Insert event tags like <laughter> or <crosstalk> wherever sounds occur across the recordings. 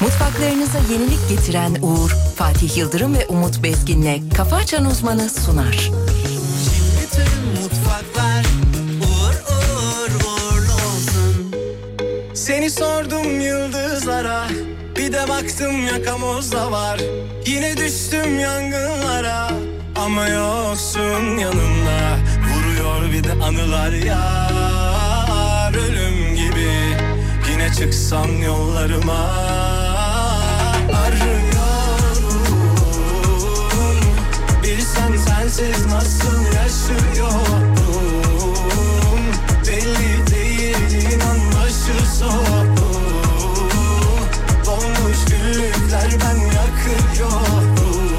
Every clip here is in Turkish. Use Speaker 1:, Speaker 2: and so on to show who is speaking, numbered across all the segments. Speaker 1: Mutfaklarınıza yenilik getiren Uğur, Fatih Yıldırım ve Umut Bezgin'le Kafa Açan Uzmanı sunar.
Speaker 2: Bütün mutfaklar uğur uğur uğurlu olsun. Seni sordum yıldızlara Bir de baktım yakamozda var Yine düştüm yangınlara Ama yoksun yanımda Vuruyor bir de anılar ya Ölüm gibi Yine çıksam yollarıma Arıyorum Bilsen sensiz nasıl yaşıyorum Belli değil inan başı soğuk Dolmuş güllükler ben yakıyorum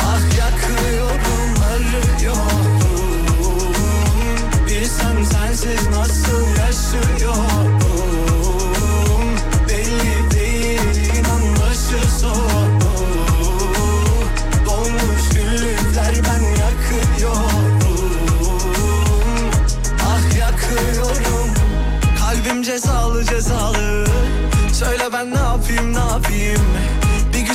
Speaker 2: Ah yakıyorum arıyorum Bilsem sensiz nasıl yaşıyorum Belli değil inan başı soğuk Dolmuş güllükler ben yakıyorum Ah yakıyorum Kalbim cezalı cezalı Söyle ben ne yapayım ne yapayım Bir gün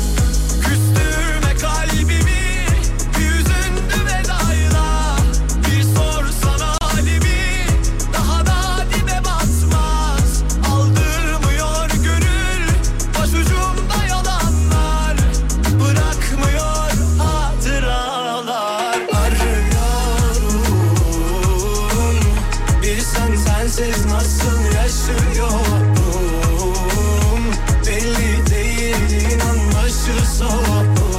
Speaker 2: Küstüğüme kalbimi bir üzündü vedayla Bir sorsana halimi daha da dibe basmaz Aldırmıyor gönül başucumda yalanlar Bırakmıyor hatıralar Arıyorum bilsen sensiz nasıl yaşıyorum Belli değil inan başı soğuk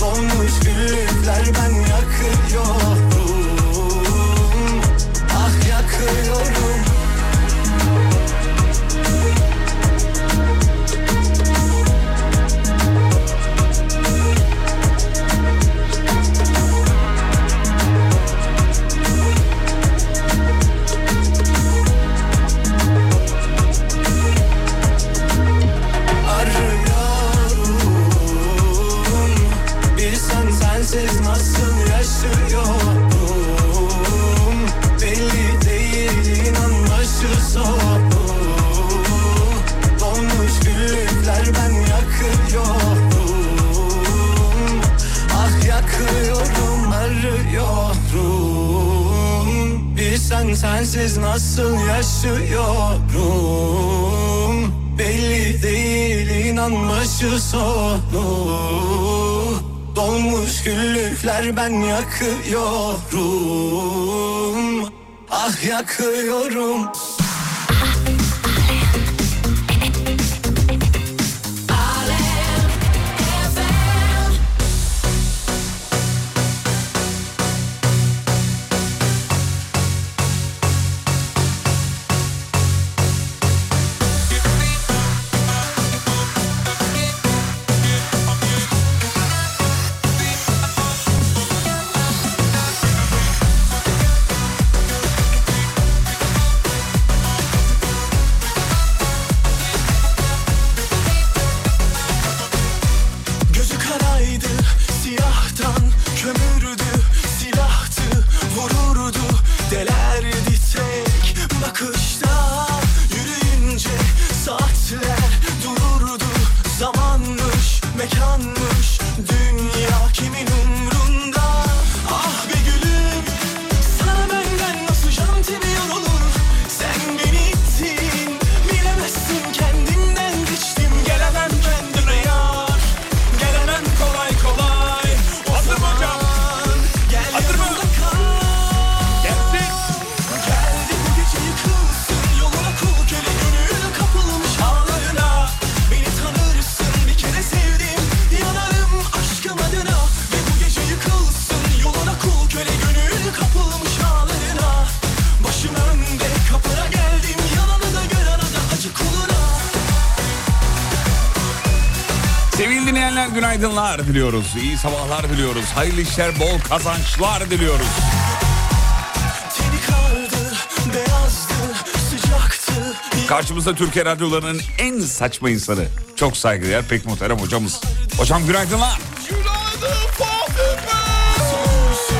Speaker 2: Dolmuş güllükler ben yakıyorum Ah yakıyorum arıyorum Bilsen sensiz nasıl yaşıyorum Belli değil inan başı soğuk Dolmuş güllükler ben yakıyorum Ah yakıyorum arıyorum Bilsen sensiz nasıl yaşıyorum Belli değil inan başı sonu Dolmuş güllükler ben yakıyorum Ah yakıyorum Gözü karaydı siyahtan kömürdü silahtı vururdu delerdi tek bakışta yürüyünce saatler dururdu zamanmış mekanmış dünya kimin umrunda ah be gülüm sana benden nasıl jantini yorulur sen beni ittin bilemezsin kendimden geçtim gelemem ben döneyar Gelemem kolay kolay Hazır mı hocam? Gel Hazır mı? Gelsin Geldi bu gece yıkılsın Yoluna kul köle gönül kapılmış ağlarına Beni tanırsın bir kere sevdim Yanarım aşkım adına Ve bu gece yıkılsın Yoluna kul köle gönül kapılmış ağlarına Başım önde kapına geldim Yananı da gör arada acı kuluna
Speaker 3: Sevgili dinleyenler günaydınlar diliyoruz. İyi sabahlar diliyoruz. Hayırlı işler, bol kazançlar diliyoruz.
Speaker 2: Teni kardı, beyazdı, sıcaktı,
Speaker 3: Karşımızda Türkiye radyolarının en saçma insanı. Çok saygıdeğer pek muhterem hocamız. Hocam günaydınlar.
Speaker 2: Günaydın Fatih Bey Sonsuz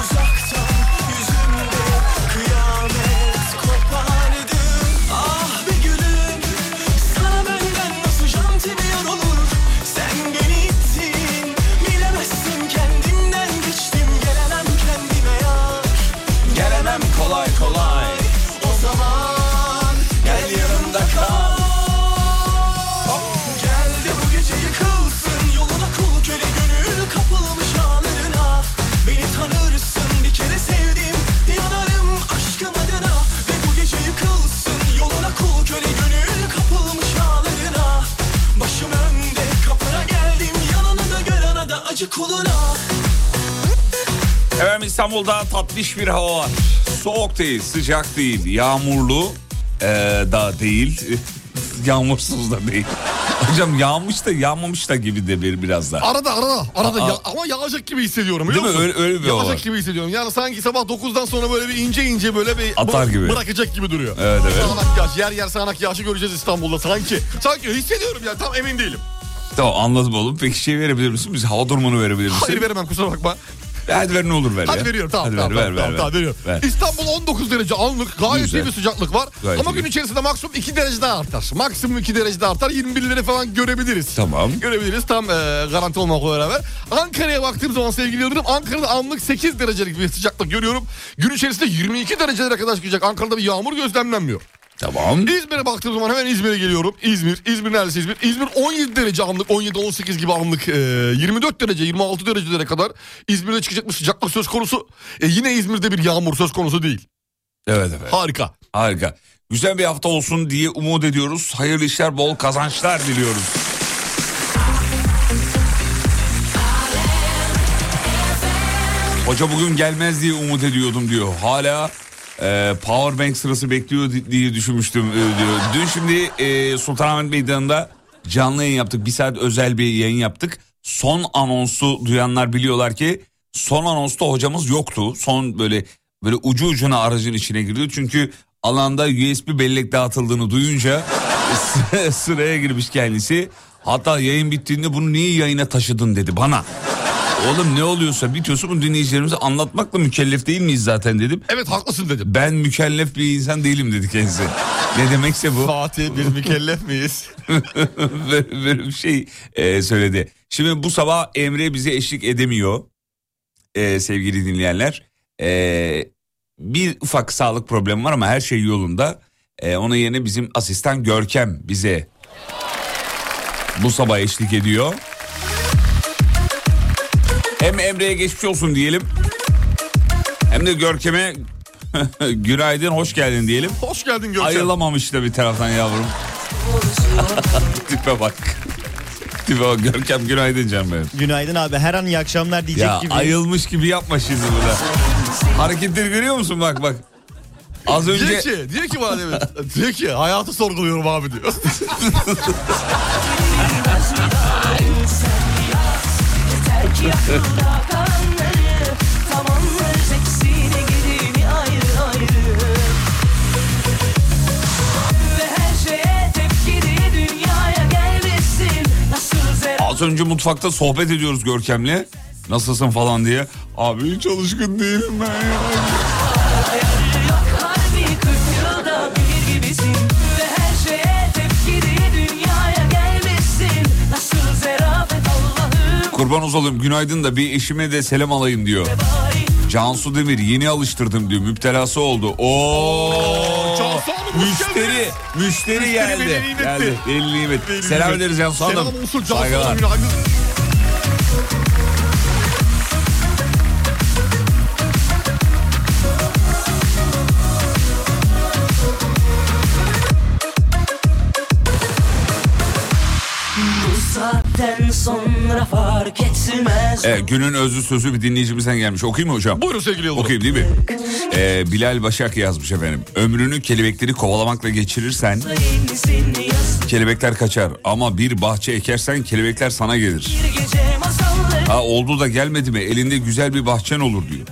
Speaker 2: uzaktan yüzümde kıyamet kopardım Ah be gülüm sana benden nasıl jantibiyar olur Sen beni ittin bilemezsin kendimden geçtim Gelemem kendime yar gelemem kolay kolay O zaman gel yanımda kal Gel de bu gece yıkılsın Yoluna kul köle gönül kapılmış anına Beni tanırsın bir kere sevdim Yanarım aşkın adına Ve bu gece yıkılsın Yoluna kul köle gönül kapılmış anına Başım önde kapına geldim Yanını da görana da acı kuluna
Speaker 3: Efendim İstanbul'da tatlış bir hava var. Soğuk değil, sıcak değil, yağmurlu ee, da değil. <laughs> Yağmursuz da değil. Hocam yağmış da yağmamış da gibi de bir biraz da.
Speaker 4: Arada arada arada
Speaker 3: Aa.
Speaker 4: ya- ama yağacak gibi hissediyorum
Speaker 3: Değil
Speaker 4: biliyor
Speaker 3: mi?
Speaker 4: musun?
Speaker 3: Öyle- öyle bir hava var.
Speaker 4: Yağacak gibi hissediyorum. Yani sanki sabah 9'dan sonra böyle bir ince ince böyle bir
Speaker 3: Atar
Speaker 4: bı-
Speaker 3: gibi.
Speaker 4: bırakacak gibi duruyor.
Speaker 3: Evet, evet.
Speaker 4: Sağanak yağış yer yer sağanak yağışı göreceğiz İstanbul'da sanki. Sanki hissediyorum ya tam emin değilim.
Speaker 3: Tamam anladım oğlum. Peki şey verebilir misin? Biz hava durumunu verebilir misin?
Speaker 4: Hayır veremem kusura bakma.
Speaker 3: Hadi ver ne olur ver ya.
Speaker 4: Hadi veriyorum tamam
Speaker 3: Hadi
Speaker 4: tamam,
Speaker 3: ver,
Speaker 4: tamam,
Speaker 3: ver,
Speaker 4: tamam,
Speaker 3: ver,
Speaker 4: tamam,
Speaker 3: ver.
Speaker 4: veriyorum.
Speaker 3: Ver.
Speaker 4: İstanbul 19 derece anlık gayet
Speaker 3: Güzel.
Speaker 4: iyi bir sıcaklık var.
Speaker 3: Gayet
Speaker 4: Ama
Speaker 3: iyi.
Speaker 4: gün içerisinde maksimum 2 derece daha artar. Maksimum 2 derece daha artar. 21'leri falan görebiliriz.
Speaker 3: Tamam.
Speaker 4: Görebiliriz tam e, garanti olmakla beraber. Ankara'ya baktığım zaman sevgili Yıldırım Ankara'da anlık 8 derecelik bir sıcaklık görüyorum. Gün içerisinde 22 derecelere kadar çıkacak. Ankara'da bir yağmur gözlemlenmiyor.
Speaker 3: Tamam.
Speaker 4: İzmir'e baktığım zaman hemen İzmir'e geliyorum. İzmir, İzmir neredeyse İzmir. İzmir 17 derece anlık, 17-18 gibi anlık, e, 24 derece, 26 derecelere kadar İzmir'de çıkacak bir sıcaklık söz konusu. E, yine İzmir'de bir yağmur söz konusu değil.
Speaker 3: Evet evet.
Speaker 4: Harika.
Speaker 3: Harika. Güzel bir hafta olsun diye umut ediyoruz. Hayırlı işler, bol kazançlar diliyoruz. Hoca bugün gelmez diye umut ediyordum diyor. Hala e, power bank sırası bekliyor di- diye düşünmüştüm e, diyor. Dün şimdi e, Sultanahmet Meydanı'nda canlı yayın yaptık. Bir saat özel bir yayın yaptık. Son anonsu duyanlar biliyorlar ki son anonsta hocamız yoktu. Son böyle böyle ucu ucuna aracın içine girdi. Çünkü alanda USB bellek dağıtıldığını duyunca <laughs> sı- sıraya girmiş kendisi. Hatta yayın bittiğinde bunu niye yayına taşıdın dedi bana. Oğlum ne oluyorsa bitiyorsa bunu dinleyicilerimize anlatmakla mükellef değil miyiz zaten dedim.
Speaker 4: Evet haklısın dedim.
Speaker 3: Ben mükellef bir insan değilim dedi kendisi. Ne demekse bu.
Speaker 4: Fatih bir mükellef miyiz?
Speaker 3: <laughs> böyle, böyle bir şey e, söyledi. Şimdi bu sabah Emre bize eşlik edemiyor e, sevgili dinleyenler. E, bir ufak sağlık problemi var ama her şey yolunda. E, onun yerine bizim asistan Görkem bize bu sabah eşlik ediyor. Hem Emre'ye geçmiş olsun diyelim. Hem de Görkem'e <laughs> günaydın, hoş geldin diyelim.
Speaker 4: Hoş geldin Gökçen.
Speaker 3: Ayrılamamış da bir taraftan yavrum. <laughs> Tipe bak. Tipe bak. Görkem günaydın canım benim.
Speaker 5: Günaydın abi. Her an iyi akşamlar diyecek
Speaker 3: Ya
Speaker 5: gibi.
Speaker 3: ayılmış gibi yapma şimdi burada. Hareketleri görüyor musun bak bak. Az önce
Speaker 4: Diyor ki, diyor ki bana demin, diyor ki hayatı sorguluyorum abi diyor.
Speaker 6: Belki aklımda kalanları Tamamlarız eksiğini gereğini ayrı ayrı Ve her şeye tepkili dünyaya gel desin Nasıl zerre
Speaker 3: az önce mutfakta sohbet ediyoruz Görkem'le. Nasılsın falan diye. Abi hiç alışkın değilim ben ya.
Speaker 6: harbi 40 yılda bir gibisin Ve her şeye tepkili dünyaya gel desin Nasıl zerafet Allah'ım
Speaker 3: Kurban olayım günaydın da bir eşime de selam alayım diyor.
Speaker 6: bari
Speaker 3: Cansu Demir yeni alıştırdım diyor. Müptelası oldu. Oo!
Speaker 4: Cansu Hanım, hoş
Speaker 3: müşteri,
Speaker 4: geldiniz.
Speaker 3: müşteri,
Speaker 4: Müşteri
Speaker 3: geldi.
Speaker 4: beni iyi
Speaker 3: geldi.
Speaker 4: etti.
Speaker 3: Elini nimet. <laughs> Selam ederiz Cansu Hanım.
Speaker 4: Selam olsun Cansu
Speaker 3: Saygılar.
Speaker 4: Hanım, günaydın.
Speaker 6: Bu saatten sonra fark etmez
Speaker 3: Evet, E, günün özlü sözü bir dinleyicimizden gelmiş. Okuyayım mı hocam?
Speaker 4: Buyurun sevgili Yıldırım.
Speaker 3: Okuyayım değil mi? Ee, Bilal Başak yazmış efendim. Ömrünü kelebekleri kovalamakla geçirirsen
Speaker 6: Elini yaz
Speaker 3: kelebekler kaçar. Ama bir bahçe ekersen kelebekler sana gelir.
Speaker 6: bir gece masalları
Speaker 3: Ha oldu da gelmedi mi elinde güzel bir bahçen olur diyor.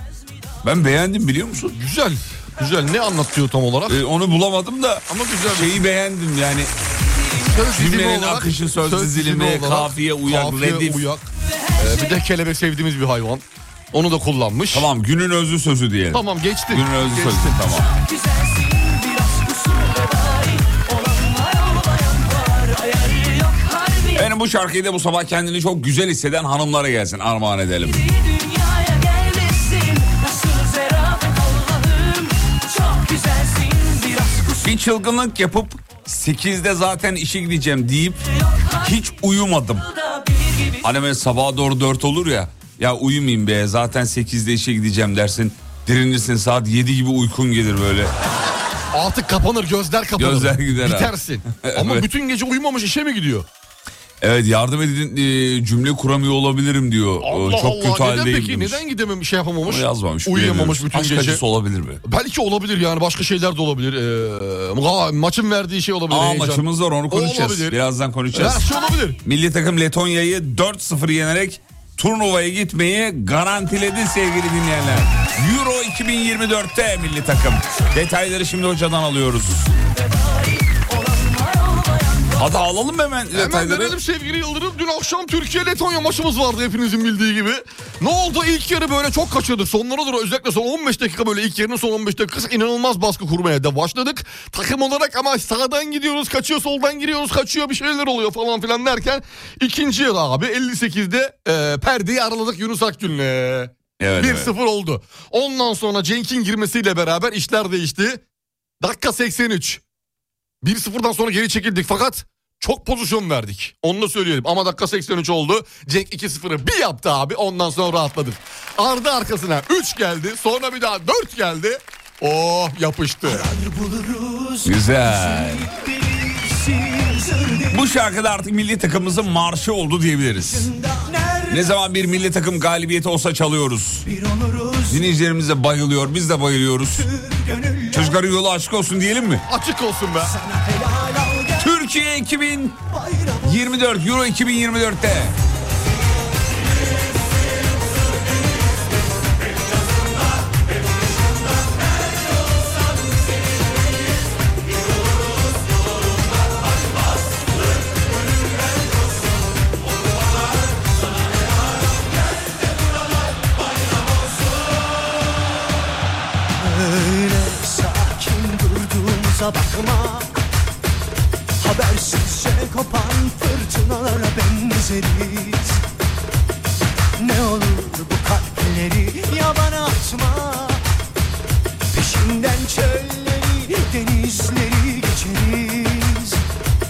Speaker 3: Ben beğendim biliyor musun?
Speaker 4: Güzel. Güzel ne anlatıyor tam olarak?
Speaker 3: Ee, onu bulamadım da
Speaker 4: Ama güzel.
Speaker 3: şeyi beğendim yani.
Speaker 4: Söz dizimi
Speaker 3: Cümlenin
Speaker 4: olarak-
Speaker 3: akışı, söz dizilimi, kafiye uyak, redif.
Speaker 4: uyak.
Speaker 6: şey
Speaker 4: Ee, bir de kelebek sevdiğimiz bir hayvan. Onu da kullanmış.
Speaker 3: Tamam günün özlü sözü diyelim.
Speaker 4: Tamam geçti.
Speaker 3: Günün özlü
Speaker 4: Geçti.
Speaker 3: sözü tamam.
Speaker 6: Güzelsin biraz kusurda dahi Olan var olmayan var Ayarı yok harbi
Speaker 3: Benim bu şarkıyı da bu sabah kendini çok güzel hisseden hanımlara gelsin armağan edelim.
Speaker 6: Dünyaya gelmesin Nasıl zerafet Allah'ım Çok güzelsin biraz kusurda
Speaker 3: Bir çılgınlık yapıp 8'de zaten işe gideceğim deyip
Speaker 6: yok harbi
Speaker 3: hiç uyumadım.
Speaker 6: da bilir gibi
Speaker 3: Hani böyle sabaha doğru 4 olur ya. Ya uyumayayım be zaten 8'de işe gideceğim dersin. Dirinirsin saat 7 gibi uykun gelir böyle.
Speaker 4: Artık kapanır gözler kapanır.
Speaker 3: Gözler gider abi.
Speaker 4: Bitersin.
Speaker 3: <laughs>
Speaker 4: Ama
Speaker 3: Evet.
Speaker 4: bütün gece uyumamış işe mi gidiyor?
Speaker 3: Evet yardım edin e, cümle kuramıyor olabilirim diyor. E,
Speaker 4: Allah
Speaker 3: çok
Speaker 4: Allah.
Speaker 3: kötü
Speaker 4: neden
Speaker 3: haldeyim
Speaker 4: peki?
Speaker 3: demiş.
Speaker 4: Neden gidememiş, şey yapamamış?
Speaker 3: Bunu yazmamış.
Speaker 4: Uyuyamamış
Speaker 3: bilemiyoruz.
Speaker 4: bütün
Speaker 3: Başka
Speaker 4: gece.
Speaker 3: acısı olabilir mi?
Speaker 4: Belki olabilir yani başka şeyler de olabilir. Ee, ma- maçın verdiği şey olabilir.
Speaker 3: Aa
Speaker 4: heyecan.
Speaker 3: maçımız var onu konuşacağız.
Speaker 4: Olabilir.
Speaker 3: Birazdan konuşacağız.
Speaker 4: Her şey olabilir.
Speaker 3: Milli takım Letonya'yı 4-0 yenerek turnuvaya gitmeyi garantiledi sevgili dinleyenler. Euro 2024'te milli takım. Detayları şimdi hocadan alıyoruz. Hadi alalım mı hemen
Speaker 4: Hemen
Speaker 3: detayları?
Speaker 4: verelim sevgili Yıldırım. Dün akşam Türkiye-Letonya maçımız vardı hepinizin bildiği gibi. Ne oldu? İlk yarı böyle çok kaçırdık. Sonlara doğru özellikle son 15 dakika böyle ilk yarının son 15 dakikası inanılmaz baskı kurmaya da başladık. Takım olarak ama sağdan gidiyoruz, kaçıyor soldan giriyoruz, kaçıyor bir şeyler oluyor falan filan derken ikinci yarı abi 58'de e, perdeyi araladık Yunus Akgün'le.
Speaker 3: Evet,
Speaker 4: 1-0 oldu. Ondan sonra Cenk'in girmesiyle beraber işler değişti. Dakika 83. 1-0'dan sonra geri çekildik fakat çok pozisyon verdik. Onu da söyleyelim ama dakika 83 oldu. Cenk 2-0'ı bir yaptı abi ondan sonra rahatladık. Ardı arkasına 3 geldi sonra bir daha 4 geldi. Oh yapıştı.
Speaker 3: Güzel. Bu şarkıda artık milli takımımızın marşı oldu diyebiliriz. Ne zaman bir milli takım galibiyeti olsa çalıyoruz. Dinleyicilerimiz de bayılıyor, biz de bayılıyoruz. Çocukların yolu açık olsun diyelim mi?
Speaker 4: Açık olsun be.
Speaker 3: Türkiye 2024, Euro 2024'te.
Speaker 2: Öyle sakin durduğumuza bakma Habersizce kopan fırtınalara benzeriz Ne olur bu kalpleri yabana atma Peşinden çölleri, denizleri geçeriz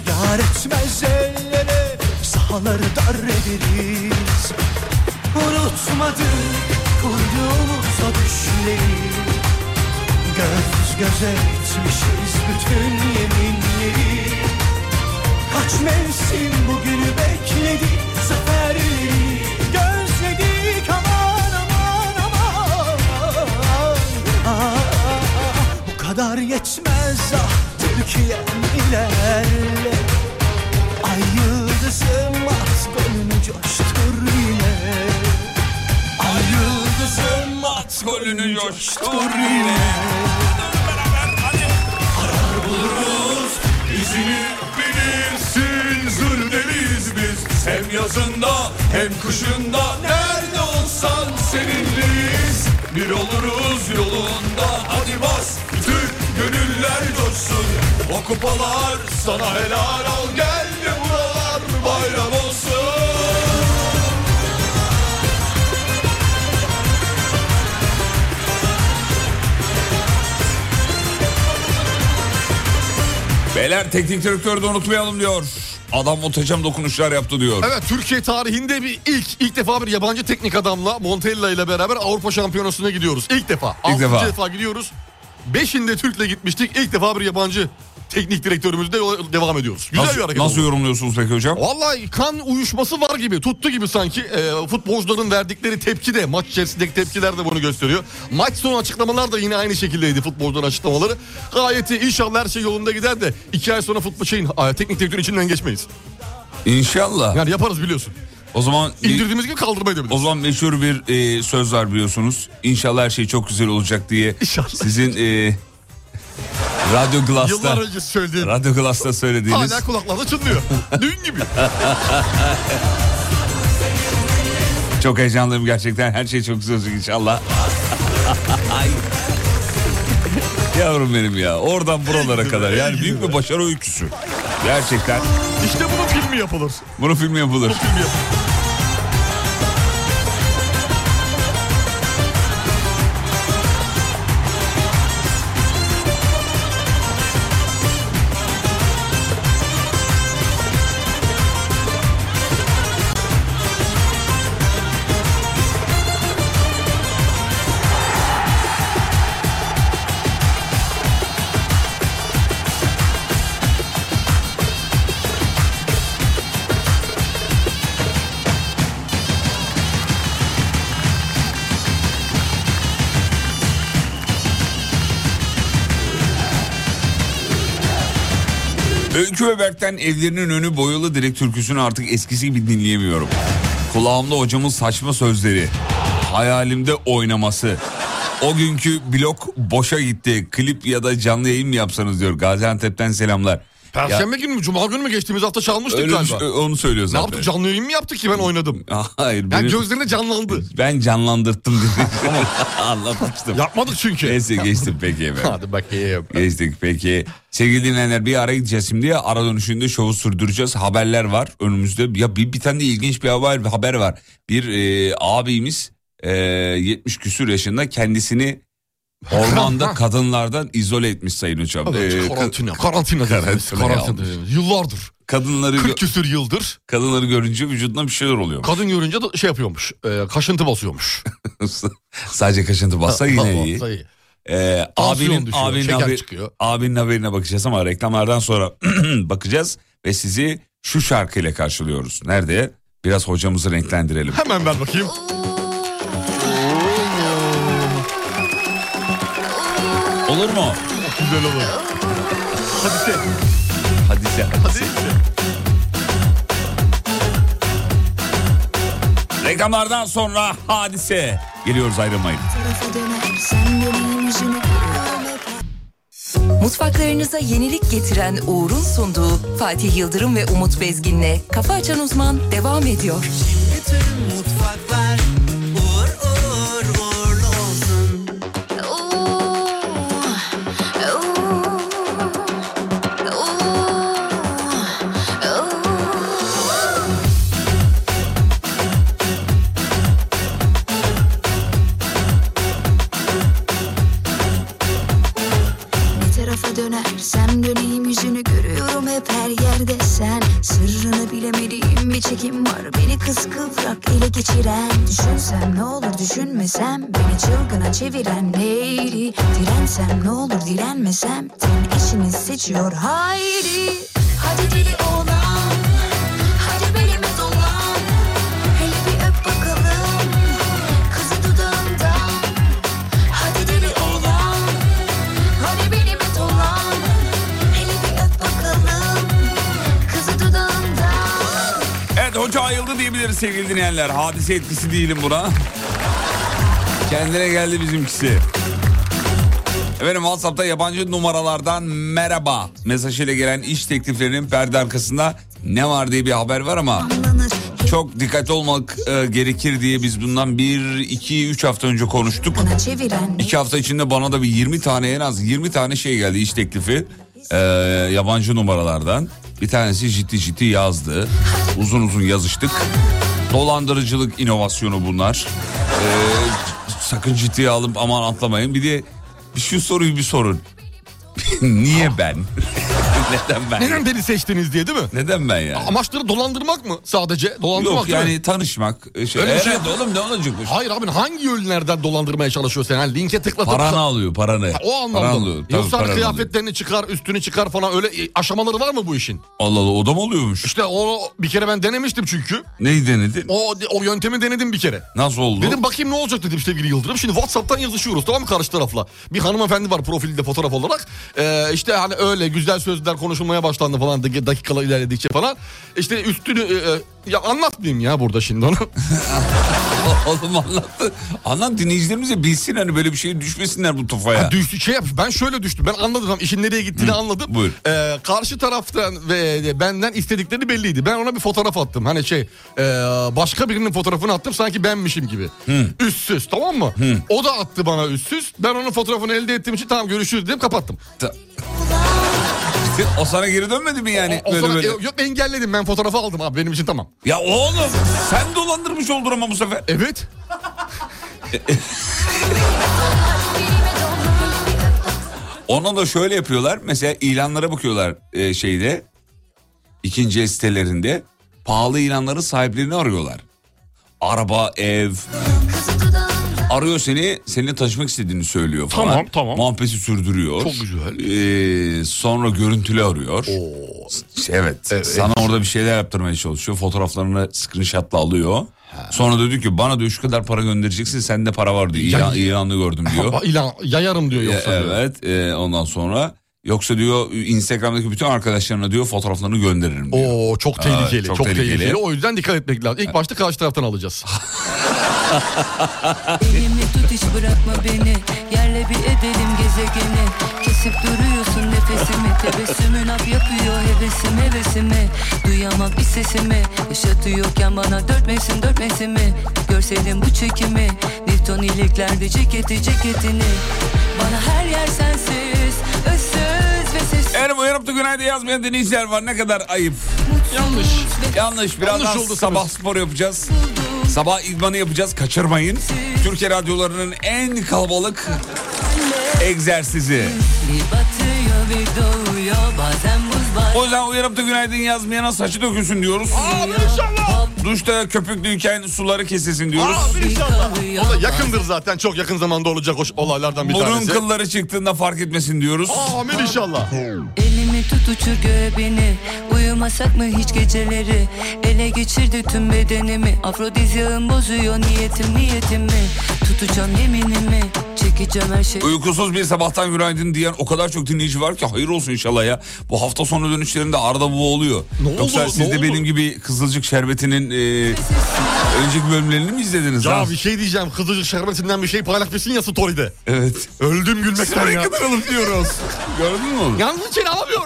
Speaker 2: Yar etmez ellere, sahaları dar ederiz Unutmadık kurduğumuz o düşleri Göz göze etmişiz bütün yeminleri Kaç mevsim bugünü bekledik zaferleri Gözledik aman aman aman Ah, Bu kadar yetmez ah Türkiye'm ilerle Ay yıldızım at gönlünü coştur yine Ay yıldızım at
Speaker 3: Golünü coştur
Speaker 4: İzini bilirsin zırdeliz biz.
Speaker 3: Hem yazında hem kışında
Speaker 4: Nerede olsan seninleyiz. Bir oluruz yolunda hadi bas. Türk gönüller coşsun. O kupalar sana helal al gel de buralar bayram olsun.
Speaker 3: Beyler teknik direktörü de unutmayalım diyor. Adam muhteşem dokunuşlar yaptı diyor.
Speaker 4: Evet Türkiye tarihinde bir ilk ilk defa bir yabancı teknik adamla Montella ile beraber Avrupa Şampiyonası'na gidiyoruz. İlk defa.
Speaker 3: İlk
Speaker 4: Altıncı
Speaker 3: defa.
Speaker 4: defa. gidiyoruz. Beşinde Türk'le gitmiştik. İlk defa bir yabancı teknik direktörümüzle yola devam ediyoruz. Güzel bir
Speaker 3: Nasıl,
Speaker 4: hareket
Speaker 3: nasıl
Speaker 4: oldu.
Speaker 3: yorumluyorsunuz peki hocam?
Speaker 4: Vallahi kan uyuşması var gibi tuttu gibi sanki Ee, futbolcuların verdikleri tepki de maç içerisindeki tepkiler de bunu gösteriyor. Maç sonu açıklamalar da yine aynı şekildeydi futbolcuların açıklamaları. Gayet iyi. inşallah her şey yolunda gider de iki ay sonra futbol şeyin, teknik direktörün içinden geçmeyiz.
Speaker 3: İnşallah.
Speaker 4: Yani yaparız biliyorsun.
Speaker 3: O zaman
Speaker 4: İndirdiğimiz gibi kaldırmayı da
Speaker 3: o
Speaker 4: biliriz.
Speaker 3: zaman meşhur bir e, söz var biliyorsunuz. İnşallah her şey çok güzel olacak diye.
Speaker 4: İnşallah.
Speaker 3: Sizin e, Radyo
Speaker 4: Yıllar
Speaker 3: Glass'ta
Speaker 4: önce söylediğim.
Speaker 3: Radyo Glass'ta söylediğiniz
Speaker 4: Hala kulaklarda çınlıyor. Dün gibi.
Speaker 3: çok heyecanlıyım gerçekten. Her şey çok güzel olacak inşallah. <laughs> Ay. Yavrum benim ya. Oradan buralara kadar. Yani büyük bir başarı öyküsü. Gerçekten.
Speaker 4: İşte bunun filmi yapılır.
Speaker 3: Bunu film yapılır.
Speaker 4: Filmi yapılır.
Speaker 3: Öykü ve Berk'ten evlerinin önü boyalı direkt türküsünü artık eskisi gibi dinleyemiyorum. Kulağımda hocamın saçma sözleri. Hayalimde oynaması. O günkü blok boşa gitti. Klip ya da canlı yayın mı yapsanız diyor. Gaziantep'ten selamlar.
Speaker 4: Perşembe günü mü? Cuma günü mü? Geçtiğimiz hafta çalmıştık
Speaker 3: Öyle bir
Speaker 4: galiba.
Speaker 3: şey- onu söylüyor
Speaker 4: ne
Speaker 3: zaten.
Speaker 4: yaptık? Canlı yayın mı yaptık ki ben oynadım?
Speaker 3: <laughs> Hayır.
Speaker 4: Yani
Speaker 3: benim-
Speaker 4: gözlerine canlandı.
Speaker 3: Ben canlandırttım
Speaker 4: <laughs>
Speaker 3: dedi. <laughs> Anlatmıştım.
Speaker 4: Yapmadık çünkü.
Speaker 3: Neyse geçtim peki efendim.
Speaker 4: Hadi bakayım.
Speaker 3: Geçtik peki. Sevgili dinleyenler bir ara gideceğiz şimdi. Ara dönüşünde şovu sürdüreceğiz. Haberler var önümüzde. Ya bir, bir tane de ilginç bir haber, haber var. Bir e, abimiz e, 70 küsür yaşında kendisini ormanda kadınlardan izole etmiş Sayın Hocam.
Speaker 4: Evet,
Speaker 3: E, ka-
Speaker 4: karantina. Karantina dediniz.
Speaker 3: Karantina
Speaker 4: Karantina
Speaker 3: yalnız.
Speaker 4: dediniz. Yıllardır.
Speaker 3: kadınları gö-
Speaker 4: 40 küsür yıldır
Speaker 3: kadınları görünce vücuduna bir şeyler oluyor.
Speaker 4: kadın görünce de şey yapıyormuş. e, kaşıntı basıyormuş.
Speaker 3: <laughs> Sadece kaşıntı
Speaker 4: <laughs>
Speaker 3: bassa yine iyi.
Speaker 4: Olsa iyi.
Speaker 3: E,
Speaker 4: Tansiyon
Speaker 3: abinin
Speaker 4: düşüyor,
Speaker 3: abinin,
Speaker 4: şeker
Speaker 3: haber-
Speaker 4: çıkıyor.
Speaker 3: abinin haberine bakacağız ama reklamlardan sonra <clears throat> bakacağız ve sizi şu şarkıyla karşılıyoruz. Nerede? Biraz hocamızı renklendirelim.
Speaker 4: Hemen ver bakayım.
Speaker 3: Olur mu?
Speaker 4: Güzel olur. Hadi sen.
Speaker 3: Hadi sen.
Speaker 4: Hadi.
Speaker 3: Reklamlardan sonra hadise. Geliyoruz ayrılmayın.
Speaker 1: Mutfaklarınıza yenilik getiren Uğur'un sunduğu Fatih Yıldırım ve Umut Bezgin'le Kafa Açan Uzman devam ediyor.
Speaker 2: Mutfaklar uğur uğur uğurlu olsun
Speaker 7: Ne tarafa dönersem döneyim yüzünü görüyorum hep her yerde sen Sırrını bilemediğim bir çekim var beni kıskıvrak ele geçiren Düşünsem ne olur düşünmesem beni çılgına çeviren neydi Dirensem ne olur dilenmesem ten eşini seçiyor haydi Hadi deli oğlan hadi belime dolan Hele bir öp bakalım kızı dudağından Hadi deli oğlan Hadi benimle dolan Hele bir öp bakalım Kızı dudağından
Speaker 3: Evet hoca ayıldı diyebiliriz sevgili dinleyenler. Hadise etkisi değilim buna. Kendine geldi bizimkisi. Efendim WhatsApp'ta yabancı numaralardan merhaba mesajıyla gelen iş tekliflerinin perde arkasında ne var diye bir haber var ama
Speaker 7: Anlanır
Speaker 3: çok dikkatli olmak e, gerekir diye biz bundan 1, 2, 3 hafta önce konuştuk.
Speaker 7: Bana çeviren
Speaker 3: İki hafta içinde bana da bir 20 tane en az 20 tane şey geldi iş teklifi Ee, yabancı numaralardan. Bir tanesi ciddi ciddi yazdı. Uzun uzun yazıştık. Dolandırıcılık inovasyonu bunlar. Ee, sakın ciddiye alıp aman atlamayın. Bir de bir şu soruyu bir sorun. <laughs> Niye ben? <laughs> Neden ben?
Speaker 4: Neden beni seçtiniz diye değil mi?
Speaker 3: Neden ben yani?
Speaker 4: Amaçları dolandırmak mı sadece? Dolandırmak
Speaker 3: Yok
Speaker 4: değil mi?
Speaker 3: yani tanışmak. Şey,
Speaker 4: Öyle bir şey
Speaker 3: evet oğlum ne olacak bu?
Speaker 4: Hayır abi hangi yönlerden dolandırmaya çalışıyor sen? Yani linke tıklatıp...
Speaker 3: <laughs> Paranı alıyor paranı.
Speaker 4: O anlamda.
Speaker 3: Paranı alıyor. Tabii
Speaker 4: Yoksa hani
Speaker 3: paranı alıyor.
Speaker 4: kıyafetlerini çıkar, üstünü çıkar falan öyle e, aşamaları var mı bu işin?
Speaker 3: Allah Allah o da mı oluyormuş?
Speaker 4: İşte o bir kere ben denemiştim çünkü.
Speaker 3: Neyi denedin?
Speaker 4: O o yöntemi denedim bir kere.
Speaker 3: Nasıl oldu?
Speaker 4: Dedim bakayım ne olacak dedim sevgili Yıldırım. Şimdi Whatsapp'tan yazışıyoruz tamam mı karşı tarafla. Bir hanımefendi var profilde fotoğraf olarak. Ee, işte hani öyle güzel sözler konuşulmaya başlandı falan dak- dakikalar ilerledikçe falan. İşte üstünü e, e, ya anlatmayayım ya burada şimdi
Speaker 3: <laughs>
Speaker 4: onu. <laughs>
Speaker 3: Oğlum anlattı. Anlat dinleyicilerimiz de bilsin hani böyle bir şeye düşmesinler bu tufaya.
Speaker 4: Ha, düş- şey yap, ben şöyle düştüm. Ben anladım tam işin nereye gittiğini anladım.
Speaker 3: buyur.
Speaker 4: Ee, karşı taraftan ve de benden istedikleri belliydi. Ben ona bir fotoğraf attım. Hani şey e, başka birinin fotoğrafını attım sanki benmişim gibi. Üstsüz tamam mı? O da attı bana üstsüz. Ben onun fotoğrafını elde ettiğim için tamam görüşürüz dedim kapattım.
Speaker 3: <laughs> o sana geri dönmedi mi yani?
Speaker 4: O
Speaker 3: böyle
Speaker 4: sonra-
Speaker 3: böyle?
Speaker 4: e, yok engelledim ben fotoğrafı aldım abi benim için tamam.
Speaker 3: Ya oğlum sen dolandırmış oldun ama bu sefer.
Speaker 4: Evet.
Speaker 3: Ona da şöyle yapıyorlar. Mesela ilanlara bakıyorlar e, şeyde. ikinci el sitelerinde. Pahalı ilanların sahiplerini arıyorlar. Araba, ev. Arıyor seni, seninle taşımak istediğini söylüyor falan.
Speaker 4: Tamam, tamam.
Speaker 3: Muhabbeti sürdürüyor.
Speaker 4: Çok güzel.
Speaker 3: Ee, sonra görüntülü arıyor. S- Evet. Sana orada bir şeyler yaptırmaya çalışıyor. Fotoğraflarını screenshot'la alıyor. Sonra da diyor ki bana diyor şu kadar para göndereceksin sende para var diyor. İlan, ilanı gördüm
Speaker 4: <laughs>
Speaker 3: diyor.
Speaker 4: Aa, ilan- yayarım diyor
Speaker 3: E,
Speaker 4: yoksa. diyor.
Speaker 3: evet e, ondan sonra yoksa diyor Instagram'daki bütün arkadaşlarına diyor fotoğraflarını gönderirim diyor.
Speaker 4: Oo çok tehlikeli.
Speaker 3: çok
Speaker 4: çok,
Speaker 3: tehlikeli.
Speaker 4: tehlikeli. O yüzden dikkat etmek lazım. İlk başta karşı taraftan alacağız.
Speaker 8: Elimi tut hiç bırakma beni Yerle bir edelim gezegeni Kesip duruyorsun nefesimi Tebessümün af yapıyor hevesim hevesimi Duyamam bir sesimi Yaşatıyorken bana dört mevsim dört mevsimi Görseydin bu çekimi Newton iliklerde ceketi ceketini Bana her yer sensiz Özsüz ve sessiz
Speaker 3: Eğer bu yarım da günaydın yazmayan dinleyiciler var ne kadar ayıp.
Speaker 4: Yanlış.
Speaker 3: Yanlış birazdan
Speaker 4: Yanlış oldu
Speaker 3: sabah
Speaker 4: sanırım.
Speaker 3: spor yapacağız. Sabah idmanı yapacağız kaçırmayın. Türkiye radyolarının en kalabalık egzersizi.
Speaker 8: Bir batıyor bir doğuyor Bazen buz bazen
Speaker 3: O yüzden uyarıp da günaydın yazmayana saçı dökülsün diyoruz. Duşta köpüklüyken suları kesilsin diyoruz.
Speaker 4: O da yakındır zaten. Çok yakın zamanda olacak o ş- olaylardan bir
Speaker 3: Burun
Speaker 4: tanesi.
Speaker 3: kılları çıktığında fark etmesin diyoruz.
Speaker 4: Amin inşallah.
Speaker 8: Elimi tut uçur göğe beni Uyumasak mı hiç geceleri Ele geçirdi tüm bedenimi Afrodizyağım bozuyor niyetim niyetimi Tutacağım yeminimi Çekeceğim her şeyi
Speaker 3: Uykusuz bir sabahtan günaydın diyen o kadar çok dinleyici var ki hayır olsun inşallah ya. Bu hafta sonu dönüşlerinde arada bu oluyor.
Speaker 4: Ne oldu,
Speaker 3: Yoksa
Speaker 4: ne
Speaker 3: siz de
Speaker 4: oldu?
Speaker 3: benim gibi Kızılcık Şerbeti'nin e, önceki bölümlerini mi izlediniz?
Speaker 4: Ya
Speaker 3: ha?
Speaker 4: bir şey diyeceğim. Kızılcık şerbetinden bir şey paylaşmışsın ya story'de.
Speaker 3: Evet.
Speaker 4: Öldüm gülmekten
Speaker 3: Sıraya
Speaker 4: ya.
Speaker 3: kadar alıp
Speaker 4: <laughs>
Speaker 3: diyoruz. Gördün mü onu?
Speaker 4: Yalnız için alamıyoruz.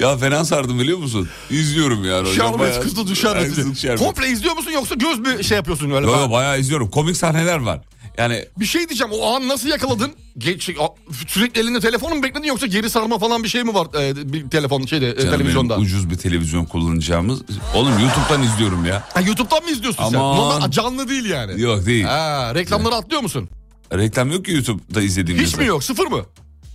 Speaker 3: Ya fena sardım biliyor musun? İzliyorum yani. hocam,
Speaker 4: Şerbet
Speaker 3: bayağı-
Speaker 4: kızılcık
Speaker 3: Kızılcık
Speaker 4: şerbeti.
Speaker 3: Şerbeti.
Speaker 4: Komple izliyor musun yoksa göz mü şey yapıyorsun öyle?
Speaker 3: Yo,
Speaker 4: falan?
Speaker 3: yo, bayağı izliyorum. Komik sahneler var. Yani
Speaker 4: Bir şey diyeceğim. O an nasıl yakaladın? Geç, a- sürekli elinde telefonu mu bekledin yoksa geri sarma falan bir şey mi var? Ee, bir telefon şeyde e,
Speaker 3: canım benim,
Speaker 4: televizyonda.
Speaker 3: ucuz bir televizyon kullanacağımız. Oğlum YouTube'dan izliyorum ya.
Speaker 4: Ha, YouTube'dan mı izliyorsun sen?
Speaker 3: Aman.
Speaker 4: Normal canlı değil yani.
Speaker 3: Yok değil.
Speaker 4: Ha, reklamları atlıyor musun?
Speaker 3: Reklam yok ki YouTube'da izlediğimizde.
Speaker 4: Hiç mi yok? Sıfır mı?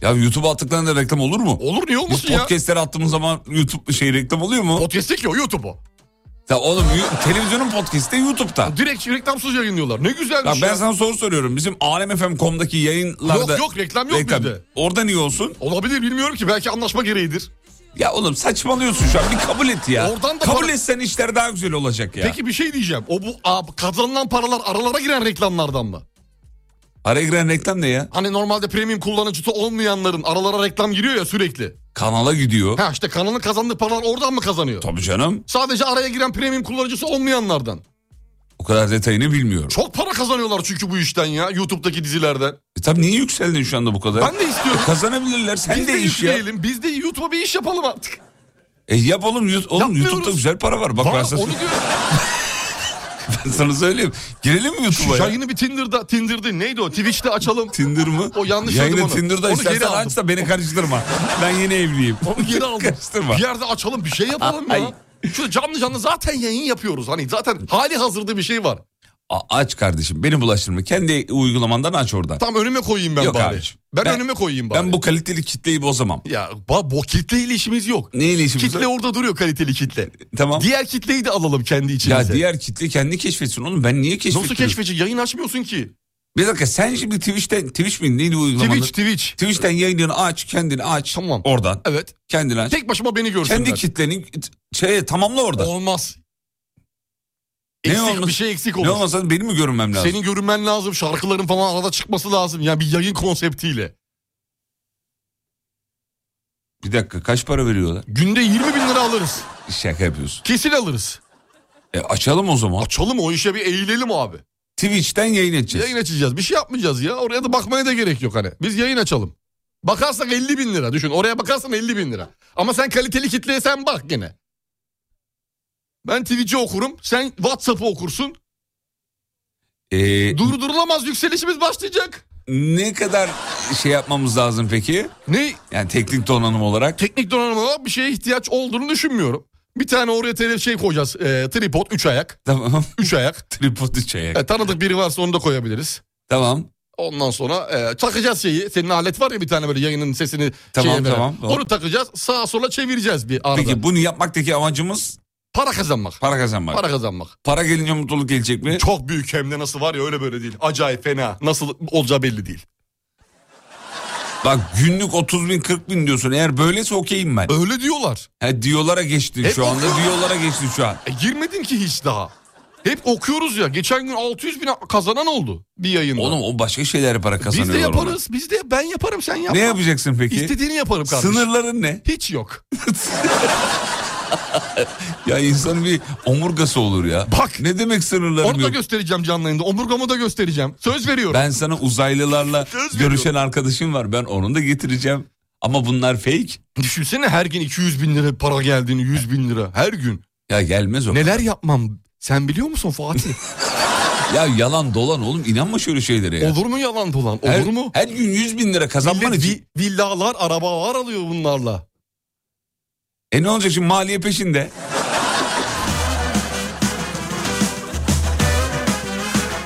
Speaker 3: Ya YouTube'a attıklarında reklam olur mu?
Speaker 4: Olur niye
Speaker 3: Biz
Speaker 4: olmasın ya?
Speaker 3: podcastleri attığımız zaman YouTube şey reklam oluyor mu?
Speaker 4: Podcast'te ki o YouTube'u.
Speaker 3: Ya oğlum yu- televizyonun podcast'i de YouTube'da.
Speaker 4: Direkt reklamsız yayınlıyorlar. Ne
Speaker 3: Ya
Speaker 4: güzelmiş
Speaker 3: ben
Speaker 4: ya.
Speaker 3: sana soru soruyorum. Bizim alemfm.com'daki yayınlarda...
Speaker 4: Yok, yok, reklam yok bizde.
Speaker 3: Orada niye olsun?
Speaker 4: Olabilir bilmiyorum ki belki anlaşma gereğidir.
Speaker 3: Ya oğlum saçmalıyorsun şu an. Bir kabul et ya.
Speaker 4: Oradan da
Speaker 3: kabul
Speaker 4: para-
Speaker 3: etsen işler daha güzel olacak ya.
Speaker 4: Peki bir şey diyeceğim. O bu a- kazanılan paralar aralara giren reklamlardan mı?
Speaker 3: Araya giren reklam ne ya?
Speaker 4: Hani normalde premium kullanıcısı olmayanların aralara reklam giriyor ya sürekli.
Speaker 3: Kanala gidiyor.
Speaker 4: Ha işte kanalın kazandığı paralar oradan mı kazanıyor?
Speaker 3: Tabii canım.
Speaker 4: Sadece araya giren premium kullanıcısı olmayanlardan.
Speaker 3: O kadar detayını bilmiyorum.
Speaker 4: Çok para kazanıyorlar çünkü bu işten ya YouTube'daki dizilerden.
Speaker 3: E tabii niye yükseldin şu anda bu kadar?
Speaker 4: Ben
Speaker 3: <laughs>
Speaker 4: de istiyorum.
Speaker 3: Kazanabilirler. Sen
Speaker 4: biz
Speaker 3: de,
Speaker 4: de
Speaker 3: iş ya.
Speaker 4: yükleyelim. Biz de YouTube'a bir iş yapalım artık.
Speaker 3: E yap oğlum. yut- Oğlum
Speaker 4: Yapmıyoruz.
Speaker 3: YouTube'da güzel para var. Bak ben
Speaker 4: Var,
Speaker 3: sana,
Speaker 4: onu diyor.
Speaker 3: ben sana söyleyeyim. Girelim mi YouTube'a ya?
Speaker 4: Yayını bir Tinder'da, Tinder'dı neydi o?
Speaker 3: <laughs>
Speaker 4: Twitch'te açalım.
Speaker 3: Tinder mı?
Speaker 4: O yanlış
Speaker 3: Yayını
Speaker 4: söyledim onu.
Speaker 3: Tinder'da
Speaker 4: Onu
Speaker 3: istersen
Speaker 4: geri aldım.
Speaker 3: aç da beni karıştırma. Ben yeni evliyim.
Speaker 4: Onu
Speaker 3: <laughs>
Speaker 4: geri aldım.
Speaker 3: Karıştırma.
Speaker 4: Bir yerde açalım bir şey yapalım
Speaker 3: Ay.
Speaker 4: ya. Şu canlı canlı zaten yayın yapıyoruz. Hani zaten hali hazırda bir şey var.
Speaker 3: A- aç kardeşim beni bulaştırma. Kendi uygulamandan aç oradan.
Speaker 4: Tam önüme koyayım ben
Speaker 3: Yok
Speaker 4: bari.
Speaker 3: abiciğim.
Speaker 4: Ben,
Speaker 3: Ben-
Speaker 4: önüme koyayım bari.
Speaker 3: Ben bu kaliteli kitleyi bozamam.
Speaker 4: Ya ba, bu kitleyle işimiz yok.
Speaker 3: Neyle işimiz
Speaker 4: Kitle
Speaker 3: var?
Speaker 4: orada duruyor kaliteli kitle.
Speaker 3: Tamam.
Speaker 4: Diğer kitleyi de alalım kendi
Speaker 3: ya
Speaker 4: içimize.
Speaker 3: diğer kitle kendi keşfetsin oğlum. Ben niye keşfettim?
Speaker 4: Nasıl keşfeci? Yayın açmıyorsun ki.
Speaker 3: Bir dakika sen şimdi Twitch'ten Twitch mi neydi o uygulamanın?
Speaker 4: Twitch, Twitch.
Speaker 3: Twitch'ten yayınını aç, kendini aç.
Speaker 4: Tamam.
Speaker 3: Oradan.
Speaker 4: Evet.
Speaker 3: Kendini aç.
Speaker 4: Tek başıma beni görsünler.
Speaker 3: kendi kitlenin şey tamamla orada.
Speaker 4: Olmaz.
Speaker 3: Ne
Speaker 4: Eksik,
Speaker 3: olmaz?
Speaker 4: Bir şey eksik
Speaker 3: ne
Speaker 4: olur.
Speaker 3: olmasa benim mi görünmem lazım?
Speaker 4: Senin görünmen lazım. Şarkıların falan arada çıkması lazım. Yani bir yayın konseptiyle.
Speaker 3: Bir dakika kaç para veriyorlar?
Speaker 4: Günde 20 bin lira alırız.
Speaker 3: Şaka yapıyorsun.
Speaker 4: Kesin alırız.
Speaker 3: E açalım o zaman.
Speaker 4: Açalım o işe bir eğilelim abi.
Speaker 3: Twitch'ten yayın edeceğiz.
Speaker 4: Yayın açacağız. Bir şey yapmayacağız ya. Oraya da bakmaya da gerek yok hani. Biz yayın açalım. Bakarsak 50 bin lira düşün. Oraya bakarsan 50 bin lira. Ama sen kaliteli kitleye sen bak gene. Ben Twitch'i okurum. Sen Whatsapp'ı okursun.
Speaker 3: E,
Speaker 4: Durdurulamaz yükselişimiz başlayacak.
Speaker 3: ne kadar şey yapmamız lazım peki?
Speaker 4: Ne?
Speaker 3: Yani teknik donanım olarak.
Speaker 4: Teknik donanıma bir şeye ihtiyaç olduğunu düşünmüyorum. Bir tane oraya tele şey koyacağız. E, tripod 3 ayak.
Speaker 3: Tamam. <laughs>
Speaker 4: 3 ayak.
Speaker 3: Tripod çayak.
Speaker 4: E, tanıdık biri varsa onu da koyabiliriz.
Speaker 3: Tamam.
Speaker 4: Ondan sonra e, takacağız şeyi. Senin alet var ya bir tane böyle yayının sesini
Speaker 3: Tamam,
Speaker 4: şeye veren.
Speaker 3: tamam, tamam.
Speaker 4: Onu takacağız. Sağa sola çevireceğiz bir arada.
Speaker 3: Peki bunu yapmaktaki amacımız
Speaker 4: Para kazanmak.
Speaker 3: para kazanmak. Para,
Speaker 4: Para kazanmak.
Speaker 3: gelince mutluluk gelecek mi?
Speaker 4: Çok büyük hem de nasıl var ya öyle böyle değil. Acayip fena. Nasıl olacağı belli değil.
Speaker 3: Bak günlük 30 bin 40 bin diyorsun. Eğer böylese okeyim ben.
Speaker 4: Öyle diyorlar.
Speaker 3: Ha, diyorlara geçtin
Speaker 4: Hep
Speaker 3: şu anda.
Speaker 4: okuyorum.
Speaker 3: Diyorlara geçtin şu an.
Speaker 4: E, girmedin ki hiç daha. Hep okuyoruz ya. Geçen gün 600 bin kazanan oldu bir yayında.
Speaker 3: Oğlum o başka şeylere para
Speaker 4: biz
Speaker 3: kazanıyorlar.
Speaker 4: de
Speaker 3: ona.
Speaker 4: yaparız. Biz de ben yaparım sen yapma.
Speaker 3: Ne yapacaksın peki?
Speaker 4: İstediğini yaparım kardeşim.
Speaker 3: Sınırların ne?
Speaker 4: Hiç yok.
Speaker 3: Ya insanın bir omurgası olur ya.
Speaker 4: Bak.
Speaker 3: Ne demek sınırlarım
Speaker 4: Onu da
Speaker 3: yok.
Speaker 4: göstereceğim canlı yayında. Omurgamı da göstereceğim. Söz veriyorum.
Speaker 3: Ben sana uzaylılarla
Speaker 4: Söz
Speaker 3: görüşen arkadaşım var. Ben onu da getireceğim. Ama bunlar fake.
Speaker 4: Düşünsene her gün 200 bin lira para geldiğini 100 bin lira her gün.
Speaker 3: Ya gelmez o.
Speaker 4: Neler yapmam sen biliyor musun Fatih?
Speaker 3: Ya yalan dolan oğlum inanma şöyle şeylere <laughs> ya.
Speaker 4: Olur mu yalan dolan olur
Speaker 3: her,
Speaker 4: mu?
Speaker 3: Her gün 100 bin lira kazanman
Speaker 4: Millet
Speaker 3: için.
Speaker 4: vi- villalar arabalar alıyor bunlarla.
Speaker 3: E ne olacak şimdi maliye peşinde.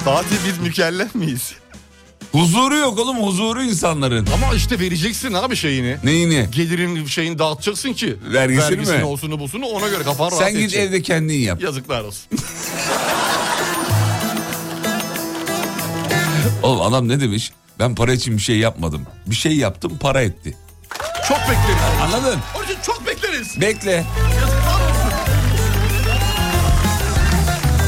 Speaker 4: Fatih biz mükellef miyiz?
Speaker 3: Huzuru yok oğlum huzuru insanların.
Speaker 4: Ama işte vereceksin abi şeyini.
Speaker 3: Neyini?
Speaker 4: Gelirin şeyini dağıtacaksın ki.
Speaker 3: Vergisini mi?
Speaker 4: olsunu busunu ona göre kafan rahat
Speaker 3: Sen git
Speaker 4: edecek.
Speaker 3: evde kendin yap.
Speaker 4: Yazıklar olsun.
Speaker 3: Oğlum adam ne demiş? Ben para için bir şey yapmadım. Bir şey yaptım para etti.
Speaker 4: çok bekleriz.
Speaker 3: Anladın?
Speaker 4: Onun için çok bekleriz.
Speaker 3: Bekle.
Speaker 4: Yazıklar olsun.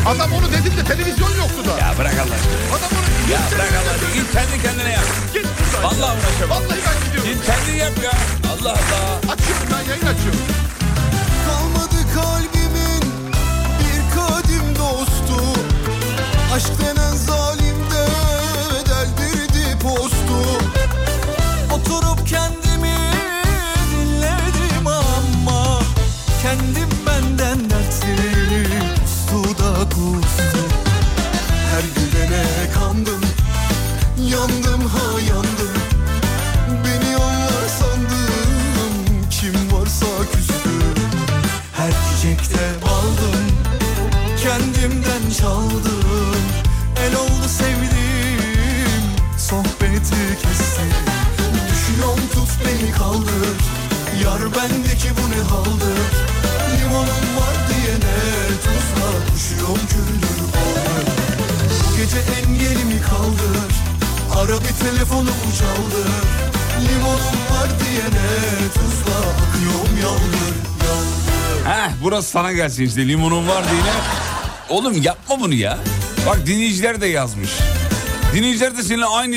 Speaker 4: Adam onu dedim de televizyon yoktu da.
Speaker 3: Ya bırak Allah aşkına.
Speaker 4: Adam onu
Speaker 3: Ya bırak Allah aşkına. Git kendi kendine yap.
Speaker 4: git buradan.
Speaker 3: Vallahi uğraşamam.
Speaker 4: Vallahi ben gidiyorum.
Speaker 3: Git kendin yap ya. Allah Allah.
Speaker 4: Açıyorum ben yayın açıyorum.
Speaker 2: Kalmadı kalbimin bir kadim dostu Aşk denen zalimde deldirdi postu Oturup kendimi dinledim ama Kendim benden dertli suda kustu Her gülene kandım, yandım ha yandım Beni onlar sandım Kim varsa küstü Her çiçekte baldım Kendimden çaldım El oldu sevdiğim Sohbeti kestim Düşüyorum tut beni kaldır Yar bendeki bu ne haldır Limonum var diyene tuzla Düşüyorum küldür aldır bu gece engelimi kaldır Ara bir telefonumu çaldır Limonum var diyene tuzla Akıyorum yaldır yaldır
Speaker 3: Heh burası sana gelsin işte limonun var diye. Oğlum yapma bunu ya. Bak dinleyiciler de yazmış. Dinleyiciler de seninle aynı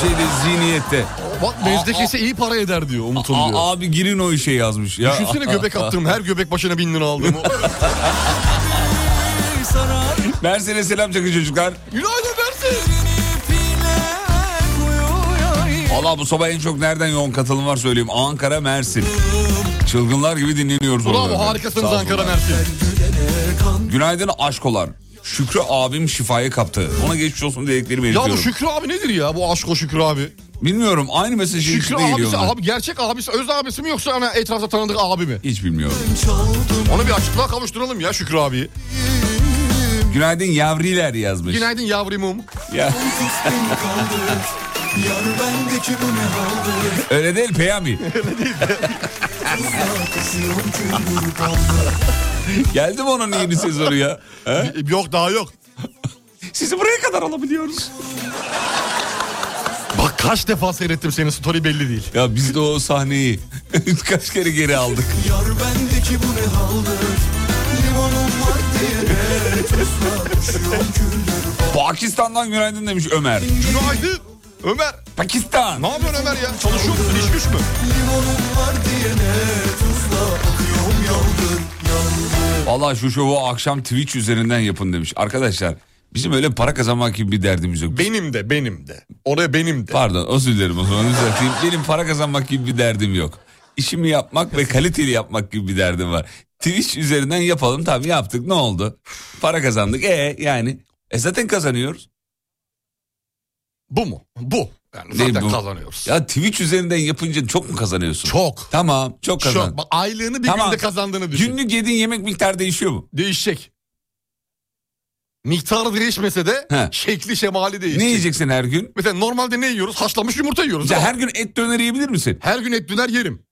Speaker 3: şeyde zihniyette.
Speaker 4: Bak mezdekesi iyi para eder diyor Umut'un diyor.
Speaker 3: Aa, abi girin o işe yazmış. Ya,
Speaker 4: Düşünsene göbek attığım her göbek başına bin lira aldığımı.
Speaker 2: Sarar
Speaker 3: <laughs> Mersin'e selam çakın çocuklar.
Speaker 4: Günaydın versin.
Speaker 2: ipiyle kuyuya
Speaker 3: Valla bu sabah en çok nereden yoğun katılım var söyleyeyim. Ankara, Mersin. Çılgınlar gibi dinleniyoruz
Speaker 4: Bravo
Speaker 3: orada.
Speaker 4: harikasınız
Speaker 3: Sağ
Speaker 4: Ankara
Speaker 3: olsunlar.
Speaker 4: Mersin.
Speaker 3: Günaydın aşkolar. Şükrü abim şifaya kaptı. Ona geçmiş olsun dileklerimi
Speaker 4: Ya
Speaker 3: iletiyorum.
Speaker 4: bu Şükrü abi nedir ya bu aşko Şükrü abi?
Speaker 3: Bilmiyorum aynı mesajı
Speaker 4: Şükrü
Speaker 3: içinde geliyor
Speaker 4: abisi
Speaker 3: ona.
Speaker 4: abi gerçek abisi öz abisi mi yoksa hani etrafta tanıdık abi mi?
Speaker 3: Hiç bilmiyorum.
Speaker 2: çaldım
Speaker 4: Onu bir açıklığa kavuşturalım ya Şükrü abiyi.
Speaker 3: Günaydın yavriler yazmış.
Speaker 4: Günaydın yavrumum.
Speaker 3: Ya,
Speaker 2: Tut beni kaldır Yar bendeki bu ne haldır
Speaker 3: <laughs> öyle değil Peyami.
Speaker 2: Akıyorum küldür kaldır
Speaker 3: Geldi mi onun yeni sezonu ya? He?
Speaker 4: E, Yok daha yok.
Speaker 3: Sizi buraya kadar alabiliyoruz.
Speaker 4: Bak kaç defa seyrettim senin story belli değil.
Speaker 3: Ya biz de o sahneyi <laughs> kaç kere geri aldık.
Speaker 2: Yar bendeki bu ne haldır Limonum var diyene tuzla Düşüyorum küldür
Speaker 3: Pakistan'dan günaydın demiş Ömer.
Speaker 4: Günaydın Ömer.
Speaker 3: Pakistan.
Speaker 4: Ne yapıyorsun Ömer ya? Çalışıyor musun? İş güç mü?
Speaker 9: Limonum var diyene tuzla Bakıyorum yangın
Speaker 3: Valla şu şovu akşam Twitch üzerinden yapın demiş. Arkadaşlar bizim öyle para kazanmak gibi bir derdimiz yok.
Speaker 4: Benim de benim de. Oraya benim de.
Speaker 3: Pardon özür dilerim o zaman düzelteyim. Benim para kazanmak gibi bir derdim yok. İşimi yapmak ve kaliteli yapmak gibi bir derdim var. Twitch üzerinden yapalım tamam yaptık ne oldu? Para kazandık e yani. E zaten kazanıyoruz.
Speaker 4: Bu mu? Bu. Yani
Speaker 3: Değil
Speaker 4: zaten
Speaker 3: bu.
Speaker 4: kazanıyoruz.
Speaker 3: Ya Twitch üzerinden yapınca çok mu kazanıyorsun?
Speaker 4: Çok.
Speaker 3: Tamam çok kazan.
Speaker 4: Şu, bak, aylığını bir
Speaker 3: Tamam.
Speaker 4: günde kazandığını düşün.
Speaker 3: Günlük yediğin yemek miktarı değişiyor mu?
Speaker 4: Değişecek. Miktarı değişmese de
Speaker 3: He.
Speaker 4: şekli şemali değişecek.
Speaker 3: Ne yiyeceksin her gün?
Speaker 4: Mesela normalde ne yiyoruz? Haşlanmış yumurta yiyoruz.
Speaker 3: Ya
Speaker 4: ama
Speaker 3: her gün et döneri yiyebilir misin?
Speaker 4: her gün et döner yerim.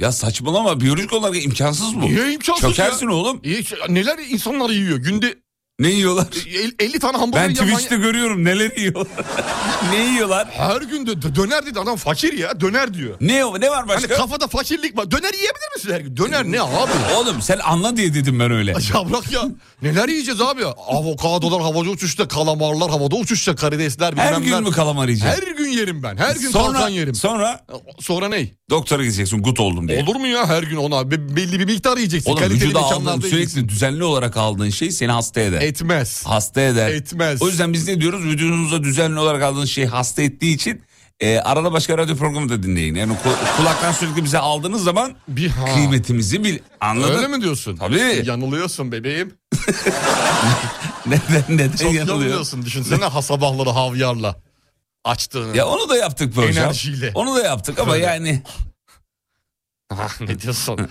Speaker 3: Ya saçmalama biyolojik olarak imkansız bu.
Speaker 4: Niye imkansız
Speaker 3: Çökersin oğlum.
Speaker 4: Ya işte Neler insanlar yiyor? Günde
Speaker 3: Ne yiyorlar?
Speaker 4: el- 50 tane hamburger
Speaker 3: Ben
Speaker 4: yapan...
Speaker 3: Twitch'te görüyorum neler yiyorlar. <laughs> ne yiyorlar?
Speaker 4: Her gün dö- dö- döner dedi adam fakir ya döner diyor.
Speaker 3: Ne o- ne var
Speaker 4: Hani
Speaker 3: başka?
Speaker 4: kafada fakirlik var. Döner yiyebilir misin her gün? Döner ne abi? <laughs>
Speaker 3: Oğlum sen anla diye dedim ben öyle.
Speaker 4: Ya bırak ya. Neler yiyeceğiz abi? Avokadolar havada uçuşta, kalamarlar havada uçuşta, karidesler bilmem
Speaker 3: Her gün
Speaker 4: neler.
Speaker 3: mü kalamar
Speaker 4: Her
Speaker 3: yiyeceksin?
Speaker 4: gün yerim ben. Her gün
Speaker 3: sonra,
Speaker 4: kalkan yerim.
Speaker 3: Sonra
Speaker 4: Sonra ne?
Speaker 3: doktora gideceksin gut oldum diye.
Speaker 4: Olur mu ya her gün ona? Be- Belli bir miktar yiyeceksin.
Speaker 3: E- Oğlum
Speaker 4: Kaliteli
Speaker 3: vücuda
Speaker 4: mekanlarda
Speaker 3: aldığın
Speaker 4: yiyeceksin.
Speaker 3: sürekli düzenli olarak aldığın şey seni hasta eder.
Speaker 4: Etmez.
Speaker 3: Hasta eder.
Speaker 4: Etmez.
Speaker 3: O yüzden biz ne diyoruz? Vücudunuza düzenli olarak aldığınız şey hasta ettiği için e, arada başka radyo programı da dinleyin. Yani ku- kulaktan sürekli bize aldığınız zaman
Speaker 4: Bir ha.
Speaker 3: kıymetimizi bil. Anladın?
Speaker 4: Öyle mi diyorsun? E,
Speaker 3: Tabii.
Speaker 4: Yanılıyorsun bebeğim.
Speaker 3: <laughs> Neden neden
Speaker 4: Çok
Speaker 3: yanılıyor?
Speaker 4: yanılıyorsun. Düşünsene ha sabahları havyarla açtığını.
Speaker 3: Ya onu da yaptık böyle.
Speaker 4: Enerjiyle.
Speaker 3: Onu da yaptık ama
Speaker 4: Öyle.
Speaker 3: yani
Speaker 4: Ha, <laughs> ne diyorsun?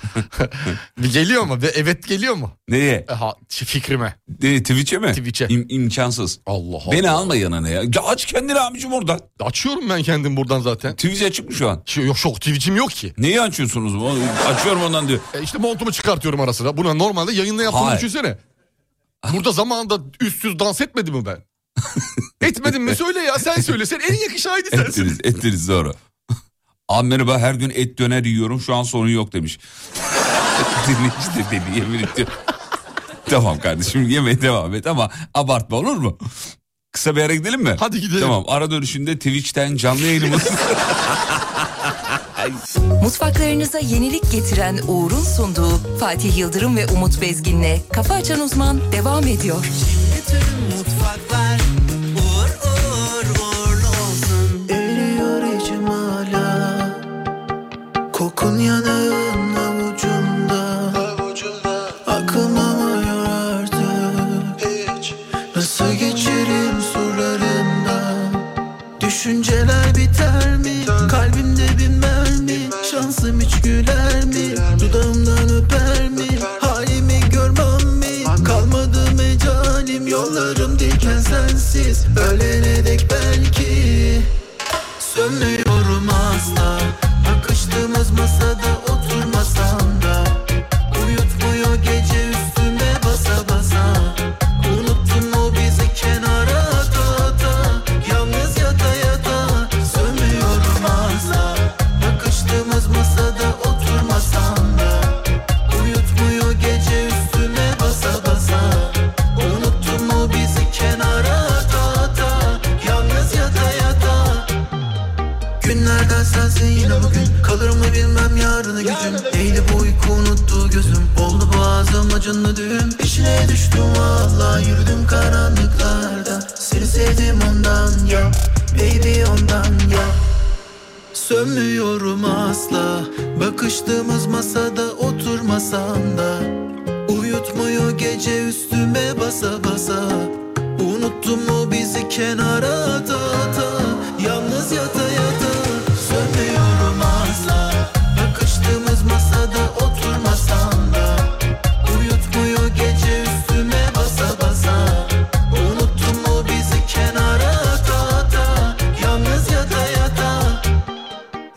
Speaker 4: bir geliyor mu? Bir evet geliyor mu?
Speaker 3: neye?
Speaker 4: E, Ha, ç- fikrime.
Speaker 3: E, Twitch'e mi?
Speaker 4: Twitch'e.
Speaker 3: İm, imkansız.
Speaker 4: Allah Allah.
Speaker 3: Beni alma yanına ya. Ya Aç kendini abicim oradan.
Speaker 4: Açıyorum ben kendim buradan zaten.
Speaker 3: Twitch açık mı şu an?
Speaker 4: Şey, yok şok Twitch'im yok ki.
Speaker 3: Neyi açıyorsunuz? Onu- Açıyorum ondan diyor.
Speaker 4: E işte montumu çıkartıyorum ara sıra. Buna normalde yayında yaptığımı
Speaker 3: Hayır.
Speaker 4: düşünsene. Burada zamanında üstsüz dans etmedi mi
Speaker 3: <laughs>
Speaker 4: ben? Etmedim mi söyle ya sen söyle. Sen en yakışaydı sensin.
Speaker 3: Ettiniz, ettiniz doğru. <laughs> Abi merhaba her gün et döner yiyorum şu an sorun yok demiş. <laughs> Dinleyici de dedi yemin ediyorum. tamam kardeşim yemeğe devam et ama abartma olur mu? Kısa bir ara gidelim mi?
Speaker 4: Hadi gidelim.
Speaker 3: Tamam ara dönüşünde Twitch'ten canlı yayınımız.
Speaker 1: Mutfaklarınıza yenilik getiren Uğur'un sunduğu Fatih Yıldırım ve Umut Bezgin'le Kafa Açan Uzman devam ediyor.
Speaker 9: Eriyor içim hala Kokun yanağın avucumda Aklım almıyor artık Nasıl geçerim sorularından Düşünceler biter mi? Kalbimde binmez mi? Şansım hiç güler mi? Dudağımdan öper mi? Halimi görmem mi? Kalmadı mecalim Yollarım diken sensiz Ölene dek belki Sönmüyorum asla Bakıştığımız masada oturmasam da Uyutmuyor gece üstüme basa basa Unuttun o bizi kenara ata ata Yalnız yata yata Sönmüyorum asla Bakıştığımız masada oturmasam da Uyutmuyor gece üstüme basa basa Unuttun o bizi kenara ata ata Yalnız yata yata Günlerden sensin yine bugün Kalır mı bilmem yarını gücüm Neydi bu uyku unuttu gözüm Oldu boğazım acınlı düğüm Peşine düştüm valla yürüdüm karanlıklarda Seni sevdim ondan ya Baby ondan ya Sönmüyorum asla Bakıştığımız masada oturmasam da Uyutmuyor gece üstüme basa basa Unuttum mu bizi kenara ata ata Yalnız yata yata Sönmüyorum asla Bakıştığımız masada oturmasam da Uyutmuyor gece üstüme basa basa Unuttum mu bizi kenara ata ata Yalnız yata yata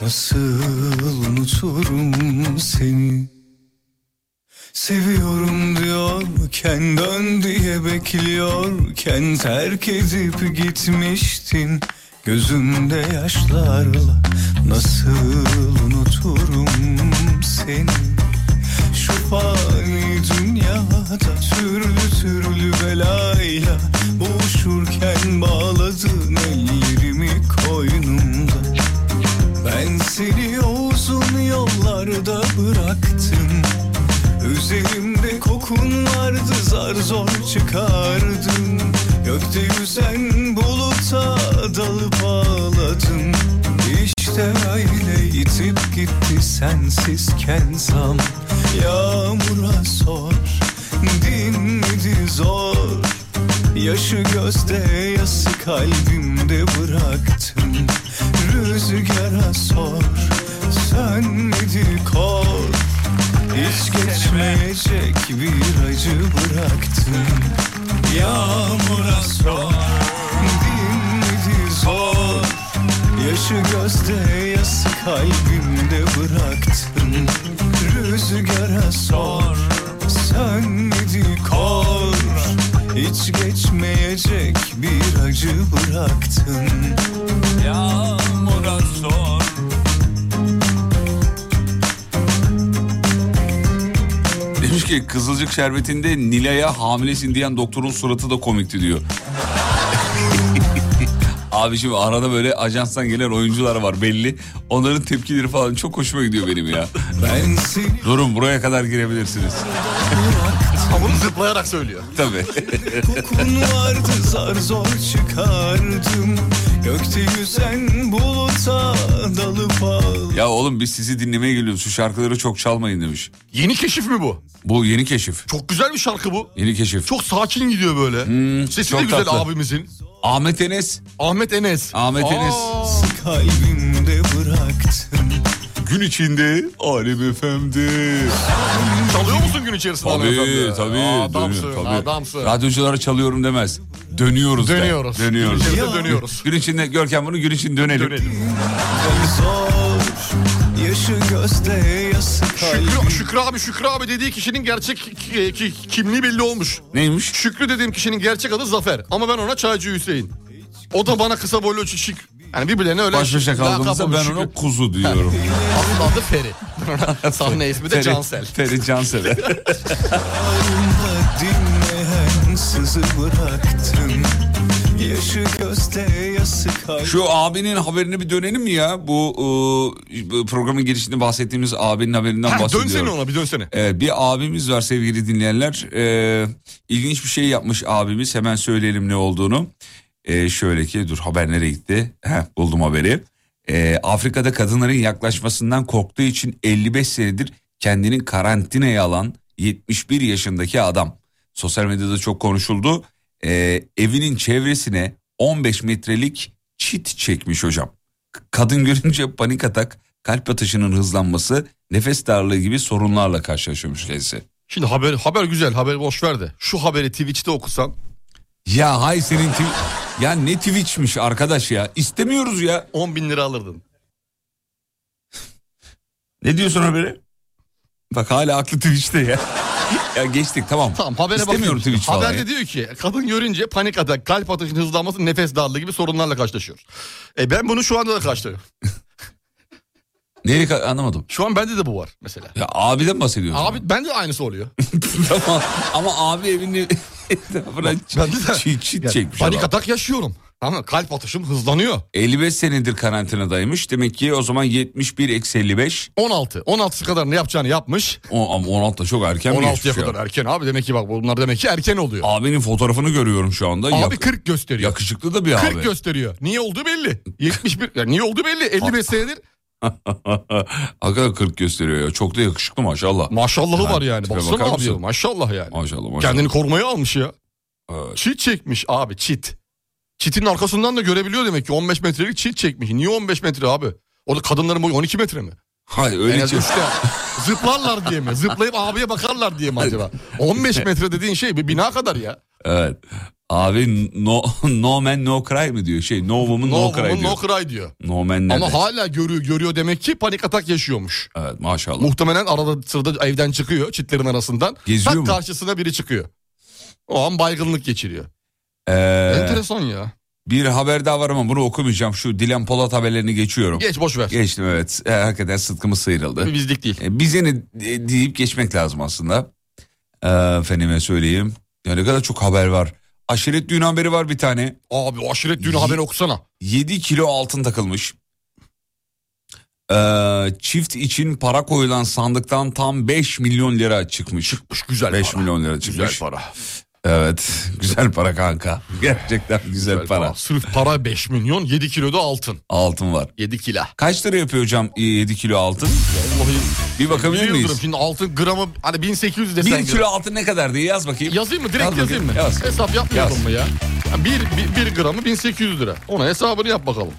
Speaker 9: Nasıl unuturum seni Seviyorum diyorken dön diye bekliyorken terk edip gitmiştin Gözümde yaşlarla nasıl unuturum seni Şu fani dünyada türlü türlü belayla Boğuşurken bağladın ellerimi koynumda
Speaker 10: yarıda bıraktım Üzerimde kokun vardı zar zor çıkardım Gökte yüzen buluta dalıp ağladım İşte öyle itip gitti sensiz kenzam Yağmura sor dinmedi zor Yaşı gözde yası kalbimde bıraktım Rüzgara sor sönmedi kor Hiç geçmeyecek bir acı bıraktım Yağmura sor dinmedi zor Yaşı gözde yası kalbimde bıraktım Rüzgara sor sönmedi kor Hiç geçmeyecek bir acı bıraktın Yağmura sor
Speaker 3: Demiş ki Kızılcık Şerbeti'nde Nilay'a hamilesin diyen doktorun suratı da komikti diyor. <laughs> Abi şimdi arada böyle ajanstan gelen oyuncular var belli. Onların tepkileri falan çok hoşuma gidiyor benim ya.
Speaker 10: Ben seni
Speaker 3: Durun buraya kadar girebilirsiniz. <laughs>
Speaker 4: Ama bunu zıplayarak söylüyor.
Speaker 3: Tabii.
Speaker 10: kokun vardı zar zor çıkardım Gökte yüzen buluta dalıp al
Speaker 3: ya oğlum biz sizi dinlemeye geliyoruz. Şu şarkıları çok çalmayın demiş.
Speaker 4: Yeni keşif mi bu?
Speaker 3: Bu yeni keşif.
Speaker 4: Çok güzel bir şarkı bu.
Speaker 3: Yeni keşif.
Speaker 4: Çok sakin gidiyor böyle.
Speaker 3: Hmm,
Speaker 4: Sesi
Speaker 3: çok
Speaker 4: de güzel
Speaker 3: tatlı.
Speaker 4: abimizin.
Speaker 3: Ahmet Enes.
Speaker 4: Ahmet Enes.
Speaker 3: Ahmet Enes.
Speaker 10: kalbimde bıraktın
Speaker 3: Gün içinde Alem FM'de.
Speaker 4: Çalıyor musun gün içerisinde? Ahmet
Speaker 3: Tabii
Speaker 4: Efendi?
Speaker 3: tabii.
Speaker 4: Adamsın,
Speaker 3: dönüyor, tabii.
Speaker 4: adamsın.
Speaker 3: Radyoculara çalıyorum demez. Dönüyoruz. der.
Speaker 4: Dönüyoruz.
Speaker 3: Dönüyoruz.
Speaker 4: Gün içerisinde dönüyoruz.
Speaker 3: Gün içinde Görkem bunu gün için dönelim.
Speaker 4: Dönelim.
Speaker 10: Ben zor Yaşı gözde yası
Speaker 4: Şükrü,
Speaker 10: kalbim
Speaker 4: Şükrü abi Şükrü abi dediği kişinin gerçek ki- ki- kimliği belli olmuş.
Speaker 3: Neymiş?
Speaker 4: Şükrü dediğim kişinin gerçek adı Zafer. Ama ben ona Çaycı Hüseyin. O da bana kısa boylu Şük... Yani birbirlerine öyle...
Speaker 3: Baş başa
Speaker 4: lakap
Speaker 3: kaldığımızda
Speaker 4: olmuş
Speaker 3: ben
Speaker 4: Şükrü.
Speaker 3: ona kuzu
Speaker 4: <laughs>
Speaker 3: diyorum.
Speaker 4: Aslında adı
Speaker 3: <laughs>
Speaker 4: Feri. Sahne ismi de
Speaker 3: Feri-
Speaker 4: Cansel.
Speaker 3: Feri Cansel.
Speaker 4: <laughs>
Speaker 10: Yanımda dinmeyen sızı bıraktın Yaşı gözde yası kalbim
Speaker 3: Şu abinin haberini bir dönelim mi ya? Bu e, bu programın girişinde bahsettiğimiz abinin haberinden
Speaker 4: Ha,
Speaker 3: bahsediyorum.
Speaker 4: dönsene ona bir dönsene.
Speaker 3: Ee, bir abimiz var sevgili dinleyenler. Ee, ilginç bir şey yapmış abimiz. Hemen söyleyelim ne olduğunu. Ee, şöyle ki dur haber nereye gitti? Heh, buldum haberi. Ee, Afrika'da kadınların yaklaşmasından korktuğu için 55 senedir kendini karantinaya alan 71 yaşındaki adam. Sosyal medyada çok konuşuldu. Ee, evinin çevresine 15 metrelik çit çekmiş hocam. Kadın görünce panik atak, kalp atışının hızlanması, nefes darlığı gibi sorunlarla karşılaşıyormuş kendisi.
Speaker 4: Şimdi haber haber güzel haber boş ver de. Şu haberi Twitch'te okusan.
Speaker 3: Ya hay senin tw- ya ne Twitch'miş arkadaş ya. İstemiyoruz ya.
Speaker 4: 10 bin lira alırdın.
Speaker 3: Ne diyorsun habere? Bak hala aklı Twitch'te ya. ya geçtik tamam.
Speaker 4: Tamam habere bak.
Speaker 3: İstemiyorum Twitch falan.
Speaker 4: Haberde
Speaker 3: ya.
Speaker 4: diyor ki kadın görünce panik atak, kalp atışının hızlanması, nefes darlığı gibi sorunlarla karşılaşıyor. E ben bunu şu anda da karşılıyorum.
Speaker 3: Neyi ka- anlamadım.
Speaker 4: Şu an bende de bu var mesela.
Speaker 3: Ya abiden bahsediyorsun.
Speaker 4: Abi bende de aynısı oluyor.
Speaker 3: tamam. Ama abi evini <laughs> etrafına
Speaker 4: Ben de-
Speaker 3: çit, çit
Speaker 4: Yani
Speaker 3: çekmiş
Speaker 4: panik
Speaker 3: adam.
Speaker 4: atak yaşıyorum. Ama kalp atışım hızlanıyor.
Speaker 3: 55 senedir karantinadaymış. Demek ki o zaman 71 eksi 55.
Speaker 4: 16. 16'sı kadar ne yapacağını yapmış.
Speaker 3: O, ama 16 da çok erken mi
Speaker 4: 16'ya
Speaker 3: geçmiş ya?
Speaker 4: kadar erken abi. Demek ki bak bunlar demek ki erken oluyor.
Speaker 3: Abinin fotoğrafını görüyorum şu anda.
Speaker 4: Abi
Speaker 3: Yak-
Speaker 4: 40 gösteriyor.
Speaker 3: yakışıklı da bir
Speaker 4: 40
Speaker 3: abi.
Speaker 4: gösteriyor. Niye olduğu belli. 71 yani niye olduğu belli. 55 senedir
Speaker 3: <laughs> Hakikaten 40 gösteriyor ya. Çok da yakışıklı maşallah.
Speaker 4: maşallahı
Speaker 3: Yani
Speaker 4: var yani.
Speaker 3: tipe
Speaker 4: Baksana
Speaker 3: bakar
Speaker 4: abi
Speaker 3: mısın?
Speaker 4: ya, maşallah yani.
Speaker 3: Maşallah maşallah.
Speaker 4: Kendini korumaya almış ya.
Speaker 3: Evet.
Speaker 4: Çit çekmiş abi çit. Çitin arkasından da görebiliyor demek ki 15 metrelik çit çekmiş. Niye 15 metre abi? Orada kadınların boyu 12 metre mi?
Speaker 3: Hayır
Speaker 4: En
Speaker 3: öyle şey
Speaker 4: az
Speaker 3: çek-
Speaker 4: üçte. <laughs> Zıplarlar diye mi? Zıplayıp abiye bakarlar diye mi acaba? 15 metre dediğin şey bir bina kadar ya.
Speaker 3: Evet. Abi no, <laughs> no man no cry mi diyor? Şey no woman no,
Speaker 4: No,
Speaker 3: cry
Speaker 4: woman,
Speaker 3: diyor.
Speaker 4: no cry diyor.
Speaker 3: No man nerede?
Speaker 4: Ama hala görüyor görüyor demek ki panik atak yaşıyormuş.
Speaker 3: Evet maşallah.
Speaker 4: Muhtemelen arada sırada evden çıkıyor çitlerin arasından.
Speaker 3: Geziyor
Speaker 4: tak
Speaker 3: mu?
Speaker 4: karşısına biri çıkıyor. O an baygınlık geçiriyor.
Speaker 3: Ee,
Speaker 4: Enteresan ya.
Speaker 3: bir haber daha var ama bunu okumayacağım. Şu Dilan Polat haberlerini geçiyorum.
Speaker 4: Geç boş ver.
Speaker 3: Geçtim evet. Ee, hakikaten sıtkımız sıyrıldı.
Speaker 4: Bizlik değil.
Speaker 3: E, bize ne e, deyip geçmek lazım aslında. Ee, efendime söyleyeyim. Ya ne kadar çok haber var. Aşiret düğün haberi var bir tane.
Speaker 4: Abi o aşiret düğünü
Speaker 3: Yi-
Speaker 4: haberi okusana.
Speaker 3: 7 kilo altın takılmış. Ee, çift için para koyulan sandıktan tam 5 milyon lira çıkmış. Çıkmış
Speaker 4: güzel
Speaker 3: 5
Speaker 4: para.
Speaker 3: milyon lira
Speaker 4: Güzel
Speaker 3: çıkmış.
Speaker 4: para.
Speaker 3: Evet <laughs> güzel para kanka. Gerçekten güzel, para.
Speaker 4: Sırf para 5 milyon 7 kilo da altın.
Speaker 3: Altın var.
Speaker 4: 7 kilo.
Speaker 3: Kaç lira yapıyor hocam 7 kilo altın?
Speaker 4: Vallahi
Speaker 3: Bir bakabilir
Speaker 4: Yıldırım,
Speaker 3: miyiz?
Speaker 4: Şimdi altın gramı hani 1800 desen.
Speaker 3: 1
Speaker 4: gram.
Speaker 3: kilo altın ne kadar diye yaz bakayım.
Speaker 4: Yazayım mı?
Speaker 3: Yaz
Speaker 4: Direkt
Speaker 3: bakayım,
Speaker 4: yazayım mı?
Speaker 3: yaz.
Speaker 4: Hesap yapmayalım
Speaker 3: Yaz.
Speaker 4: mı ya? ya bir, bir, bir gramı 1800 lira. Ona hesabını yap bakalım.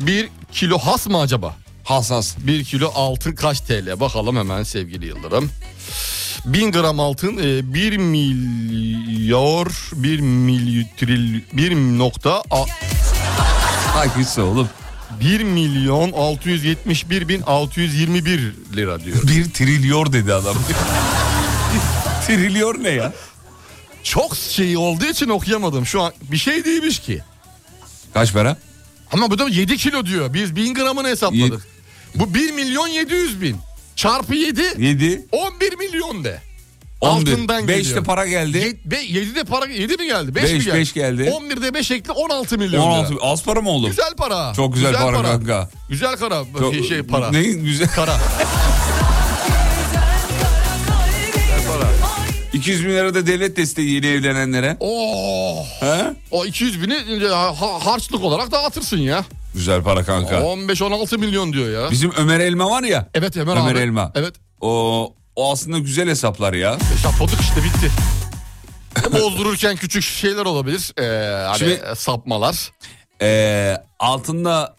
Speaker 4: 1 kilo has mı acaba?
Speaker 3: Has has.
Speaker 4: 1 kilo altın kaç TL? Bakalım hemen sevgili Yıldırım. 1000 gram altın e, 1 milyar 1 milyon 1 nokta a-
Speaker 3: Hangisi oğlum?
Speaker 4: 1 milyon 671 bin 621
Speaker 3: <laughs>
Speaker 4: lira diyor.
Speaker 3: 1 trilyor dedi adam. <laughs> trilyor ne ya?
Speaker 4: Çok şey olduğu için okuyamadım şu an. Bir şey değilmiş ki.
Speaker 3: Kaç para?
Speaker 4: Ama bu da 7 kilo diyor. Biz 1000 gramını hesapladık. Bu 1 milyon 700 bin. Çarpı 7
Speaker 3: 7,
Speaker 4: 11 milyon de.
Speaker 3: 11,
Speaker 4: Altından
Speaker 3: 5 de
Speaker 4: geliyor.
Speaker 3: para geldi.
Speaker 4: 7 de para 7 mi geldi? 5 mi
Speaker 3: Beş,
Speaker 4: geldi?
Speaker 3: beş geldi.
Speaker 4: 11'de 5 ekli 16 milyon
Speaker 3: 16,
Speaker 4: lira.
Speaker 3: az para mı oğlum?
Speaker 4: Güzel para.
Speaker 3: Çok güzel para kanka.
Speaker 4: Güzel kara
Speaker 3: Çok-
Speaker 4: şey, şey para.
Speaker 3: Ne güzel. <laughs>
Speaker 4: Kara.
Speaker 3: 200 bin lira da devlet desteği yeni evlenenlere.
Speaker 4: Oo.
Speaker 3: He?
Speaker 4: Oh! O 200 bini e, ha- harçlık olarak dağıtırsın ya.
Speaker 3: Güzel para kanka.
Speaker 4: 15-16 milyon diyor ya.
Speaker 3: Bizim Ömer Elma var ya.
Speaker 4: Evet Ömer,
Speaker 3: Ömer
Speaker 4: abi.
Speaker 3: Elma.
Speaker 4: Evet.
Speaker 3: O, o aslında güzel hesaplar ya.
Speaker 4: Hesapladık işte
Speaker 3: <laughs>
Speaker 4: bitti. Bozdururken küçük şeyler olabilir. Ee, hani
Speaker 3: Şimdi-
Speaker 4: sapmalar.
Speaker 3: Ee, altında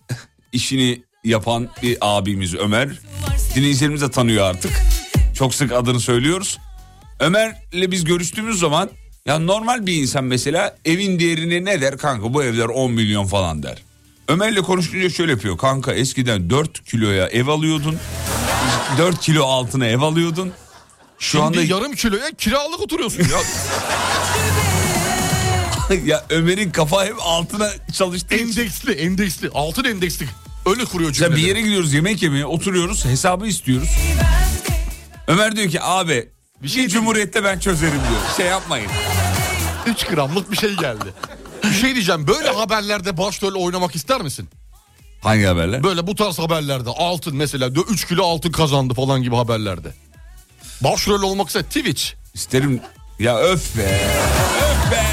Speaker 3: işini yapan bir abimiz Ömer. Dinleyicilerimiz de tanıyor artık. Çok sık adını söylüyoruz. Ömer'le biz görüştüğümüz zaman ya normal bir insan mesela evin değerine ne der kanka bu evler 10 milyon falan der. Ömer'le konuşunca şöyle yapıyor. Kanka eskiden 4 kiloya ev alıyordun. 4 kilo altına ev alıyordun. Şu
Speaker 4: Şimdi
Speaker 3: anda
Speaker 4: yarım kiloya kiralık
Speaker 3: <laughs>
Speaker 4: oturuyorsun ya.
Speaker 3: ya Ömer'in kafa hep altına çalıştığı için-
Speaker 4: endeksli, endeksli. Altın endeksli. Öyle kuruyor
Speaker 3: Mesela
Speaker 4: cümleleri.
Speaker 3: bir yere gidiyoruz yemek yemeye oturuyoruz hesabı istiyoruz. Ömer diyor ki abi bir şey cumhuriyette ben çözerim diyor. Şey yapmayın.
Speaker 4: 3 gramlık bir şey geldi. bir şey diyeceğim. Böyle haberlerde başrol oynamak ister misin?
Speaker 3: Hangi haberler?
Speaker 4: Böyle bu tarz haberlerde altın mesela 3 kilo altın kazandı falan gibi haberlerde. Başrol olmak ister Twitch.
Speaker 3: İsterim ya öf be. Öf be.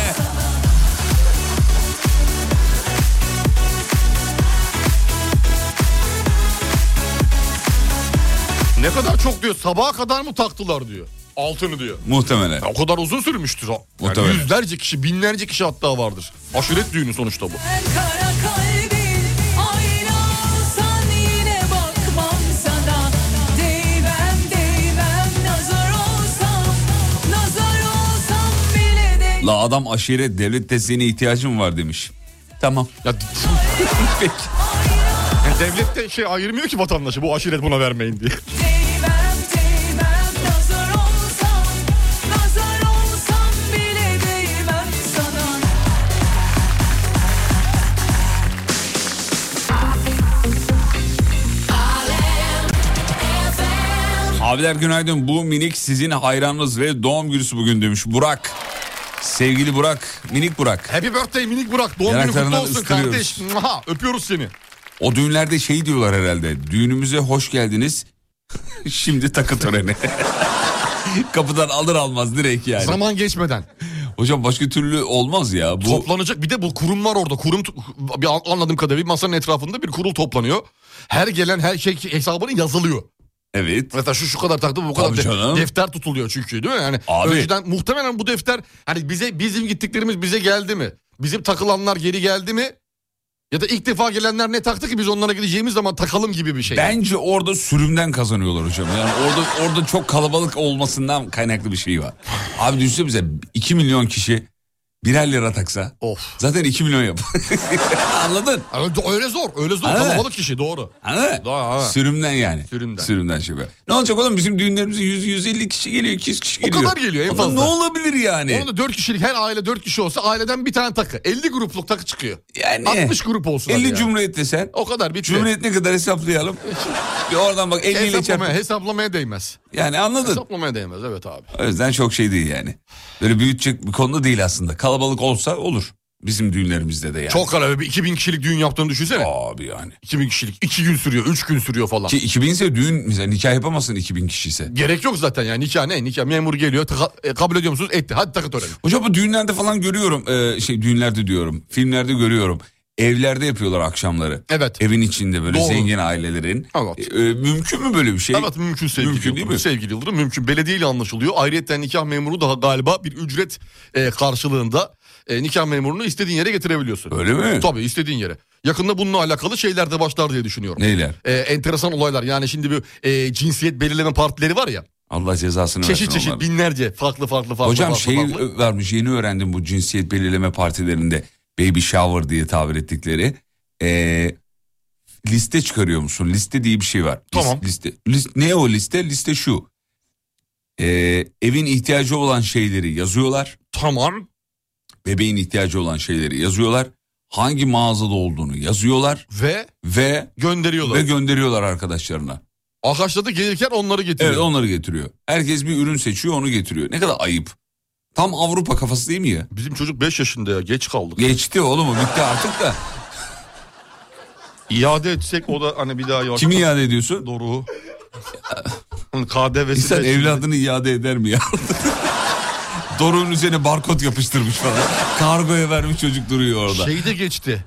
Speaker 4: Ne kadar çok diyor sabaha kadar mı taktılar diyor. Altını diyor.
Speaker 3: Muhtemelen.
Speaker 4: Ya O kadar uzun sürmüştür. o. Yani
Speaker 3: Muhtemelen.
Speaker 4: yüzlerce kişi, binlerce kişi hatta vardır. Aşiret düğünü sonuçta bu.
Speaker 6: Ben kara kalbin ayna olsan yine bakmam sana Değmem değmem nazar olsam Nazar olsam bile de
Speaker 3: La adam aşiret devlet desteğine ihtiyacım var demiş. Tamam.
Speaker 4: Ya, <laughs> ya devlet de şey ayırmıyor ki vatandaşı bu aşiret buna vermeyin diye.
Speaker 6: Değmem değmem nazar olsam Nazar olsam bile değmem sana
Speaker 3: Abiler günaydın. Bu minik sizin hayranınız ve doğum günüsü bugün demiş. Burak. Sevgili Burak. Minik Burak.
Speaker 4: Happy birthday minik Burak. Doğum günü kutlu
Speaker 3: Yanaklarından
Speaker 4: olsun
Speaker 3: ıstırıyoruz.
Speaker 4: kardeş. Muah, öpüyoruz seni.
Speaker 3: O düğünlerde şey diyorlar herhalde. Düğünümüze hoş geldiniz. <laughs> Şimdi takı töreni. <laughs> Kapıdan alır almaz direkt yani.
Speaker 4: Zaman geçmeden.
Speaker 3: Hocam başka türlü olmaz ya. Bu
Speaker 4: Toplanacak bir de bu kurum var orada. Kurum tu- bir an- anladığım kadarıyla bir masanın etrafında bir kurul toplanıyor. Her gelen her şey hesabını yazılıyor.
Speaker 3: evet.
Speaker 4: Mesela şu şu kadar taktı bu kadar
Speaker 3: Tabii
Speaker 4: de-
Speaker 3: canım.
Speaker 4: defter tutuluyor çünkü değil mi? Yani
Speaker 3: Abi.
Speaker 4: önceden muhtemelen bu defter hani bize bizim gittiklerimiz bize geldi mi? Bizim takılanlar geri geldi mi? Ya da ilk defa gelenler ne taktı ki biz onlara gideceğimiz zaman takalım gibi bir şey.
Speaker 3: Bence orada sürümden kazanıyorlar hocam. Yani orada orada çok kalabalık olmasından kaynaklı bir şey var. Abi düşünsene bize 2 milyon kişi birer lira taksa
Speaker 4: Of.
Speaker 3: zaten 2 milyon yap. <laughs> Anladın?
Speaker 4: Yani do- öyle zor, öyle zor.
Speaker 3: Evet.
Speaker 4: Kalabalık kişi doğru.
Speaker 3: Anladın?
Speaker 4: Daha, evet.
Speaker 3: Sürümden yani.
Speaker 4: Sürümden.
Speaker 3: Sürümden şey böyle. Ne olacak oğlum bizim düğünlerimize 100 150 kişi geliyor, 200 kişi
Speaker 4: O
Speaker 3: geliyor.
Speaker 4: kadar geliyor en
Speaker 3: O da
Speaker 4: fazla.
Speaker 3: Ne olabilir yani?
Speaker 4: Onun da 4 kişilik her aile 4 kişi olsa aileden bir tane takı. 50 grupluk takı çıkıyor.
Speaker 3: Yani
Speaker 4: 60 grup olsun.
Speaker 3: 50
Speaker 4: hadi yani.
Speaker 3: cumhuriyet desen.
Speaker 4: O kadar bitti.
Speaker 3: Cumhuriyet ne kadar hesaplayalım. Bir oradan bak 50 ile çarp.
Speaker 4: hesaplamaya, hesaplamaya değmez.
Speaker 3: Yani anladın.
Speaker 4: Hesaplamaya değmez evet abi.
Speaker 3: O yüzden çok şey değil yani. Böyle büyütecek bir konuda değil aslında. Kalabalık olsa olur. Bizim düğünlerimizde de yani.
Speaker 4: Çok kalabalık. bir 2000 kişilik düğün yaptığını düşünsene.
Speaker 3: Abi yani.
Speaker 4: 2000 kişilik. 2 gün sürüyor, 3 gün sürüyor falan.
Speaker 3: Ki 2000 ise düğün mesela nikah yapamazsın 2000 kişi ise.
Speaker 4: Gerek yok zaten yani nikah ne nikah memur geliyor tıka- e, kabul ediyor musunuz etti hadi takı töreni.
Speaker 3: Hocam bu düğünlerde falan görüyorum e, şey düğünlerde diyorum filmlerde görüyorum. Evlerde yapıyorlar akşamları.
Speaker 4: Evet.
Speaker 3: Evin içinde böyle
Speaker 4: Doğru.
Speaker 3: zengin ailelerin.
Speaker 4: Evet.
Speaker 3: E, e, mümkün mü böyle bir şey?
Speaker 4: Evet mümkün sevgili
Speaker 3: Mümkün değil
Speaker 4: Yıldırım.
Speaker 3: mi?
Speaker 4: Sevgili Yıldırım mümkün. Belediye ile anlaşılıyor. Ayrıca nikah memuru daha galiba bir ücret e, karşılığında e, nikah memurunu istediğin yere getirebiliyorsun.
Speaker 3: Öyle mi?
Speaker 4: Tabii istediğin yere. Yakında bununla alakalı şeyler de başlar diye düşünüyorum.
Speaker 3: Neyler?
Speaker 4: E, enteresan olaylar yani şimdi bir e, cinsiyet belirleme partileri var ya.
Speaker 3: Allah cezasını
Speaker 4: Çeşit
Speaker 3: versin
Speaker 4: çeşit
Speaker 3: onların.
Speaker 4: binlerce farklı farklı farklı.
Speaker 3: Hocam
Speaker 4: farklı,
Speaker 3: şey
Speaker 4: farklı.
Speaker 3: e, varmış yeni öğrendim bu cinsiyet belirleme partilerinde baby shower diye tabir ettikleri. E, liste çıkarıyor musun? Liste diye bir şey var. Lis-
Speaker 4: Tamam.
Speaker 3: liste. Lis- ne o liste? Liste şu. E, evin ihtiyacı olan şeyleri yazıyorlar.
Speaker 4: Tamam.
Speaker 3: Bebeğin ihtiyacı olan şeyleri yazıyorlar. Hangi mağazada olduğunu yazıyorlar
Speaker 4: Ve
Speaker 3: ve
Speaker 4: gönderiyorlar.
Speaker 3: ve gönderiyorlar arkadaşlarına.
Speaker 4: Arkadaşlar da gelirken onları getiriyor.
Speaker 3: Evet onları getiriyor. Herkes bir ürün seçiyor onu getiriyor. Ne kadar ayıp. Tam Avrupa kafası değil mi ya?
Speaker 4: Bizim çocuk 5 yaşında ya geç kaldık.
Speaker 3: Geçti oğlum o bitti artık da.
Speaker 4: İade etsek o da hani bir daha yok.
Speaker 3: Kimi iade ediyorsun?
Speaker 4: Doğru. Hani KDV'si
Speaker 3: İnsan
Speaker 4: de-
Speaker 3: evladını iade eder mi ya? <laughs> Doruk'un üzerine barkod yapıştırmış falan. Kargoya vermiş çocuk duruyor orada.
Speaker 4: Şey de geçti.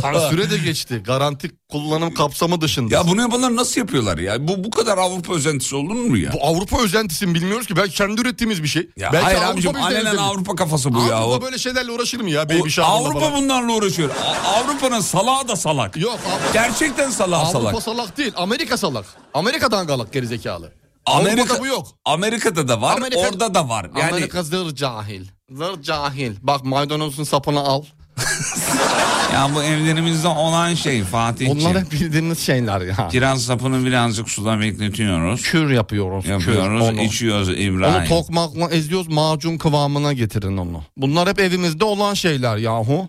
Speaker 4: Sansüre de geçti. Garanti kullanım kapsamı dışında.
Speaker 3: Ya bunu yapanlar nasıl yapıyorlar ya? Bu bu kadar Avrupa özentisi olur mu ya?
Speaker 4: bu Avrupa özentisi mi bilmiyoruz ki. Belki kendi ürettiğimiz bir şey.
Speaker 3: ya
Speaker 4: Belki
Speaker 3: hayır
Speaker 4: Avrupa
Speaker 3: abicim
Speaker 4: bizden
Speaker 3: alenen
Speaker 4: izlemiş.
Speaker 3: Avrupa kafası bu
Speaker 4: Avrupa şey
Speaker 3: ya. O-
Speaker 4: böyle şeylerle uğraşır mı ya?
Speaker 3: o-
Speaker 4: Baby shower'la
Speaker 3: Avrupa
Speaker 4: falan?
Speaker 3: bunlarla uğraşıyor. A- Avrupa'nın salağı da salak.
Speaker 4: Yok Avrupa.
Speaker 3: Gerçekten salağı
Speaker 4: Avrupa
Speaker 3: salak.
Speaker 4: salak. değil. Amerika salak. Amerika dangalak gerizekalı. Avrupa'da bu yok.
Speaker 3: Amerika'da da var,
Speaker 4: Amerika-
Speaker 3: orada da var. Yani
Speaker 4: Amerika zır cahil. Zır cahil. Bak maydanozun sapını al.
Speaker 3: ya bu evlerimizde olan şey Fatih'ciğim.
Speaker 4: Onlar hep bildiğiniz şeyler ya.
Speaker 3: Kiraz sapını birazcık suda bekletiyoruz.
Speaker 4: Kür yapıyoruz. kür.
Speaker 3: Yapıyoruz,
Speaker 4: Onu.
Speaker 3: içiyoruz
Speaker 4: Onu
Speaker 3: İbrahim.
Speaker 4: tokmakla eziyoruz macun kıvamına getirin onu. Bunlar hep evimizde olan şeyler yahu.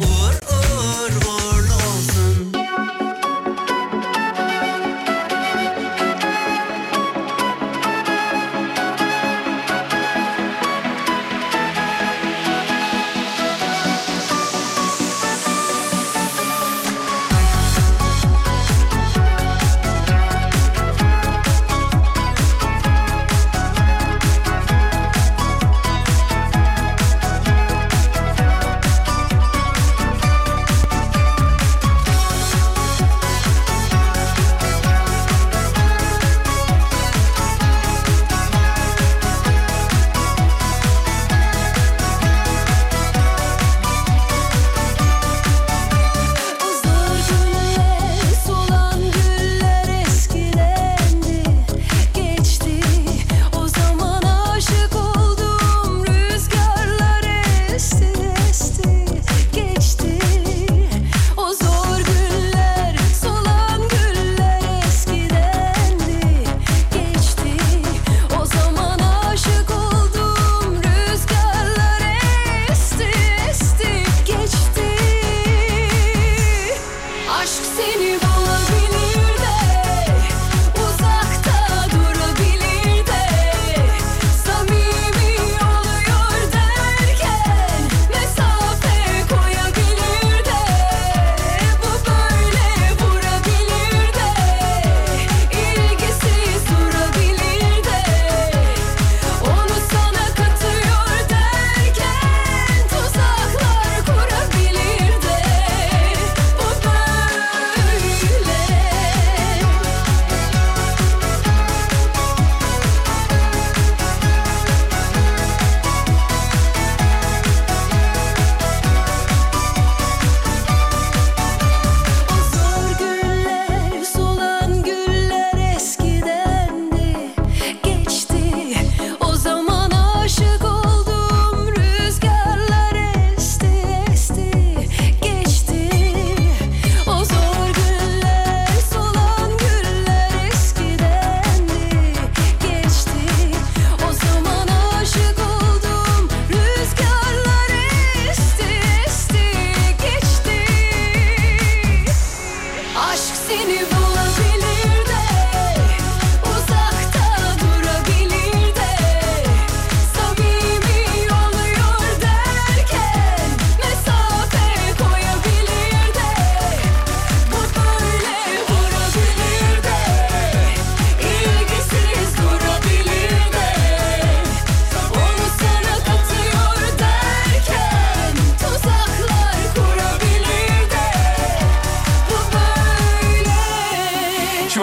Speaker 6: uğur uğur uğurlu olsun.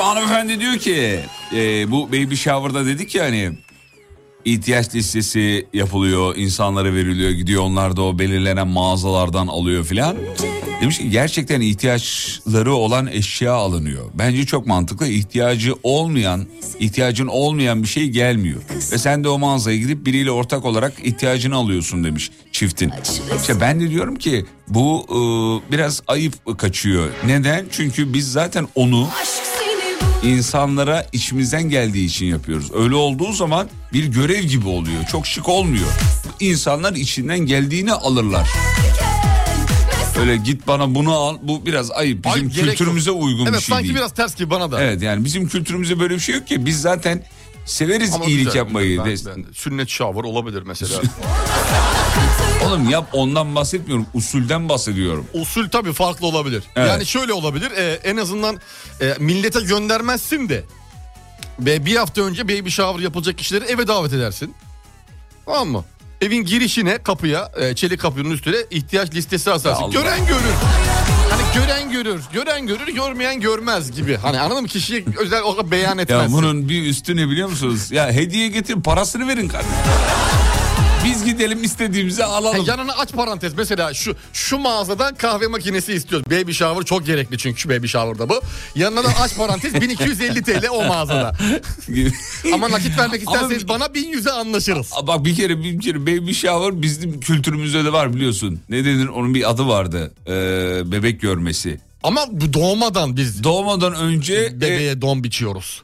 Speaker 3: hanımefendi diyor ki e, bu baby shower'da dedik ya hani ihtiyaç listesi yapılıyor, insanlara veriliyor, gidiyor onlar da o belirlenen mağazalardan alıyor filan. Demiş ki gerçekten ihtiyaçları olan eşya alınıyor. Bence çok mantıklı. İhtiyacı olmayan, ihtiyacın olmayan bir şey gelmiyor. Ve sen de o mağazaya gidip biriyle ortak olarak ihtiyacını alıyorsun demiş çiftin. İşte ben de diyorum ki bu e, biraz ayıp kaçıyor. Neden? Çünkü biz zaten onu insanlara içimizden geldiği için yapıyoruz. Öyle olduğu zaman bir görev gibi oluyor. Çok şık olmuyor. İnsanlar içinden geldiğini alırlar. Öyle git bana bunu al. Bu biraz ayıp. Bizim
Speaker 4: Ay, gerek yok.
Speaker 3: kültürümüze uygun
Speaker 4: evet,
Speaker 3: bir şey
Speaker 4: sanki
Speaker 3: değil.
Speaker 4: biraz ters gibi bana da.
Speaker 3: Evet yani bizim kültürümüzde böyle bir şey yok ki. Biz zaten severiz
Speaker 4: Ama
Speaker 3: iyilik
Speaker 4: güzel,
Speaker 3: yapmayı.
Speaker 4: güzel.
Speaker 3: Des-
Speaker 4: Ben- ben- sünnet şavur olabilir
Speaker 3: <laughs>
Speaker 4: mesela.
Speaker 3: Oğlum yap ondan bahsetmiyorum. Usulden bahsediyorum.
Speaker 4: Usul tabii farklı olabilir.
Speaker 3: Evet.
Speaker 4: Yani şöyle olabilir. e, en azından e, millete göndermezsin de ve bir hafta önce baby shower yapılacak kişileri eve davet edersin. Tamam mı? Evin girişine kapıya e, çelik kapının üstüne ihtiyaç listesi
Speaker 3: Ya
Speaker 4: asarsın.
Speaker 3: Allah.
Speaker 4: Gören görür. Hani gören görür. Gören görür, görmeyen görmez gibi. Hani anladın mı? Kişiye özel olarak beyan
Speaker 3: Ya
Speaker 4: etmezsin.
Speaker 3: bunun bir üstü ne biliyor musunuz? Ya hediye getirin parasını verin kardeşim. Biz gidelim istediğimizi
Speaker 4: Ha,
Speaker 3: <laughs> alalım.
Speaker 4: yanına aç parantez mesela şu şu mağazadan kahve makinesi istiyoruz. Baby shower çok gerekli çünkü şu baby shower'da bu. Yanına da aç
Speaker 3: <laughs>
Speaker 4: parantez 1250 TL o mağazada. Ama nakit vermek
Speaker 3: Ama
Speaker 4: isterseniz
Speaker 3: bir-
Speaker 4: bana 1100'e anlaşırız.
Speaker 3: Aa, Bak bir kere bir kere baby shower bizim kültürümüzde de var biliyorsun. Ne denir onun bir adı vardı. Ee, bebek görmesi.
Speaker 4: Ama bu doğmadan biz
Speaker 3: Doğmadan önce e,
Speaker 4: bebeğe don biçiyoruz.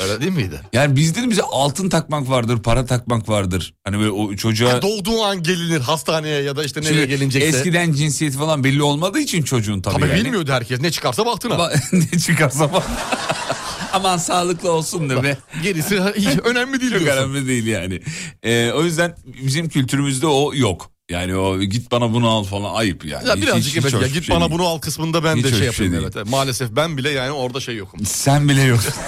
Speaker 4: Öyle değil miydi?
Speaker 3: yani bizde de bize altın takmak vardır, para takmak vardır. Hani böyle o çocuğa
Speaker 4: Ya doğduğu an gelinir hastaneye ya da işte nereye
Speaker 3: Şimdi
Speaker 4: gelinecekse.
Speaker 3: eskiden cinsiyeti falan belli olmadığı için çocuğun tabii.
Speaker 4: Tabii
Speaker 3: yani.
Speaker 4: bilmiyordu herkes. Ne çıkarsa baktın ha.
Speaker 3: Ama <laughs> ne çıkarsa bak. Aman sağlıklı olsun de
Speaker 4: <laughs>
Speaker 3: be.
Speaker 4: Gerisi ha-
Speaker 3: <laughs>
Speaker 4: hiç önemli değil
Speaker 3: Çok
Speaker 4: diyorsun.
Speaker 3: önemli değil yani. Ee, o yüzden bizim kültürümüzde o yok. Yani o git bana bunu al falan ayıp yani.
Speaker 4: Ya
Speaker 3: Hiç-
Speaker 4: birazcık
Speaker 3: hiç-
Speaker 4: evet
Speaker 3: hiç hoş
Speaker 4: ya
Speaker 3: bir
Speaker 4: git
Speaker 3: şey
Speaker 4: bana
Speaker 3: değil.
Speaker 4: bunu al kısmında ben
Speaker 3: Hiç
Speaker 4: de
Speaker 3: hoş
Speaker 4: şey
Speaker 3: bir
Speaker 4: yapayım
Speaker 3: şey
Speaker 4: evet. Maalesef ben bile yani orada şey yokum.
Speaker 3: Sen bile yoksun. <laughs>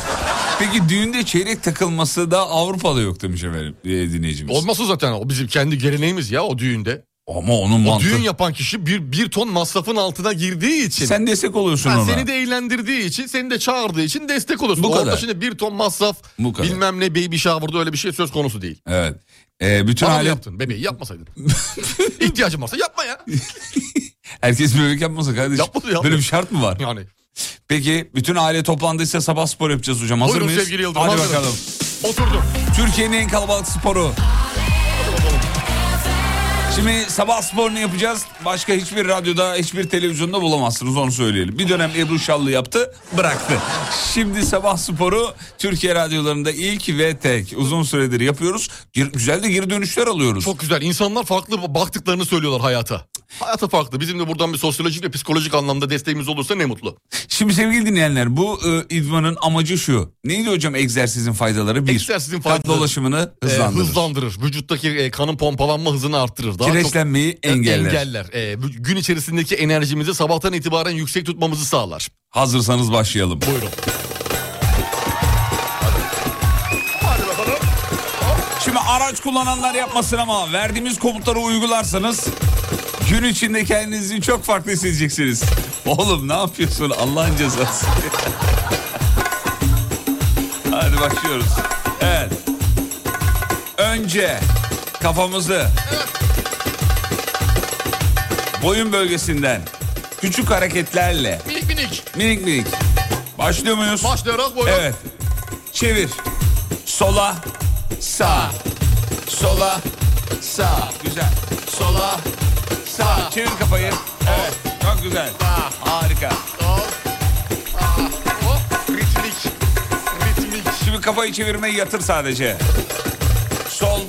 Speaker 3: Peki düğünde çeyrek takılması da Avrupa'da yok demiş efendim e, dinleyicimiz.
Speaker 4: Olmaz o zaten o bizim kendi geleneğimiz ya o düğünde.
Speaker 3: Ama onun
Speaker 4: O
Speaker 3: mantığı.
Speaker 4: düğün yapan kişi bir, bir ton masrafın altına girdiği için.
Speaker 3: Sen destek oluyorsun
Speaker 4: Ha,
Speaker 3: ona.
Speaker 4: seni de eğlendirdiği için, seni de çağırdığı için destek oluyorsun.
Speaker 3: Bu
Speaker 4: Orada
Speaker 3: kadar.
Speaker 4: şimdi bir ton masraf,
Speaker 3: Bu kadar.
Speaker 4: bilmem ne baby shower'da öyle bir şey söz konusu değil.
Speaker 3: Evet. Ee, bütün
Speaker 4: Bana mı
Speaker 3: aile
Speaker 4: yaptın
Speaker 3: <laughs>
Speaker 4: bebeği yapmasaydın. İhtiyacın varsa yapma ya.
Speaker 3: herkes bebek yapmasa kardeşim.
Speaker 4: Yapmadı, yapmadı.
Speaker 3: Böyle bir şart mı var?
Speaker 4: Yani.
Speaker 3: Peki bütün aile toplandıysa sabah spor yapacağız hocam. Hazır
Speaker 4: Buyurun
Speaker 3: mıyız?
Speaker 4: sevgili Yıldırım.
Speaker 3: Hadi
Speaker 4: hazırız.
Speaker 3: bakalım.
Speaker 4: Oturdum.
Speaker 3: Türkiye'nin en kalabalık sporu. Şimdi sabah sporunu yapacağız. Başka hiçbir radyoda, hiçbir televizyonda bulamazsınız onu söyleyelim. Bir dönem Ebru Şallı yaptı, bıraktı. Şimdi sabah sporu Türkiye radyolarında ilk ve tek uzun süredir yapıyoruz. Gir- güzel de geri dönüşler alıyoruz.
Speaker 4: Çok güzel. İnsanlar farklı baktıklarını söylüyorlar hayata. Hayata farklı. Bizim de buradan bir sosyolojik ve psikolojik anlamda desteğimiz olursa ne mutlu.
Speaker 3: Şimdi sevgili dinleyenler bu e, idmanın amacı şu. Neydi hocam egzersizin faydaları? Bir,
Speaker 4: Egzersizin
Speaker 3: kan
Speaker 4: faydaları,
Speaker 3: dolaşımını
Speaker 4: Ee,
Speaker 3: hızlandırır.
Speaker 4: hızlandırır. Vücuttaki e, kanın pompalanma hızını arttırır. Daha çok e,
Speaker 3: Kireçlenmeyi engeller.
Speaker 4: Ee, bu- gün içerisindeki enerjimizi sabahtan itibaren yüksek tutmamızı sağlar.
Speaker 3: Hazırsanız başlayalım.
Speaker 4: Buyurun.
Speaker 3: Şimdi araç kullananlar yapmasın ama verdiğimiz komutları uygularsanız gün içinde kendinizi çok farklı hissedeceksiniz. Oğlum ne yapıyorsun Allah'ın cezası. <laughs> Hadi başlıyoruz. Evet. Önce kafamızı boyun bölgesinden küçük hareketlerle
Speaker 4: Minik minik.
Speaker 3: minik minik başlıyor muyuz?
Speaker 4: Başlayarak boyun.
Speaker 3: Evet. Çevir. Sola, sağ. Sola, sağ. Güzel. Sola, sağ. Çevir kafayı. Evet. Çok güzel. Harika.
Speaker 4: Ritmik. Ritmik.
Speaker 3: Şimdi kafayı çevirmeyi yatır sadece. Sol,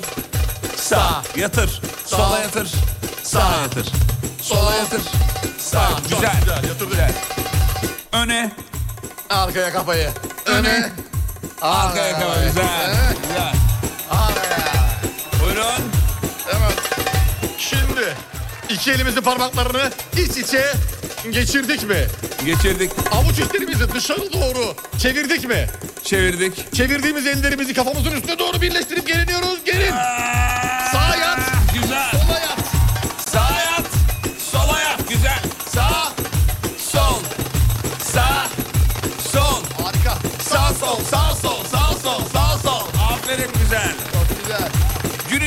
Speaker 3: sağ. Yatır. Sola yatır. Sağa yatır. Sola yatır. Sağ. Güzel.
Speaker 4: Güzel, yatır.
Speaker 3: Güzel. Öne,
Speaker 4: Arkaya kafayı. Öne.
Speaker 3: arkaya kafayı. Güzel. Güzel.
Speaker 4: Arkaya.
Speaker 3: Buyurun.
Speaker 4: Evet. Şimdi iki elimizin parmaklarını iç içe geçirdik mi?
Speaker 3: Geçirdik,
Speaker 4: Avuç içlerimizi dışarı doğru çevirdik mi?
Speaker 3: çevirdik.
Speaker 4: Çevirdiğimiz ellerimizi kafamızın üstüne doğru birleştirip geriniyoruz. Gerin. Sağa yat.
Speaker 3: Güzel.
Speaker 4: Sola yat.
Speaker 3: Sağa yat. Sola yat. Güzel. Sağ. Sol. Sağ. Sol.
Speaker 4: Harika.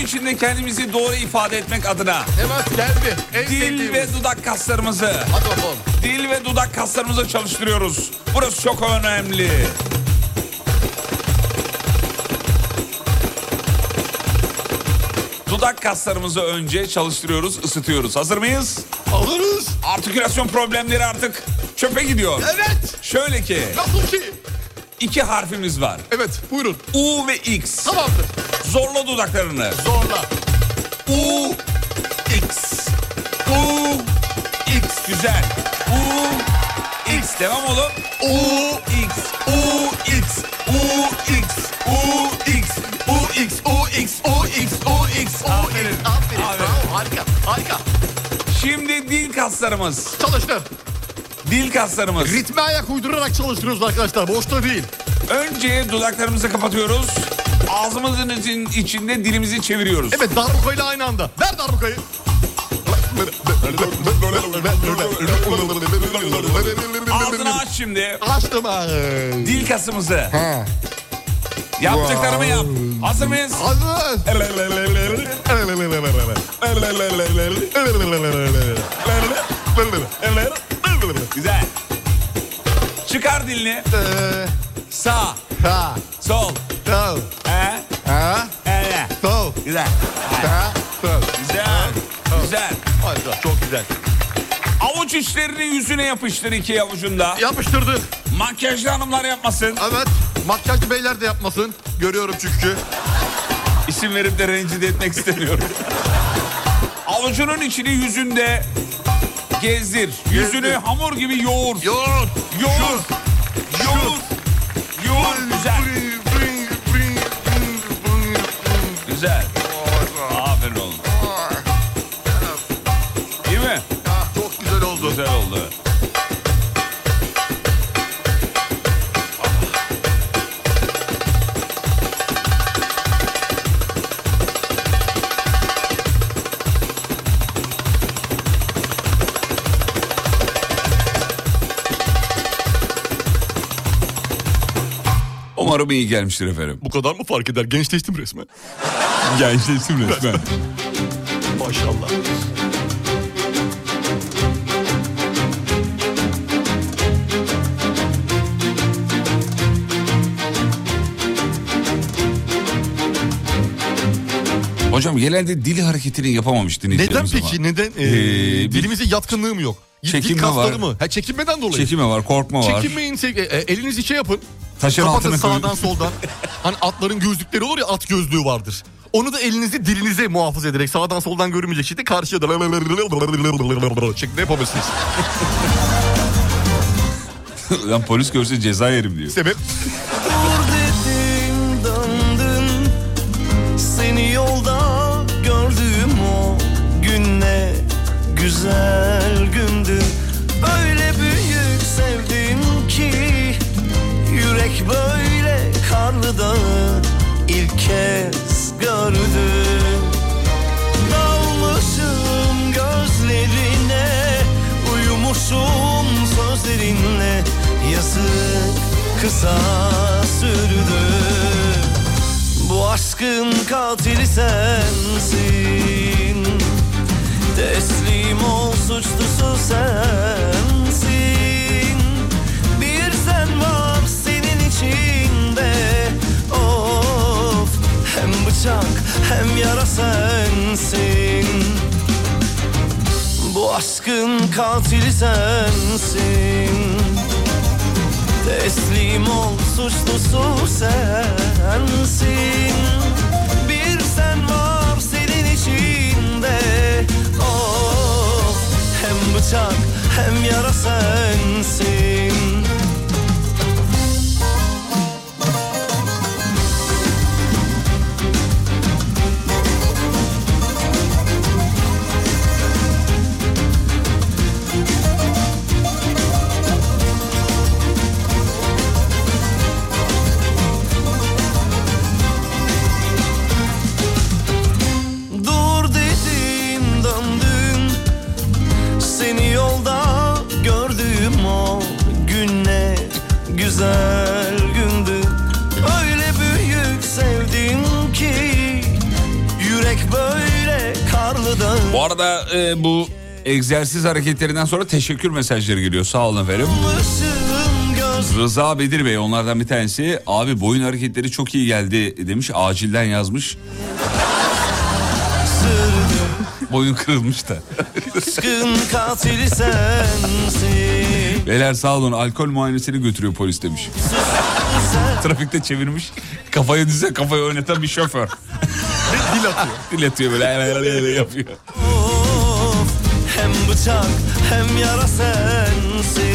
Speaker 3: içinde kendimizi doğru ifade etmek adına
Speaker 4: Evet geldi. En
Speaker 3: dil ve
Speaker 4: sevdiğimiz.
Speaker 3: dudak kaslarımızı
Speaker 4: Hadi bakalım.
Speaker 3: dil ve dudak kaslarımızı çalıştırıyoruz. Burası çok önemli. Dudak kaslarımızı önce çalıştırıyoruz, ısıtıyoruz. Hazır mıyız?
Speaker 4: Alırız.
Speaker 3: Artikülasyon problemleri artık çöpe gidiyor.
Speaker 4: Evet.
Speaker 3: Şöyle ki
Speaker 4: Nasıl ki?
Speaker 3: iki harfimiz var.
Speaker 4: Evet buyurun.
Speaker 3: U ve X.
Speaker 4: Tamamdır.
Speaker 3: Zorla dudaklarını.
Speaker 4: Zorla.
Speaker 3: U X. U X güzel. U X devam oğlum. U X U X U X U X U X U X U X U X Aferin.
Speaker 4: Aferin.
Speaker 3: Aferin.
Speaker 4: Bravo, harika. Harika.
Speaker 3: Şimdi dil kaslarımız.
Speaker 4: Çalıştır.
Speaker 3: Dil kaslarımız.
Speaker 4: Ritme ayak uydurarak çalıştırıyoruz arkadaşlar. Boşta değil.
Speaker 3: Önce dudaklarımızı kapatıyoruz. Ağzımızın için- içinde dilimizi çeviriyoruz.
Speaker 4: Evet darbukayla aynı anda. Ver darbukayı.
Speaker 3: Ağzını aç şimdi.
Speaker 4: Açtım.
Speaker 3: Dil kasımızı. Yaptıklarımı yap. Hazır mıyız?
Speaker 4: Hazır.
Speaker 3: Güzel. Çıkar dilini. Sağ,
Speaker 4: Ha.
Speaker 3: sol,
Speaker 4: Sol.
Speaker 3: e,
Speaker 4: Ha.
Speaker 3: ele.
Speaker 4: Sol.
Speaker 3: Güzel.
Speaker 4: Ha. Sol.
Speaker 3: Güzel. Güzel.
Speaker 4: Harika. Çok güzel.
Speaker 3: Avuç içlerini yüzüne yapıştır iki avucunda.
Speaker 4: Yapıştırdı.
Speaker 3: Makyajlı hanımlar yapmasın.
Speaker 4: Evet. Makyajlı beyler de yapmasın. Görüyorum çünkü.
Speaker 3: İsim verip de rencide etmek istemiyorum. Avucunun içini yüzünde gezdir. Yüzünü hamur gibi yoğur.
Speaker 4: Yoğurt.
Speaker 3: Yoğur. Yoğur. Yoğur. Güzel. Güzel. Aferin oğlum. Değil mi?
Speaker 4: Ah, Çok güzel oldu.
Speaker 3: Güzel oldu. Umarım iyi gelmiştir efendim.
Speaker 4: Bu kadar mı fark eder? Gençleştim resmen.
Speaker 3: Gençleştim resmen.
Speaker 4: Maşallah.
Speaker 3: Hocam genelde dil hareketini yapamamış
Speaker 4: Neden
Speaker 3: dinleyicilerimiz
Speaker 4: peki?
Speaker 3: ama.
Speaker 4: Neden? Ee,
Speaker 3: Ee,
Speaker 4: dilimize yatkınlığı mı yok? Y- Dil
Speaker 3: çekinme
Speaker 4: kasları
Speaker 3: var.
Speaker 4: mı? Ha, çekinmeden dolayı.
Speaker 3: Çekime var, korkma var.
Speaker 4: Çekinmeyin. sevgili- e, elinizi şey yapın.
Speaker 3: Taşın
Speaker 4: Kapatın
Speaker 3: altına koyun. <laughs>
Speaker 4: sağdan soldan. hani atların gözlükleri olur ya at gözlüğü vardır. Onu da elinizi dilinize muhafaza ederek sağdan soldan görünmeyecek şekilde karşıya da <laughs> şeklinde yapabilirsiniz.
Speaker 3: <laughs> Lan polis görse ceza yerim diyor.
Speaker 4: Sebep
Speaker 5: Dur dedim döndün Seni yolda gördüğüm o gün ne güzel gündü Öyle büyük sevdim ki Yürek böyle karlı dağı ilk kez gördü Dalmışım gözlerine Uyumuşum sözlerinle Yazık kısa sürdü Bu aşkın katili sensin Teslim ol suçlusu sensin Bir sen var senin içinde Of hem bıçak hem yara sensin bu aşkın katili sensin Teslim ol suçlusu sensin Bir sen var senin içinde Of hem bıçak hem yara sensin Dur dedim döndün Seni yolda gördüğüm o gün ne güzel gündü Öyle büyük sevdim ki Yürek
Speaker 2: böyle karlı dağ
Speaker 3: Bu arada e, bu egzersiz hareketlerinden sonra teşekkür mesajları geliyor. Sağ olun efendim.
Speaker 2: Işığım göz
Speaker 3: Rıza Bedir Bey onlardan bir tanesi. Abi boyun hareketleri çok iyi geldi demiş. Acilden yazmış. <laughs> Boyun kırılmış da.
Speaker 2: Aşkın katili sensin
Speaker 3: Beyler sağ olun alkol muayenesini götürüyor polis demiş. <laughs> Trafikte çevirmiş. Kafayı düze kafayı oynatan bir şoför. Dil atıyor. <laughs> Dil atıyor böyle yapıyor.
Speaker 2: Of, Hem bıçak hem yara sensin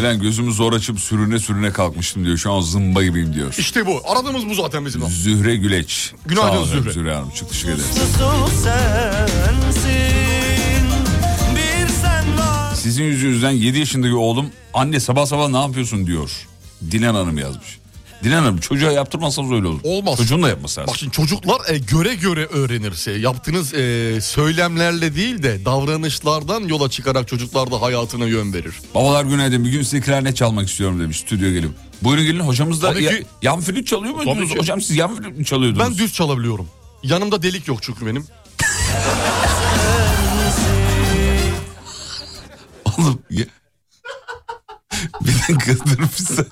Speaker 3: Ulan gözümü zor açıp sürüne sürüne kalkmıştım diyor. Şu an zımba gibiyim diyor.
Speaker 4: İşte bu. Aradığımız bu zaten bizim.
Speaker 3: Zühre Güleç.
Speaker 4: Günaydın
Speaker 3: Sağ olun
Speaker 4: Zühre.
Speaker 3: Zühre Hanım. Çok teşekkür ederim.
Speaker 2: Susuz sensin Bir sen var
Speaker 3: Sizin yüzünüzden 7 yaşındaki oğlum anne sabah sabah ne yapıyorsun diyor. Dilan Hanım yazmış. Dilan Hanım çocuğa yaptırmazsanız öyle olur.
Speaker 4: Olmaz.
Speaker 3: Çocuğun da yapması lazım.
Speaker 4: Bak şimdi çocuklar e, göre göre öğrenirse yaptığınız e, söylemlerle değil de davranışlardan yola çıkarak çocuklar da hayatına yön verir.
Speaker 3: Babalar günaydın bir gün size klarnet çalmak istiyorum demiş stüdyo gelip. Buyurun gelin hocamız da
Speaker 4: Tabii
Speaker 3: ya-
Speaker 4: ki-
Speaker 3: yan flüt çalıyor muydunuz?
Speaker 4: Tabii ki.
Speaker 3: Hocam siz yan flüt mü çalıyordunuz?
Speaker 4: Ben düz çalabiliyorum. Yanımda delik yok çünkü benim.
Speaker 3: Oğlum ya... <laughs> bir dakika dur bir saniye.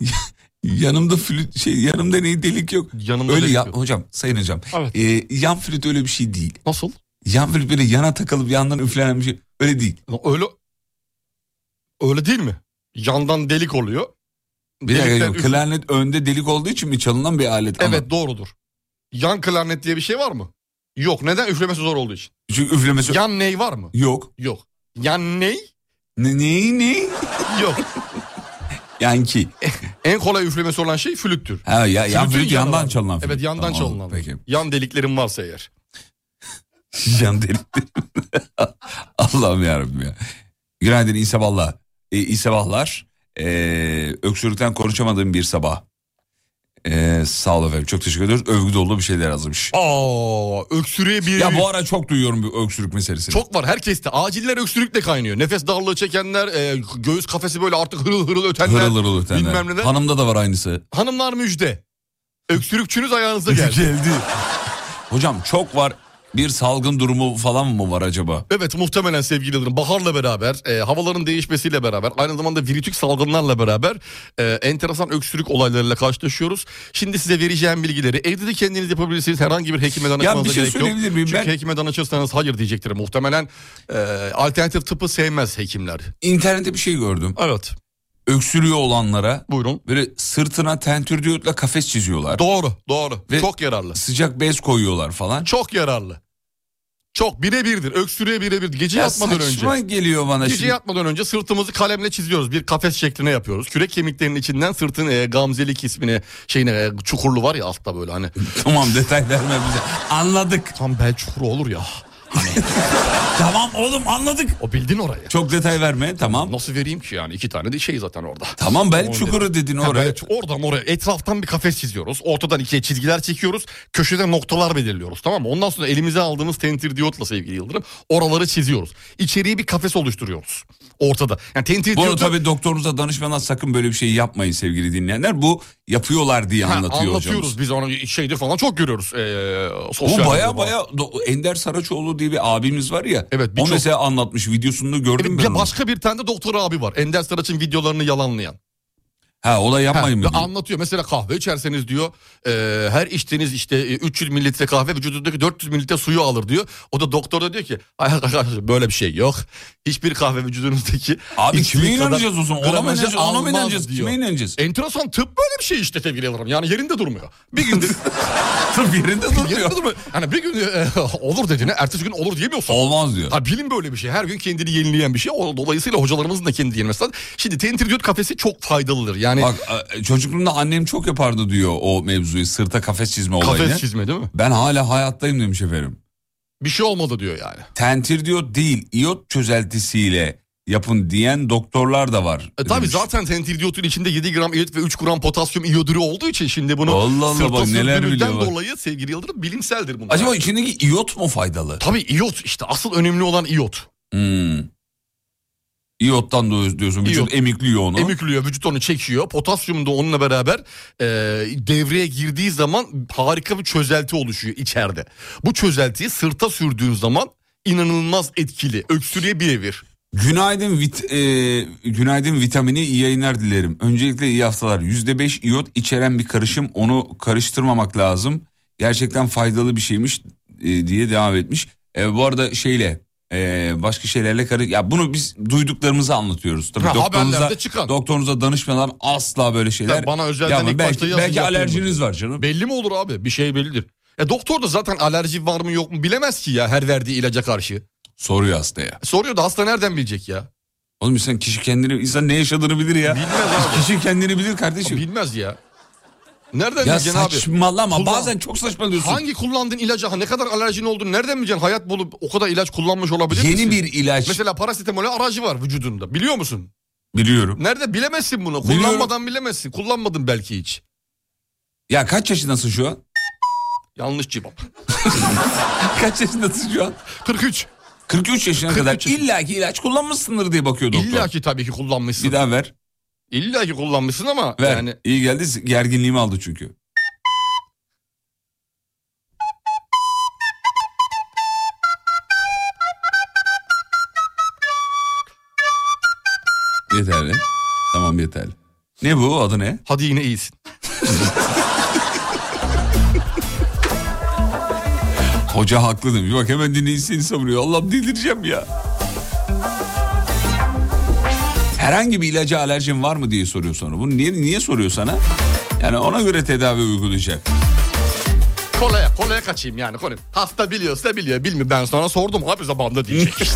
Speaker 3: Ya- <laughs> Yanımda flüt şey yanımda ne delik yok.
Speaker 4: Yanımda
Speaker 3: öyle
Speaker 4: delik
Speaker 3: ya,
Speaker 4: yok.
Speaker 3: hocam sayın hocam.
Speaker 4: Evet.
Speaker 3: Ee, yan flüt öyle bir şey değil.
Speaker 4: Nasıl?
Speaker 3: Yan flüt böyle yana takılıp yandan üflenen bir şey öyle değil.
Speaker 4: Öyle öyle değil mi? Yandan delik oluyor.
Speaker 3: Bir dakika,
Speaker 4: Delikten
Speaker 3: yok.
Speaker 4: üf-
Speaker 3: klarnet önde delik olduğu için mi çalınan bir alet? Ama
Speaker 4: Evet doğrudur. Yan klarnet diye bir şey var mı? Yok. Neden? Üflemesi zor olduğu için.
Speaker 3: Çünkü üflemesi
Speaker 4: Yan ney var mı?
Speaker 3: yok.
Speaker 4: Yok. Yan ney?
Speaker 3: Ne ne ne?
Speaker 4: Yok.
Speaker 3: Yani ki.
Speaker 4: en kolay üflemesi olan şey flüttür.
Speaker 3: Ha ya yan
Speaker 4: Flütün
Speaker 3: flüt
Speaker 4: yanı
Speaker 3: yandan
Speaker 4: var.
Speaker 3: çalınan. flüt.
Speaker 4: Evet yandan
Speaker 3: Tamam,
Speaker 4: çalınan.
Speaker 3: Peki.
Speaker 4: Yan deliklerin varsa eğer.
Speaker 3: <laughs> Yan delikleri. <laughs> Allah'ım yarabbim ya. Günaydın iyi sabahlar. E, iyi sabahlar. E, öksürükten konuşamadığım bir sabah. E, sağ ol efendim çok teşekkür ediyoruz. Övgü dolu bir şeyler yazmış.
Speaker 4: Aa, öksürüğe bir...
Speaker 3: Ya bu ara çok duyuyorum bu öksürük meselesini.
Speaker 4: Çok var herkeste. Aciller öksürükle kaynıyor. Nefes darlığı çekenler, e, göğüs kafesi böyle artık hırıl hırıl ötenler.
Speaker 3: hırıl hırıl ötenler.
Speaker 4: Bilmem neler.
Speaker 3: Hanımda da var aynısı.
Speaker 4: Hanımlar müjde. Öksürükçünüz ayağınıza geldi.
Speaker 3: Hocam çok var. Bir salgın durumu falan mı var acaba?
Speaker 4: Evet muhtemelen sevgili Yıldırım baharla beraber e, havaların değişmesiyle beraber aynı zamanda virütük salgınlarla beraber e, enteresan öksürük olaylarıyla karşılaşıyoruz. Şimdi size vereceğim bilgileri evde de kendiniz yapabilirsiniz herhangi bir hekime danışmanıza
Speaker 3: bir şey
Speaker 4: gerek yok.
Speaker 3: söyleyebilir miyim?
Speaker 4: Çünkü
Speaker 3: Ben-
Speaker 4: hekime danışırsanız hayır diyecektir muhtemelen e, alternatif tıpı sevmez hekimler.
Speaker 3: İnternette bir şey gördüm.
Speaker 4: Evet
Speaker 3: Öksürüyor olanlara
Speaker 4: buyurun.
Speaker 3: böyle sırtına tentür diyotla kafes çiziyorlar.
Speaker 4: Doğru doğru
Speaker 3: Ve-
Speaker 4: çok yararlı
Speaker 3: Sıcak bez koyuyorlar falan.
Speaker 4: çok yararlı. Çok birebirdir öksürüğe birebir gece
Speaker 3: Ya
Speaker 4: yatmadan önce.
Speaker 3: saçma geliyor bana
Speaker 4: Gece
Speaker 3: şimdi.
Speaker 4: yatmadan önce sırtımızı kalemle çiziyoruz. Bir kafes şekline yapıyoruz. Kürek kemiklerinin içinden sırtın e, gamzeli ismine şeyine e, çukurlu var ya altta böyle hani.
Speaker 3: Tamam detay verme bize. Anladık.
Speaker 4: Tam bel çukuru olur ya.
Speaker 3: Tamam oğlum anladık.
Speaker 4: O bildin orayı.
Speaker 3: Çok detay verme tamam.
Speaker 4: Nasıl vereyim ki yani iki tane de şey zaten orada.
Speaker 3: Tamam ben çukuru dedin
Speaker 4: Ha,
Speaker 3: oraya.
Speaker 4: bel çu- oradan oraya etraftan bir kafes çiziyoruz. Ortadan ikiye çizgiler çekiyoruz. Köşede noktalar belirliyoruz tamam mı? Ondan sonra elimize aldığımız tentir diyotla sevgili Yıldırım oraları çiziyoruz. İçeriye bir kafes oluşturuyoruz. Ortada. Yani tentir
Speaker 3: Bunu
Speaker 4: diyotu...
Speaker 3: tabii doktorunuza danışmadan sakın böyle bir şey yapmayın sevgili dinleyenler. Bu yapıyorlar diye
Speaker 4: Ha,
Speaker 3: anlatıyor hocamız.
Speaker 4: anlatıyoruz biz onu şeyde falan çok görüyoruz. ee,
Speaker 3: Bu
Speaker 4: sosyal medyada
Speaker 3: baya
Speaker 4: falan.
Speaker 3: baya Do- Ender Saraçoğlu diye bir abimiz var ya.
Speaker 4: Evet,
Speaker 3: o
Speaker 4: birçok-
Speaker 3: mesela anlatmış videosunu gördüm
Speaker 4: Bir
Speaker 3: ben.
Speaker 4: de
Speaker 3: onu.
Speaker 4: başka bir tane de doktor abi var. Ender Saraç'ın videolarını yalanlayan.
Speaker 3: Ha o da yapmayın
Speaker 4: Ha,
Speaker 3: mı?
Speaker 4: ve anlatıyor. Mesela kahve içerseniz diyor e, her içtiğiniz işte e, 300 mililitre kahve vücudunuzdaki 400 mililitre suyu alır diyor. O da doktor da diyor ki "Ay, ay, ay, ay, böyle bir şey yok. Hiçbir kahve vücudunuzdaki
Speaker 3: Abi
Speaker 4: içtiği
Speaker 3: kime
Speaker 4: kadar
Speaker 3: inanacağız o zaman? Ona mı
Speaker 4: gramajı
Speaker 3: inanacağız? Ona mı
Speaker 4: almaz
Speaker 3: inanacağız?
Speaker 4: diyor. E,
Speaker 3: Kime inanacağız?
Speaker 4: Enteresan tıp böyle bir şey işte sevgili yavrum. Yani yerinde durmuyor. Bir
Speaker 3: <laughs>
Speaker 4: gün <laughs>
Speaker 3: Tıp yerinde duruyor.
Speaker 4: yerinde durmuyor. Hani bir gün e, <laughs> olur dediğine ertesi gün olur diyemiyorsun.
Speaker 3: Olmaz diyor.
Speaker 4: Ha bilim böyle bir şey. Her gün kendini yenileyen bir şey. O- Dolayısıyla hocalarımızın da kendini yenilmesi lazım. Şimdi tentridiyot kafesi çok faydalıdır. Yani
Speaker 3: Bak e, çocukluğumda annem çok yapardı diyor o mevzuyu sırta kafes çizme olayını.
Speaker 4: kafes çizme değil mi?
Speaker 3: ben hala hayattayım demiş efendim.
Speaker 4: Bir şey olmadı diyor yani.
Speaker 3: Tentir diyor değil iot çözeltisiyle yapın diyen doktorlar da var.
Speaker 4: E, tabii
Speaker 3: demiş.
Speaker 4: zaten tentridiyotun içinde 7 gram iot ve 3 gram potasyum iyodürü olduğu için şimdi bunu
Speaker 3: Allah Allah,
Speaker 4: sırta
Speaker 3: bak neler
Speaker 4: sürdüğümüzden
Speaker 3: biliyor bak.
Speaker 4: dolayı sevgili Yıldırım bilimseldir bunlar.
Speaker 3: Acaba içindeki iot mu faydalı?
Speaker 4: Tabii iot işte asıl önemli olan iot.
Speaker 3: Hmm. İyottan Hmm. da diyorsun. Vücut
Speaker 4: İyot.
Speaker 3: emikliyor onu.
Speaker 4: Emikliyor vücut onu çekiyor. Potasyum da onunla beraber e, devreye girdiği zaman harika bir çözelti oluşuyor içeride. Bu çözeltiyi sırta sürdüğün zaman inanılmaz etkili. Öksürüğe birebir.
Speaker 3: Günaydın vit, e, günaydın vitamini iyi yayınlar dilerim. Öncelikle iyi haftalar. %5 iyot içeren bir karışım onu karıştırmamak lazım. Gerçekten faydalı bir şeymiş e, diye devam etmiş. E, bu arada şeyle e, başka şeylerle karı ya bunu biz duyduklarımızı anlatıyoruz. Tabii
Speaker 4: Ha,
Speaker 3: doktorunuza,
Speaker 4: haberlerde çıkan.
Speaker 3: doktorunuza danışmadan asla böyle şeyler.
Speaker 4: Ya bana özelden
Speaker 3: yapmayın.
Speaker 4: ilk
Speaker 3: belki,
Speaker 4: başta yazın
Speaker 3: belki
Speaker 4: yapmayın
Speaker 3: alerjiniz var canım.
Speaker 4: Belli mi olur abi? Bir şey bellidir. E doktor da zaten alerji var mı yok mu bilemez ki ya her verdiği ilaca karşı.
Speaker 3: Soruyor hastaya.
Speaker 4: Soruyor da hasta nereden bilecek ya?
Speaker 3: Oğlum insan kişi kendini insan ne yaşadığını bilir ya.
Speaker 4: Bilmez abi.
Speaker 3: Kişi kendini bilir kardeşim.
Speaker 4: Bilmez ya. Nereden
Speaker 3: Ya
Speaker 4: bileceksin abi?
Speaker 3: saçmalama
Speaker 4: Kullan-
Speaker 3: bazen çok saçmalıyorsun.
Speaker 4: Hangi kullandığın ilaca ha, ne kadar alerjin olduğunu nereden bileceksin? Hayat bulup o kadar ilaç kullanmış olabilir
Speaker 3: Yeni
Speaker 4: misin?
Speaker 3: bir ilaç
Speaker 4: Mesela parasetamol aracı var vücudunda biliyor musun?
Speaker 3: biliyorum.
Speaker 4: Nerede bilemezsin bunu.
Speaker 3: Biliyorum.
Speaker 4: Kullanmadan bilemezsin. Kullanmadın belki hiç.
Speaker 3: Ya kaç yaşındasın şu an? <laughs>
Speaker 4: Yanlış cevap.
Speaker 3: Kaç yaşındasın şu an?
Speaker 4: 43.
Speaker 3: 43 yaşına
Speaker 4: 43
Speaker 3: kadar
Speaker 4: yaşında.
Speaker 3: illaki ilaç kullanmışsındır diye bakıyor doktor.
Speaker 4: İlla ki tabii ki kullanmışsın.
Speaker 3: Bir daha ver.
Speaker 4: İlla ki kullanmışsın ama
Speaker 3: Ver.
Speaker 4: yani
Speaker 3: İyi geldi. Gerginliğimi aldı çünkü. Yeterli. Tamam yeterli. Ne bu? Adı ne?
Speaker 4: hadi yine iyisin.
Speaker 3: Hoca haklı demiş. Bak hemen dinleyicisi savunuyor. Allah'ım delireceğim ya. Herhangi bir ilaca alerjin var mı diye soruyor sonra. Bunu niye, niye soruyor sana? Yani ona göre tedavi uygulayacak.
Speaker 4: Kolaya kolaya kaçayım yani. Kolaya. Hasta biliyorsa biliyor. Bilmiyor. Ben sana sordum abi zamanında <laughs> diyecek.
Speaker 3: <laughs>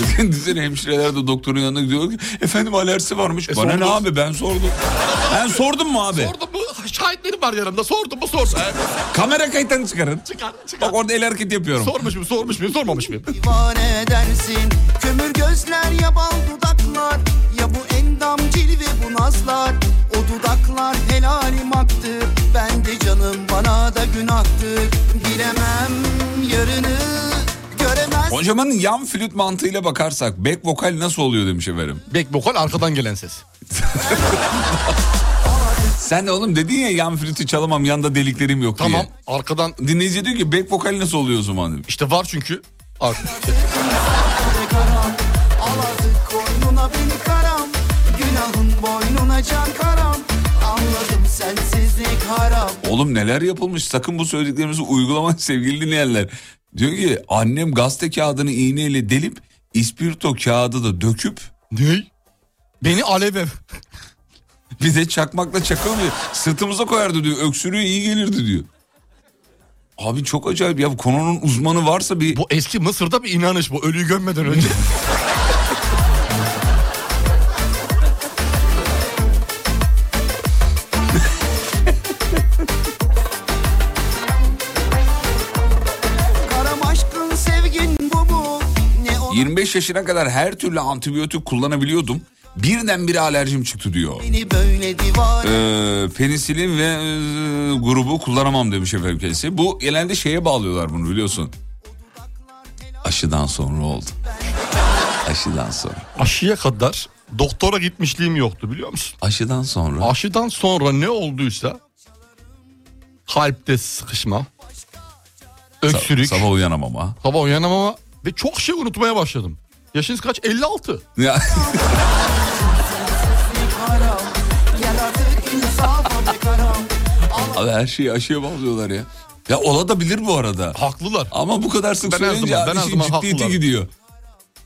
Speaker 3: Düşünsene hemşireler de doktorun yanına gidiyor ki efendim alerjisi varmış.
Speaker 4: E,
Speaker 3: Bana ne
Speaker 4: sordum.
Speaker 3: abi ben sordum. Ben sordum mu abi?
Speaker 4: sordum mu? Şahitlerim var yanımda. Sordum mu? Sordum.
Speaker 3: Kamera kayıtlarını çıkarın.
Speaker 4: <laughs> Çıkar, çıkar.
Speaker 3: Bak orada el hareketi yapıyorum.
Speaker 4: Sormuş mu? Sormuş muyum? Sormamış mıyım?
Speaker 2: divane edersin Kömür gözler ya bal dudaklar Ya bu endam cilve bu nazlar O dudaklar helalim haktır Ben de canım bana da günahtır Bilemem yarını göremez
Speaker 3: Kocamanın yan flüt mantığıyla bakarsak back vokal nasıl oluyor demiş efendim.
Speaker 4: Bek vokal arkadan gelen ses.
Speaker 3: Sen de oğlum dedin ya yan flütü çalamam yanda deliklerim yok diye.
Speaker 4: Tamam. Arkadan
Speaker 3: Dinleyici diyor ki back vokal nasıl oluyor o zaman demiş.
Speaker 4: işte var çünkü. Ar-
Speaker 2: Ve karan Aladık koynuna beni karam Günahın boynuna can karam Anladım sensizlik haram
Speaker 3: Oğlum neler yapılmış sakın bu söylediklerimizi uygulamayın <laughs> sevgili dinleyenler. Diyor ki annem gazete kağıdını iğneyle delip ispirto kağıdı da döküp
Speaker 4: ne? Beni aleve.
Speaker 3: bir de çakmakla çakılmıyor. Sırtımıza koyardı diyor öksürüğe iyi gelirdi diyor. Abi çok acayip ya bu konunun uzmanı varsa bir
Speaker 4: Bu eski Mısır'da bir inanış bu. Ölüyü gömmeden <laughs> önce.
Speaker 2: Karam aşkın sevgin bu mu? Ne o
Speaker 3: 25 yaşına kadar her türlü antibiyotik kullanabiliyordum. Birdenbire alerjim çıktı diyor.
Speaker 2: beni böyle divane
Speaker 3: Ee, penisilin ve e, grubu kullanamam demiş efendim kendisi. Bu genelde şeye bağlıyorlar bunu biliyorsun. Aşıdan sonra oldu. Aşıdan sonra.
Speaker 4: Aşıya kadar doktora gitmişliğim yoktu biliyor musun?
Speaker 3: Aşıdan sonra.
Speaker 4: Aşıdan sonra ne olduysa kalpte sıkışma, öksürük, sabah,
Speaker 3: Sabah uyanamama.
Speaker 4: uyanamama ve çok şey unutmaya başladım. Yaşınız kaç? 56. <laughs>
Speaker 3: Ya,
Speaker 2: karam Gel artık insafa be karam
Speaker 3: abi her şeyi aşıya bağlıyorlar ya. Ya ola da bilir bu arada.
Speaker 4: Haklılar.
Speaker 3: Ama bu kadar sık
Speaker 4: Ben her
Speaker 3: söyleyince
Speaker 4: zaman- ben
Speaker 3: abi
Speaker 4: her
Speaker 3: işin
Speaker 4: zaman
Speaker 3: ciddiyeti
Speaker 4: haklılar.
Speaker 3: gidiyor.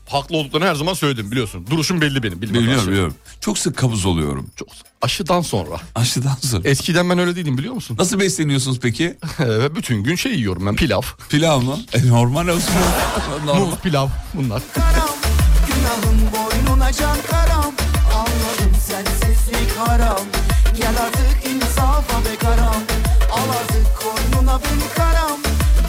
Speaker 4: Haklı olduklarını her zaman söyledim biliyorsun. Duruşum belli benim. bilmem
Speaker 3: Biliyorum
Speaker 4: aşı.
Speaker 3: biliyorum. Çok sık kabız oluyorum.
Speaker 4: Çok aşıdan sonra.
Speaker 3: Aşıdan sonra.
Speaker 4: Eskiden ben öyle değildim biliyor musun? <laughs>
Speaker 3: Nasıl besleniyorsunuz peki?
Speaker 4: Ve bütün gün şey yiyorum ben pilav,
Speaker 3: Pilav mı? E, normal olsun.
Speaker 4: <laughs>
Speaker 3: normal.
Speaker 4: muz, pilav bunlar.
Speaker 2: karam Günahın boynuna can karam Anladım sensizlik haram Gel artık insafa be karam Al artık koynuna beni karam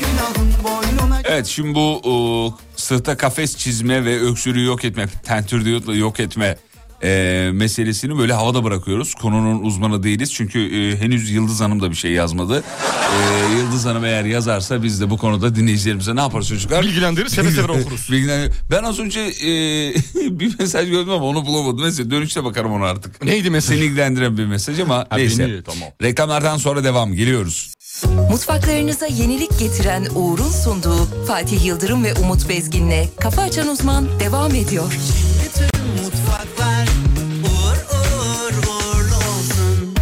Speaker 2: Günahın boynuna
Speaker 3: Evet şimdi bu e, sırta kafes çizme ve öksürüğü yok etme, tentürdiyotla yok etme e, meselesini böyle havada bırakıyoruz. Konunun uzmanı değiliz çünkü e, henüz Yıldız Hanım da bir şey yazmadı. E, Yıldız Hanım eğer yazarsa biz de bu konuda dinleyicilerimize ne yaparız çocuklar?
Speaker 4: Bilgilendirir, seve seve
Speaker 3: Bilgilen-
Speaker 4: okuruz.
Speaker 3: Bilgilendirir. Ben az önce e, <laughs> bir mesaj gördüm ama onu bulamadım. Neyse dönüşte bakarım ona artık.
Speaker 4: Neydi mesaj?
Speaker 3: Seni ilgilendiren bir mesaj ama
Speaker 4: Ha,
Speaker 3: neyse.
Speaker 4: beni, tamam.
Speaker 3: Reklamlardan sonra devam geliyoruz.
Speaker 1: Mutfaklarınıza yenilik getiren Uğur'un sunduğu Fatih Yıldırım ve Umut Bezgin'le Kafa Açan Uzman devam ediyor.
Speaker 2: Mutfaklar uğur uğur uğurlu olsun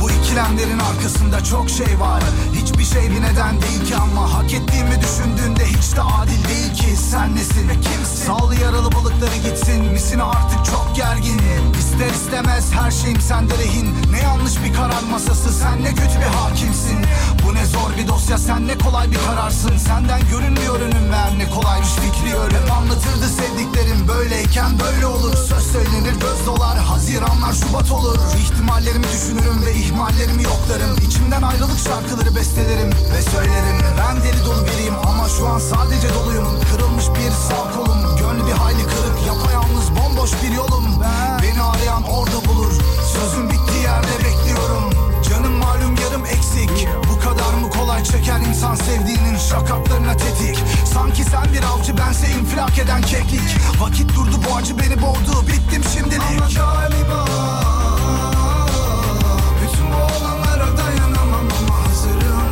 Speaker 11: Bu ikilemlerin arkasında çok şey var Hiçbir şey bir neden değil ki ama Hak ettiğimi düşündüğünde hiç de adil değil ki Sen nesin ve kimsin? Sağlı yaralı balıkları gitsin Misine artık çok gerginim İster istemez her şeyim sende rehin Ne yanlış bir karar masası Sen ne kötü bir hakimsin Bu ne zor bir dosya sen ne kolay bir kararsın Senden görünmüyor önüm ver ne kolaymış fikri ölüm Anlatırdı sevdiklerim böyleyken böyle olur Söz söylenir göz dolar Haziranlar Şubat olur İhtimallerimi düşünürüm ve ihmallerimi yoklarım İçimden ayrılık şarkıları bestelerim ve söylerim Ben deli dolu biriyim ama şu an sadece doluyum Kırılmış bir sağ kolum Gönlü bir hayli kırık Yapayalnız bomboş bir yolum Beni arayan orada bulur Sözün bittiği yerde bekliyorum Canım malum yarım eksik Bu kadar mı kolay çeker insan sevdiğinin şakaklarına tetik Sanki sen bir avcı bense infilak eden keklik Vakit durdu bu acı beni boğdu bittim şimdilik Ama galiba Bütün bu olanlara dayanamam ama hazırım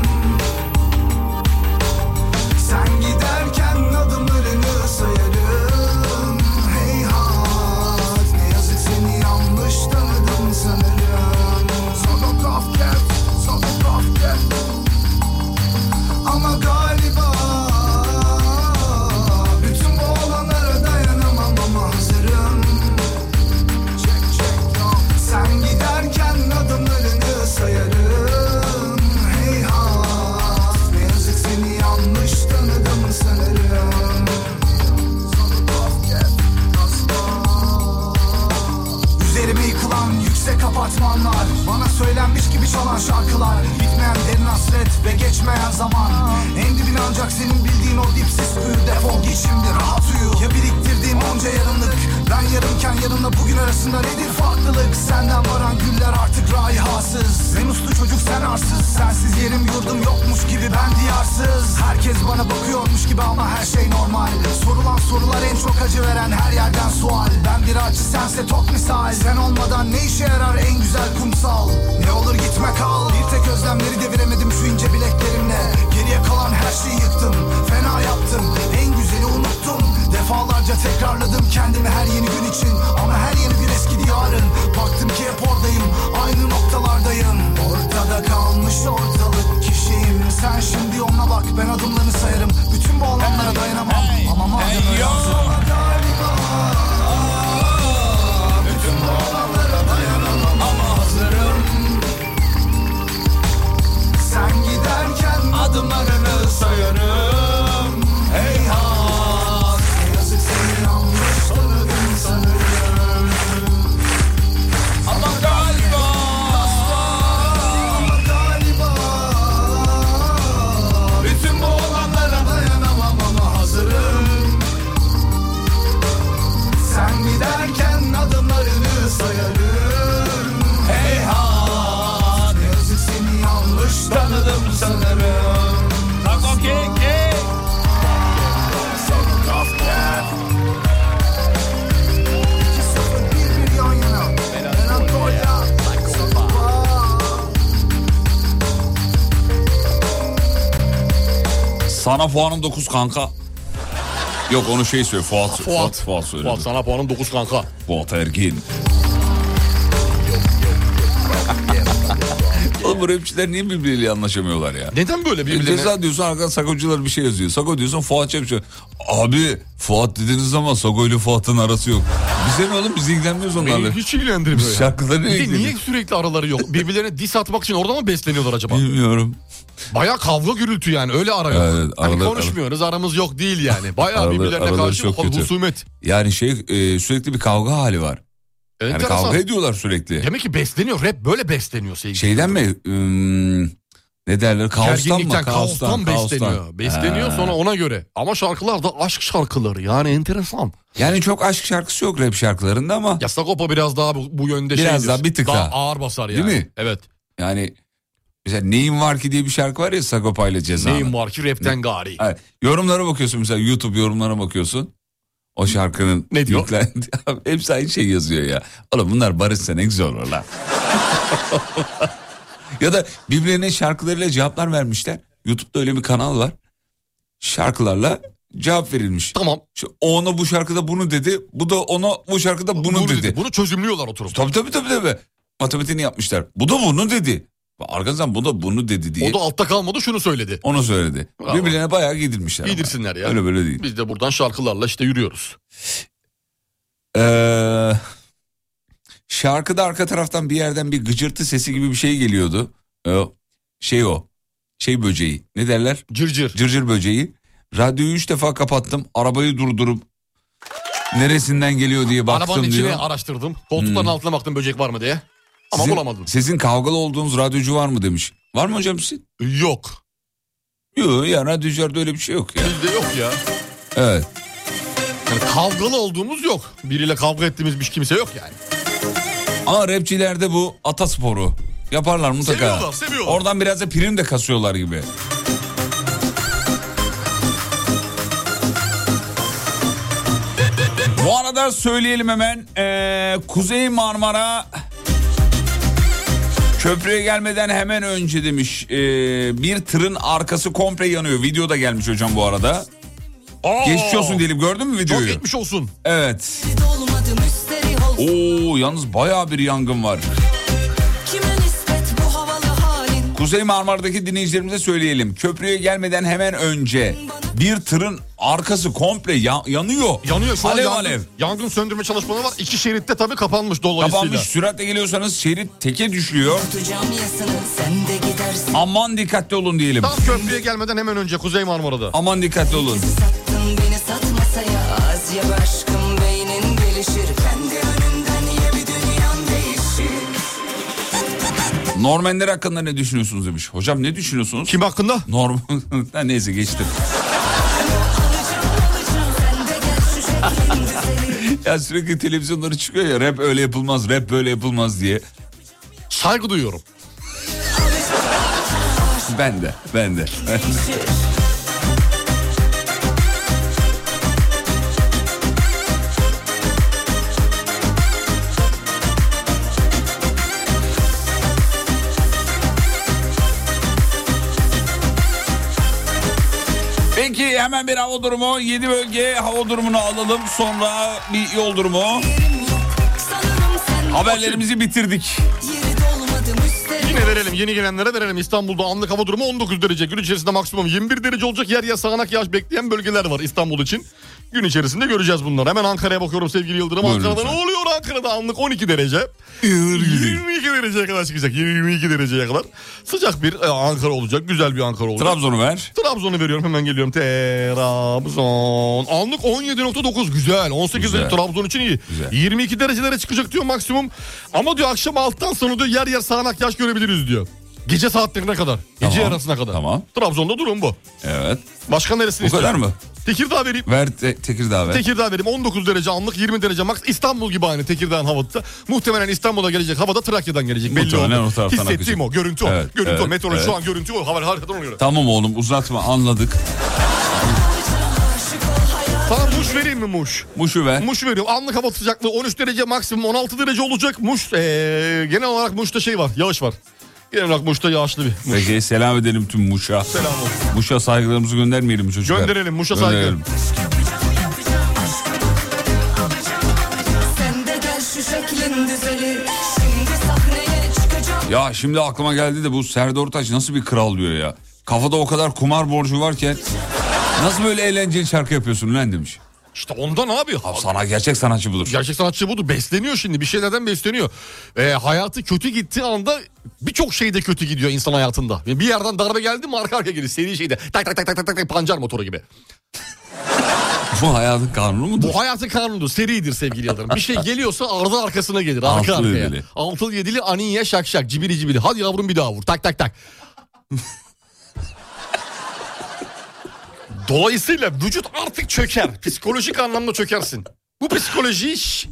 Speaker 11: Sen giderken adımlarını sayarım Heyhat ne yazık seni yanlış tanıdım sanırım Solo kafket, solo kafket ama galiba bütün bu olanlara dayanamam ama hazırım. Check, check, yo. Sen giderken adımlarını sayarım. Heyhat ne yazık seni yanlış tanıdım sanırım. Sonu basket, basket. Üzerime yıkılan yüksek apartmanlar Bana söylenmiş gibi çalan şarkılar Bitmeyen derin hasret ve geçmeyen zaman En dibin ancak senin bildiğin o dipsiz kuyu Defol git şimdi rahat uyu Ya biriktirdiğim onca yarınlık Ben yarınken yarınla bugün arasında nedir farklılık Senden varan güller artık raihasız En uslu çocuk sen arsız Sensiz yerim yurdum yokmuş gibi ben diyarsız Herkes bana bakıyormuş gibi ama her şey normal Sorulan sorular en çok acı veren her yerden sual Ben bir açı sense tok misal Sen olmadan ne işe yarar en güzel kumsal Ne olur gitme kal Bir tek özlemleri deviremedim şu ince bileklerimle Geriye kalan her şeyi yıktım Fena yaptım en güzeli unuttum Defalarca tekrarladım kendimi her yeni gün için Ama her yeni gün eskidi yarın Baktım ki hep oradayım aynı noktalardayım Ortada kalmış ortalık kişiyim Sen şimdi yoluna bak ben adımlarını sayarım Bütün bu olanlara dayanamam Ama madem öyle hazırım. Sen giderken adımlarını sayarım Heyhat Ne yazık seni yanlış tanıdım sanırım Ama galiba Ama galiba Bütün bu olanlara dayanamam ama hazırım Sen giderken adımlarını sayarım Heyhat Ne yazık seni yanlış tanıdım sanırım İki sıfır bir bir yan yana Melankolia Sakopa
Speaker 3: Sana puanım 9 kanka. Yok onu şey söylüyor Fuat. Fuat. Fuat, Fuat söyledi.
Speaker 4: Fuat sana puanım 9 kanka.
Speaker 3: Fuat
Speaker 4: <laughs>
Speaker 3: Ergin. Oğlum bu rapçiler niye birbiriyle anlaşamıyorlar ya?
Speaker 4: Neden böyle
Speaker 3: E,
Speaker 4: birbirine?
Speaker 3: Ceza diyorsun arkadan sakocular bir şey yazıyor. Sako diyorsun Fuat Çepçi. Abi Fuat dediğiniz zaman Sako ile Fuat'ın arası yok. Biz Bizden oğlum biz ilgilenmiyoruz onlarla.
Speaker 4: Beni hiç ilgilendirmiyor
Speaker 3: Biz
Speaker 4: ya.
Speaker 3: şarkıları
Speaker 4: Bir de
Speaker 3: ilgileniyor.
Speaker 4: niye sürekli araları yok? Birbirlerine dis atmak için orada mı besleniyorlar acaba?
Speaker 3: Bilmiyorum.
Speaker 4: Baya kavga gürültü yani öyle ara yok.
Speaker 3: Evet,
Speaker 4: hani
Speaker 3: aralar-
Speaker 4: konuşmuyoruz aramız yok değil yani. Baya
Speaker 3: Aralar-
Speaker 4: birbirlerine
Speaker 3: araları
Speaker 4: karşı
Speaker 3: çok kötü.
Speaker 4: husumet.
Speaker 3: Yani şey e, sürekli bir kavga hali var. Yani
Speaker 4: Enteresan.
Speaker 3: kavga ediyorlar sürekli.
Speaker 4: Demek ki besleniyor. Rap böyle besleniyor sevgili.
Speaker 3: Şeyden mi? ım, ne derler? Kaostan mı?
Speaker 4: Gerginlikten,
Speaker 3: Kaostan,
Speaker 4: kaostan, besleniyor. Besleniyor
Speaker 3: Ha.
Speaker 4: sonra ona göre. Ama şarkılar da aşk şarkıları yani enteresan.
Speaker 3: Yani çok aşk şarkısı yok rap şarkılarında ama
Speaker 4: Ya Sagopa biraz daha bu, bu yönde
Speaker 3: Biraz
Speaker 4: şeydir.
Speaker 3: daha, bir tık daha.
Speaker 4: ağır basar
Speaker 3: Değil
Speaker 4: yani.
Speaker 3: mi?
Speaker 4: Evet.
Speaker 3: yani mesela Neyim Var Ki diye bir şarkı var ya Sagopa ile Ceza'nın.
Speaker 4: Neyim var ki rapten gari.
Speaker 3: Ha, yorumlara bakıyorsun mesela YouTube yorumlara bakıyorsun. O şarkının
Speaker 4: Ne diyor?
Speaker 3: yüklendi- <laughs> Abi Hepsi aynı şey yazıyor ya. Oğlum bunlar barışsa ne güzel olur lan. <laughs> ya da birbirlerine şarkılarıyla cevaplar vermişler. YouTube'da öyle bir kanal var. Şarkılarla cevap verilmiş.
Speaker 4: Tamam.
Speaker 3: Şu, o ona bu şarkıda bunu dedi. Bu da ona bu şarkıda bunu, dedi.
Speaker 4: Bunu çözümlüyorlar oturup.
Speaker 3: Tabii tabii tabii tabii. Matematiğini yapmışlar. Bu da bunu dedi. Arkadan bu da bunu dedi diye.
Speaker 4: O da altta kalmadı şunu söyledi.
Speaker 3: Onu söyledi.
Speaker 4: Bravo.
Speaker 3: Birbirlerine bayağı giydirmişler. ama.
Speaker 4: Giydirsinler ya.
Speaker 3: Öyle böyle değil.
Speaker 4: Biz de buradan şarkılarla işte yürüyoruz.
Speaker 3: Ee, şarkıda arka taraftan bir yerden bir gıcırtı sesi gibi bir şey geliyordu. Ee, şey o. Şey böceği. Ne derler?
Speaker 4: Cırcır.
Speaker 3: Cırcır böceği. Radyoyu üç defa kapattım. Arabayı durdurup neresinden geliyor diye baktım
Speaker 4: Arabanın içine
Speaker 3: diyor. Hmm.
Speaker 4: araştırdım. Koltukların altına baktım böcek var mı diye. Ama
Speaker 3: Sizin-
Speaker 4: bulamadım.
Speaker 3: Sizin kavgalı olduğunuz radyocu var mı demiş. Var mı hocam sizin?
Speaker 4: Yok.
Speaker 3: Yok ya radyocularda öyle bir şey yok ya.
Speaker 4: Bizde yok ya.
Speaker 3: Evet.
Speaker 4: Yani kavgalı olduğumuz yok. Biriyle kavga ettiğimiz bir kimse yok yani.
Speaker 3: Ama rapçilerde bu atasporu. Yaparlar mutlaka.
Speaker 4: Seviyorlar, seviyorlar.
Speaker 3: Oradan biraz da prim de kasıyorlar gibi. Bu arada söyleyelim hemen. ee, Kuzey Marmara köprüye gelmeden hemen önce demiş. ee, bir tırın arkası komple yanıyor. Video da gelmiş hocam bu arada.
Speaker 4: Aa,
Speaker 3: Geçmiş olsun diyelim gördün mü
Speaker 4: Çok
Speaker 3: videoyu?
Speaker 4: geçmiş olsun.
Speaker 3: Evet. Oo yalnız bayağı bir yangın var. Kuzey Marmara'daki dinleyicilerimize söyleyelim. Köprüye gelmeden hemen önce bir tırın arkası komple ya- yanıyor.
Speaker 4: Yanıyor şu an
Speaker 3: alev
Speaker 4: yangın,
Speaker 3: alev.
Speaker 4: yangın söndürme çalışmaları var. İki şeritte tabii kapanmış dolayısıyla.
Speaker 3: Kapanmış süratle geliyorsanız şerit teke düşüyor.
Speaker 6: Sen de gidersin
Speaker 3: Aman dikkatli olun diyelim.
Speaker 4: Tam köprüye gelmeden hemen önce Kuzey Marmara'da.
Speaker 3: Aman dikkatli olun.
Speaker 6: Sattın beni satmasaya az ya aşkım beynin gelişir Kendi önünden ye bir dünyan değişir
Speaker 3: Normenler hakkında ne düşünüyorsunuz demiş. Hocam ne düşünüyorsunuz?
Speaker 4: Kim hakkında?
Speaker 3: <laughs> Norm... Ha, Neyse geçtim. <laughs> ya sürekli televizyonları çıkıyor ya rap öyle yapılmaz, rap böyle yapılmaz diye.
Speaker 4: Saygı duyuyorum.
Speaker 3: Ben de, ben de. Peki hemen bir hava durumu, 7 bölge hava durumunu alalım. Sonra bir yol durumu.
Speaker 6: Sanırım sen
Speaker 3: Haberlerimizi bitirdik.
Speaker 6: yeri dolmadım üstelik
Speaker 4: Yine verelim yeni gelenlere verelim. İstanbul'da anlık hava durumu 19 derece. Gün içerisinde maksimum 21 derece olacak. Yer yer sağanak yağış bekleyen bölgeler var İstanbul için. Gün içerisinde göreceğiz bunları. Hemen Ankara'ya bakıyorum sevgili Yıldırım.
Speaker 3: Buyurun
Speaker 4: Ankara'da
Speaker 3: lütfen.
Speaker 4: ne oluyor Ankara'da anlık 12 derece. 22 dereceye kadar çıkacak. 22 dereceye kadar. Sıcak bir e, Ankara olacak. Güzel bir Ankara olacak.
Speaker 3: Trabzon'u ver.
Speaker 4: Trabzon'u veriyorum hemen geliyorum. Trabzon. Anlık 17.9 güzel. 18
Speaker 3: Güzel.
Speaker 4: derece Trabzon için iyi.
Speaker 3: Güzel.
Speaker 4: 22 derecelere çıkacak diyor maksimum. Ama diyor akşam alttan sonra diyor yer yer sağanak yağış görebiliriz diyor. Gece saatlerine kadar. Gece
Speaker 3: Tamam.
Speaker 4: yarısına kadar.
Speaker 3: Tamam.
Speaker 4: Trabzon'da durum bu.
Speaker 3: Evet.
Speaker 4: Başka neresini
Speaker 3: Bu kadar
Speaker 4: istiyorsun?
Speaker 3: mı?
Speaker 4: Tekirdağ vereyim.
Speaker 3: Ver te- Tekirdağ ver.
Speaker 4: Tekirdağ vereyim 19 derece anlık 20 derece max İstanbul gibi aynı Tekirdağ'ın havada. Muhtemelen İstanbul'a gelecek havada Trakya'dan gelecek belli
Speaker 3: Muhtemelen
Speaker 4: oldu.
Speaker 3: o taraftan akacak.
Speaker 4: Hissettiğim o görüntü o.
Speaker 3: Evet,
Speaker 4: görüntü
Speaker 3: evet,
Speaker 4: o meteoroloji şu
Speaker 3: evet.
Speaker 4: an görüntü o. Hava harikadan ona göre.
Speaker 3: Tamam oğlum uzatma anladık.
Speaker 4: Sana muş vereyim mi muş?
Speaker 3: Muş'u ver.
Speaker 4: Muş veriyorum. Anlık hava sıcaklığı 13 derece maksimum 16 derece olacak. Muş ee, genel olarak Muş'ta şey var yağış var. Genel olarak Muş'ta yağışlı bir. Muş.
Speaker 3: Peki selam edelim tüm Muş'a.
Speaker 4: Selam olsun.
Speaker 3: Muş'a saygılarımızı göndermeyelim çocuklar.
Speaker 4: Gönderelim, Muş'a saygı.
Speaker 6: Sen de gel şu şeklin düzelir Şimdi sahneye çıkacağım
Speaker 3: Ya şimdi aklıma geldi de bu Serdar Ortaç nasıl bir kral diyor ya. Kafada o kadar kumar borcu varken nasıl böyle eğlenceli şarkı yapıyorsun lan demiş.
Speaker 4: İşte ondan abi.
Speaker 3: Sana gerçek sanatçı budur.
Speaker 4: Gerçek sanatçı budur. Besleniyor şimdi. Bir şeylerden besleniyor. Ee, hayatı kötü gittiği anda birçok şey de kötü gidiyor insan hayatında. Bir yerden darbe geldi mi arka arkaya gelir. Seri şeyde. Tak tak tak tak tak tak, tak pancar motoru gibi.
Speaker 3: Bu hayatın kanunu mudur?
Speaker 4: Bu hayatın kanunudur. Seridir sevgili Yıldırım.
Speaker 3: <laughs>
Speaker 4: Bir şey geliyorsa ardı arkasına gelir. Arka
Speaker 3: Altılı
Speaker 4: arkaya.
Speaker 3: yedili.
Speaker 4: Altılı yedili aniye şak şak. Cibili cibili. Hadi yavrum bir daha vur. Tak tak <laughs> tak. Dolayısıyla vücut artık çöker. Psikolojik anlamda çökersin. Bu psikolojiyi ş-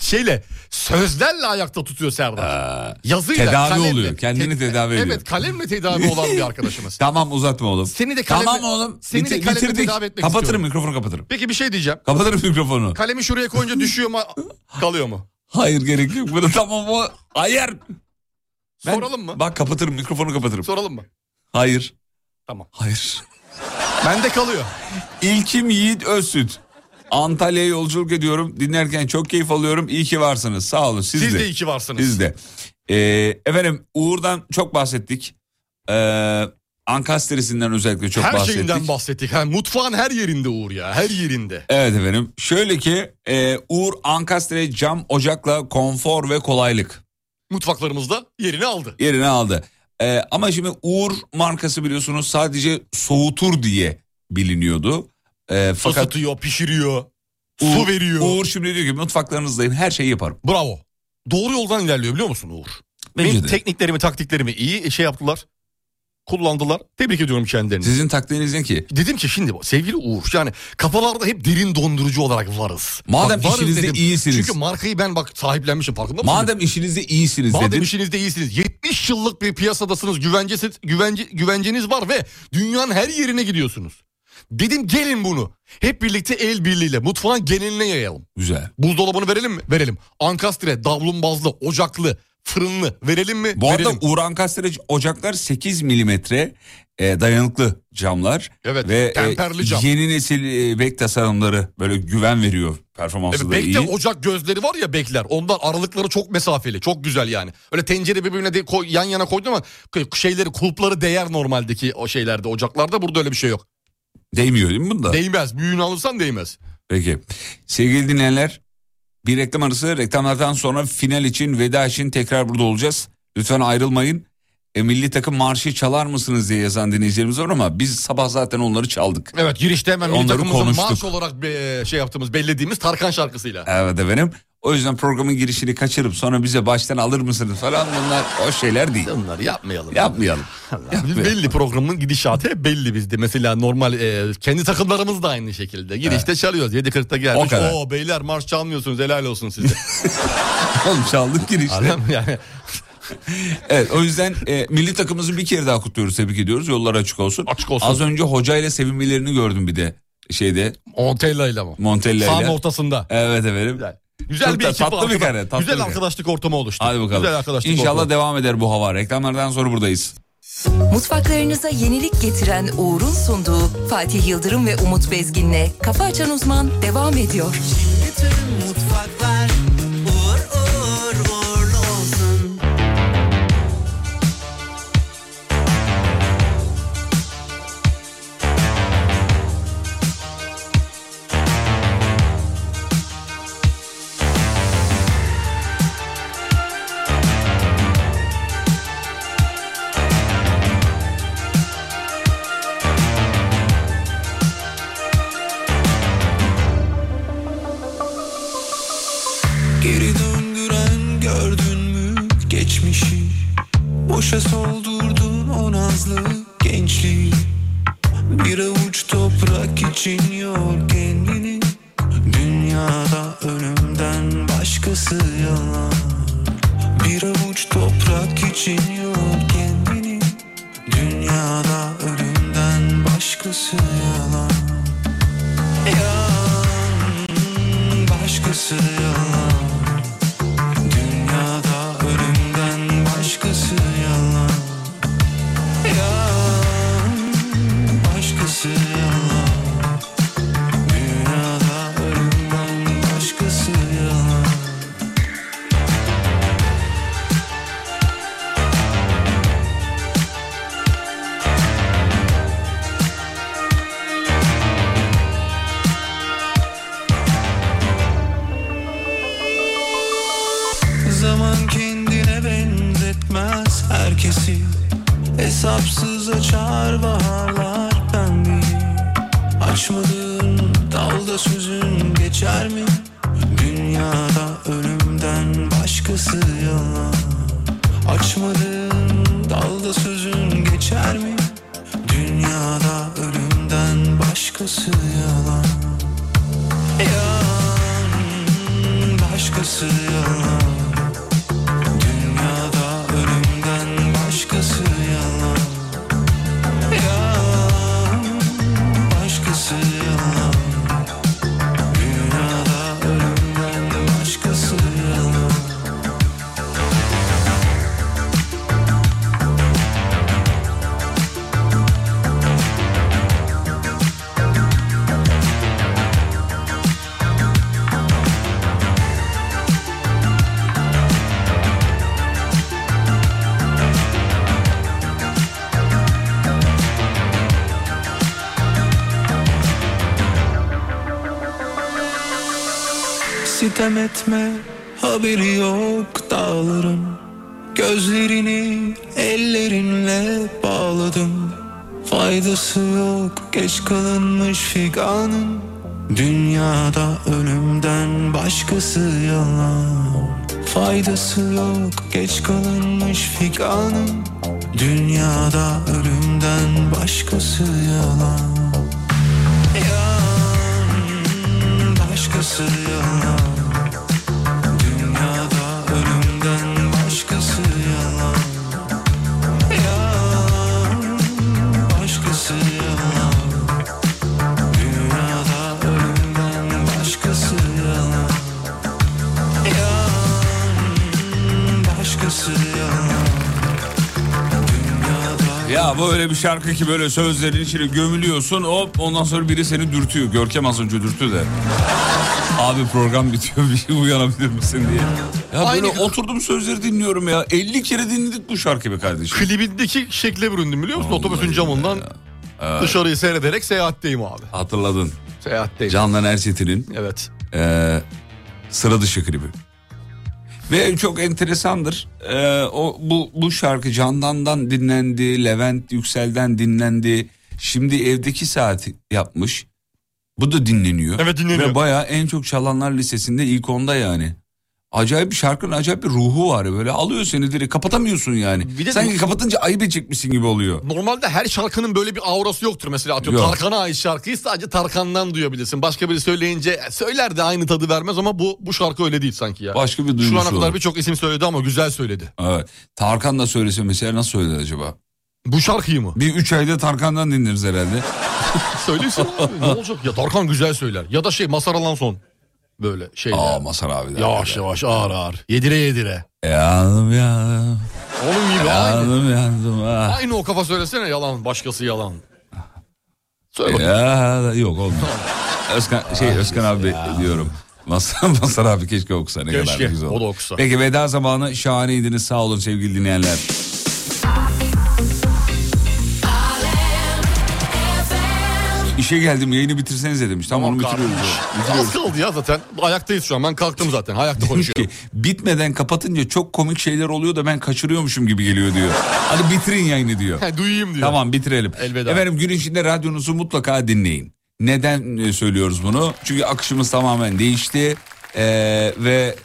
Speaker 4: şeyle sözlerle ayakta tutuyor Serdar. Yazıyla,
Speaker 3: tedavi
Speaker 4: kalemle.
Speaker 3: oluyor, kendini tedavi ediyor.
Speaker 4: Evet kalemle tedavi olan bir
Speaker 3: <laughs>
Speaker 4: arkadaşımız.
Speaker 3: Tamam uzatma oğlum.
Speaker 4: Seni de kalemle-
Speaker 3: Tamam oğlum.
Speaker 4: seni de
Speaker 3: Bitir-
Speaker 4: kalemle
Speaker 3: bitirdik.
Speaker 4: tedavi etmek
Speaker 3: Kapatırım
Speaker 4: istiyorum.
Speaker 3: mikrofonu kapatırım.
Speaker 4: Peki bir şey diyeceğim.
Speaker 3: Kapatırım mikrofonu.
Speaker 4: Kalemi şuraya koyunca düşüyor mu kalıyor mu?
Speaker 3: Hayır gerek yok. Bunu tamam o. Hayır. Ben-
Speaker 4: Soralım mı?
Speaker 3: Bak kapatırım mikrofonu kapatırım.
Speaker 4: Soralım mı?
Speaker 3: Hayır.
Speaker 4: Tamam.
Speaker 3: Hayır.
Speaker 4: Bende kalıyor.
Speaker 3: İlkim Yiğit Özsüt. Antalya'ya yolculuk ediyorum. Dinlerken çok keyif alıyorum. İyi ki varsınız. Sağ olun. Siz,
Speaker 4: Siz
Speaker 3: de.
Speaker 4: de iyi ki varsınız.
Speaker 3: Siz de. Ee, efendim Uğur'dan çok bahsettik. Ee, Ankasterisinden özellikle çok
Speaker 4: her
Speaker 3: bahsettik.
Speaker 4: şeyinden bahsettik. Ha, mutfağın her yerinde Uğur ya. Her yerinde.
Speaker 3: Evet efendim. Şöyle ki e, Uğur Ankastre cam ocakla konfor ve kolaylık
Speaker 4: Mutfaklarımızda yerini aldı.
Speaker 3: yerine aldı. E, ama şimdi Uğur markası biliyorsunuz sadece soğutur diye biliniyordu. E, fakat
Speaker 4: Isıtıyor, pişiriyor,
Speaker 3: Uğur,
Speaker 4: su veriyor.
Speaker 3: Uğur şimdi diyor ki mutfaklarınızdayım her şeyi yaparım.
Speaker 4: Bravo. Doğru yoldan ilerliyor biliyor musun Uğur?
Speaker 3: Bence
Speaker 4: Benim
Speaker 3: de.
Speaker 4: tekniklerimi, taktiklerimi iyi şey yaptılar. Kullandılar. Tebrik ediyorum kendilerini.
Speaker 3: Sizin taktiğiniz ne ki?
Speaker 4: Dedim ki şimdi bak, sevgili Uğur yani kafalarda hep derin dondurucu olarak varız.
Speaker 3: Madem
Speaker 4: Bak, varız
Speaker 3: işinizde
Speaker 4: dedim.
Speaker 3: iyisiniz.
Speaker 4: Çünkü markayı ben bak sahiplenmişim farkında mısın?
Speaker 3: Madem işinizde iyisiniz
Speaker 4: Madem
Speaker 3: dedin.
Speaker 4: işinizde iyisiniz. 70 yıllık bir piyasadasınız. Güvencesi, güvence, güvenceniz var ve dünyanın her yerine gidiyorsunuz. Dedim gelin bunu. Hep birlikte el birliğiyle mutfağın geneline yayalım.
Speaker 3: Güzel.
Speaker 4: Buzdolabını verelim mi? Verelim. Ankastre, davlumbazlı, ocaklı, fırınlı verelim mi?
Speaker 3: Bu arada
Speaker 4: verelim.
Speaker 3: Uğur Ankastre ocaklar 8 milimetre e, dayanıklı camlar.
Speaker 4: Evet,
Speaker 3: Ve e,
Speaker 4: temperli cam.
Speaker 3: yeni nesil e, bek tasarımları böyle güven veriyor. Performansı
Speaker 4: E,
Speaker 3: da iyi.
Speaker 4: bekle ocak gözleri var ya bekler. Onlar aralıkları çok mesafeli. Çok güzel yani. Öyle tencere birbirine de koy, yan yana koydun ama k- şeyleri kulpları değer normaldeki o şeylerde ocaklarda. Burada öyle bir şey yok.
Speaker 3: Değmiyor değil mi bunda?
Speaker 4: Değmez. Büyüğünü alırsan değmez.
Speaker 3: Peki. Sevgili dinleyenler bir reklam arası reklamlardan sonra final için veda için tekrar burada olacağız. Lütfen ayrılmayın. E, milli takım marşı çalar mısınız diye yazan dinleyicilerimiz var ama biz sabah zaten onları çaldık.
Speaker 4: Evet girişte hemen milli
Speaker 3: Onları
Speaker 4: takımımızın
Speaker 3: konuştuk.
Speaker 4: marş olarak be- şey yaptığımız bellediğimiz Tarkan şarkısıyla.
Speaker 3: Evet efendim. O yüzden programın girişini kaçırıp sonra bize baştan alır mısınız falan bunlar o şeyler değil.
Speaker 4: Bunları yapmayalım. <laughs>
Speaker 3: Yapmayalım.
Speaker 4: Biz belli programın gidişatı hep belli bizde. Mesela normal e, kendi takımlarımız da aynı şekilde. Girişte çalıyoruz. 7.40'da gelmiş.
Speaker 3: O kadar.
Speaker 4: Oo beyler marş çalmıyorsunuz helal
Speaker 3: <laughs>
Speaker 4: olsun size.
Speaker 3: Oğlum çaldık girişte.
Speaker 4: Anladın mı? <laughs> yani
Speaker 3: Evet o yüzden e, milli takımımızı bir kere daha kutluyoruz tebrik ediyoruz. Yollar açık olsun.
Speaker 4: Açık olsun.
Speaker 3: Az önce hocayla sevinmelerini gördüm bir de şeyde
Speaker 4: Montella ile mi?
Speaker 3: Montella ile.
Speaker 4: Sağın ortasında.
Speaker 3: Evet efendim.
Speaker 4: Güzel. Güzel
Speaker 3: Çok
Speaker 4: bir
Speaker 3: da
Speaker 4: ekip
Speaker 3: tatlı bir
Speaker 4: arkadaş-
Speaker 3: kare, tatlı
Speaker 4: Güzel
Speaker 3: bir kare.
Speaker 4: arkadaşlık ortamı oluştu.
Speaker 3: Hadi bakalım.
Speaker 4: Güzel arkadaşlık
Speaker 3: İnşallah
Speaker 4: ortamı.
Speaker 3: devam eder bu hava. Reklamlardan sonra buradayız.
Speaker 1: Mutfaklarınıza yenilik getiren Uğur'un sunduğu Fatih Yıldırım ve Umut Bezgin'le Kafa Açan Uzman devam ediyor.
Speaker 6: Bütün mutfaklar uğur uğur uğurlu olsun. Geri döndüren gördün mü geçmişi Boşa soldurdun o nazlı gençliği Bir avuç toprak için yor kendini Dünyada ölümden başkası yalan Bir avuç toprak için yor kendini Dünyada ölümden başkası yalan Yalan başkası yalan Dünyada ölümden başkası yalan Yalan başkası yalan Dünyada ölümden başkası yalan
Speaker 12: tatil Hesapsız açar baharlar pembeyi Açmadığın dalda sözün geçer mi? Dünyada ölümden başkası yalan Açmadığın dalda sözün geçer mi? Dünyada ölümden başkası yalan Yalan başkası yalan Dünyada ölümden başkası yalan Yalan başkası yalan Dünyada ölümden başkası yalan Sitem etme haberi yok dağlarım Gözlerini ellerinle bağladım Faydası yok geç kalınmış figanın Dünyada ölümden başkası yalan Faydası yok geç kalınmış figanın Dünyada ölümden başkası yalan Yalan başkası yalan Dünyada ölümden başkası yalan Yalan başkası yalan Dünyada ölümden başkası yalan Yalan başkası yalan
Speaker 3: Ya bu öyle bir şarkı ki böyle sözlerin içine gömülüyorsun hop ondan sonra biri seni dürtüyor. Görkem az önce dürttü de. Abi program bitiyor bir şey uyanabilir misin diye. Ya böyle oturdum sözleri dinliyorum ya. 50 kere dinledik bu şarkıyı be kardeşim.
Speaker 4: Klibindeki şekle büründüm biliyor musun? Otobüsün camından
Speaker 3: Evet.
Speaker 4: dışarıyı seyrederek seyahatteyim abi.
Speaker 3: Hatırladın.
Speaker 4: Seyahatteyim.
Speaker 3: Candan Erçetin'in
Speaker 4: Evet.
Speaker 3: eee, Ee, sıra dışı klibi. Ve çok enteresandır. Eee, o bu bu şarkı Candan'dan dinlendi, Levent Yüksel'den dinlendi. Şimdi evdeki saati yapmış. Bu da dinleniyor.
Speaker 4: Evet, dinleniyor.
Speaker 3: Ve bayağı en çok çalanlar listesinde ilk onda yani. Acayip bir şarkının acayip bir ruhu var böyle alıyor seni direkt kapatamıyorsun yani.
Speaker 4: Bir de-
Speaker 3: Sanki kapatınca ayıp edecekmişsin gibi oluyor.
Speaker 4: Normalde her şarkının böyle bir aurası yoktur mesela atıyorum.
Speaker 3: Yok.
Speaker 4: Tarkan'a ait şarkıyı sadece Tarkan'dan duyabilirsin. Başka biri söyleyince e, söyler de aynı tadı vermez ama bu bu şarkı öyle değil sanki ya.
Speaker 3: Başka bir duygusu
Speaker 4: Şu ana kadar
Speaker 3: olur.
Speaker 4: birçok isim söyledi ama güzel söyledi.
Speaker 3: Evet. Tarkan da söylese mesela nasıl söyler acaba?
Speaker 4: Bu şarkıyı
Speaker 3: <laughs>
Speaker 4: mı?
Speaker 3: Bir 3 ayda Tarkan'dan dinleriz herhalde.
Speaker 4: Söylesin abi, ne olacak? Ya Tarkan güzel söyler. Ya da şey Masar Alanson. Böyle şey.
Speaker 3: Aa Masar abi de.
Speaker 4: Yavaş yavaş ağır ağır. Yedire yedire.
Speaker 3: Yandım yandım.
Speaker 4: Onun gibi aynı.
Speaker 3: Yandım yandım. ha.
Speaker 4: Aynı o kafa söylesene yalan başkası yalan. Söyle bakayım.
Speaker 3: Ya, yok olmuyor. Özkan, şey, Özkan abi diyorum. Masar, <laughs> Masar abi keşke okusa ne
Speaker 4: Keşke,
Speaker 3: kadar da güzel
Speaker 4: o da
Speaker 3: olur.
Speaker 4: okusa.
Speaker 3: Peki veda zamanı şahaneydiniz sağ olun sevgili dinleyenler. İşe geldim yayını bitirsenize demiş. Tamam onu bitiriyoruz.
Speaker 4: Az kaldı ya zaten. Ayaktayız şu an. Ben kalktım
Speaker 3: <laughs>
Speaker 4: zaten. Ayakta
Speaker 3: Demiş
Speaker 4: konuşuyorum.
Speaker 3: ki bitmeden kapatınca çok komik şeyler oluyor da ben kaçırıyormuşum gibi geliyor diyor. Hadi bitirin yayını diyor.
Speaker 4: He, duyayım diyor.
Speaker 3: Tamam bitirelim.
Speaker 4: Elveda.
Speaker 3: Efendim gün içinde radyonuzu mutlaka dinleyin. Neden e, söylüyoruz bunu? Çünkü akışımız tamamen değişti Ee, ve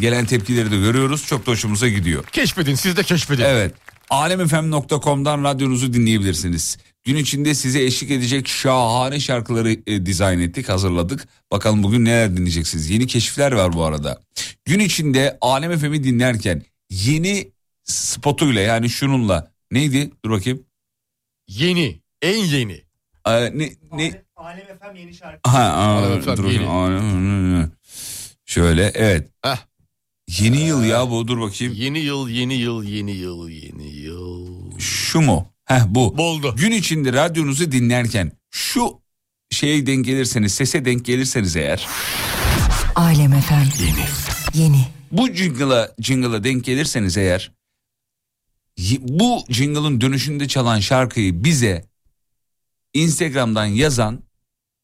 Speaker 3: gelen tepkileri de görüyoruz. Çok da hoşumuza gidiyor.
Speaker 4: Keşfedin siz de keşfedin.
Speaker 3: Evet. Alemfm.com'dan radyonuzu dinleyebilirsiniz. Gün içinde size eşlik edecek şahane şarkıları e, dizayn ettik, hazırladık. Bakalım bugün neler dinleyeceksiniz. Yeni keşifler var bu arada. Gün içinde Alem FM'i dinlerken yeni spotuyla yani şununla neydi? Dur bakayım.
Speaker 4: Yeni. En yeni.
Speaker 3: Ee, ne, ne?
Speaker 5: Alem Efem yeni şarkı.
Speaker 3: Ha, aa,
Speaker 4: Alem Efem
Speaker 3: dur,
Speaker 4: yeni.
Speaker 3: aa, Şöyle evet.
Speaker 4: Heh.
Speaker 3: Yeni yıl ya bu dur bakayım.
Speaker 4: Yeni yıl, yeni yıl, yeni yıl, yeni yıl.
Speaker 3: Şu mu? Heh bu.
Speaker 4: Boldu.
Speaker 3: Gün içinde radyonuzu dinlerken şu şeye denk gelirseniz, sese denk gelirseniz eğer
Speaker 1: Alem Efem. Yeni. Yeni.
Speaker 3: bu jingle'a jingle'a denk gelirseniz eğer y- bu jingle'ın dönüşünde çalan şarkıyı bize Instagram'dan yazan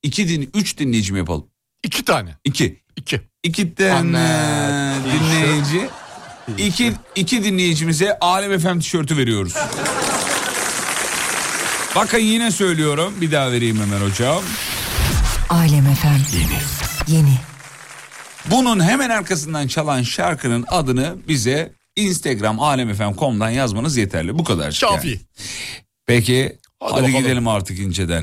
Speaker 3: iki din üç dinleyicim yapalım.
Speaker 4: İki tane.
Speaker 3: İki.
Speaker 4: İki.
Speaker 3: İki tane
Speaker 4: Ana,
Speaker 3: dinleyici İki, iki dinleyicimize Alem Efem tişörtü veriyoruz. Bakın yine söylüyorum. Bir daha vereyim hemen hocam.
Speaker 1: Alem efendim. Yeni.
Speaker 3: Bunun hemen arkasından çalan şarkının adını bize Instagram alemfm.com'dan yazmanız yeterli. Bu kadar.
Speaker 4: Kafi.
Speaker 3: Yani. Peki
Speaker 4: Hadi
Speaker 3: hadi,
Speaker 4: bakalım.
Speaker 3: gidelim artık inceden.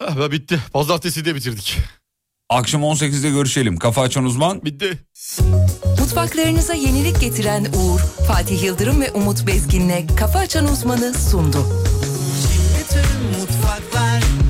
Speaker 4: Heh, Ah be bitti. Pazartesi de bitirdik.
Speaker 3: Akşam 18'de görüşelim. Kafa açan uzman.
Speaker 4: Bitti.
Speaker 1: Mutfaklarınıza yenilik getiren Uğur, Fatih Yıldırım ve Umut Bezgin'le Kafa Açan Uzman'ı sundu.
Speaker 13: Bütün mutfaklar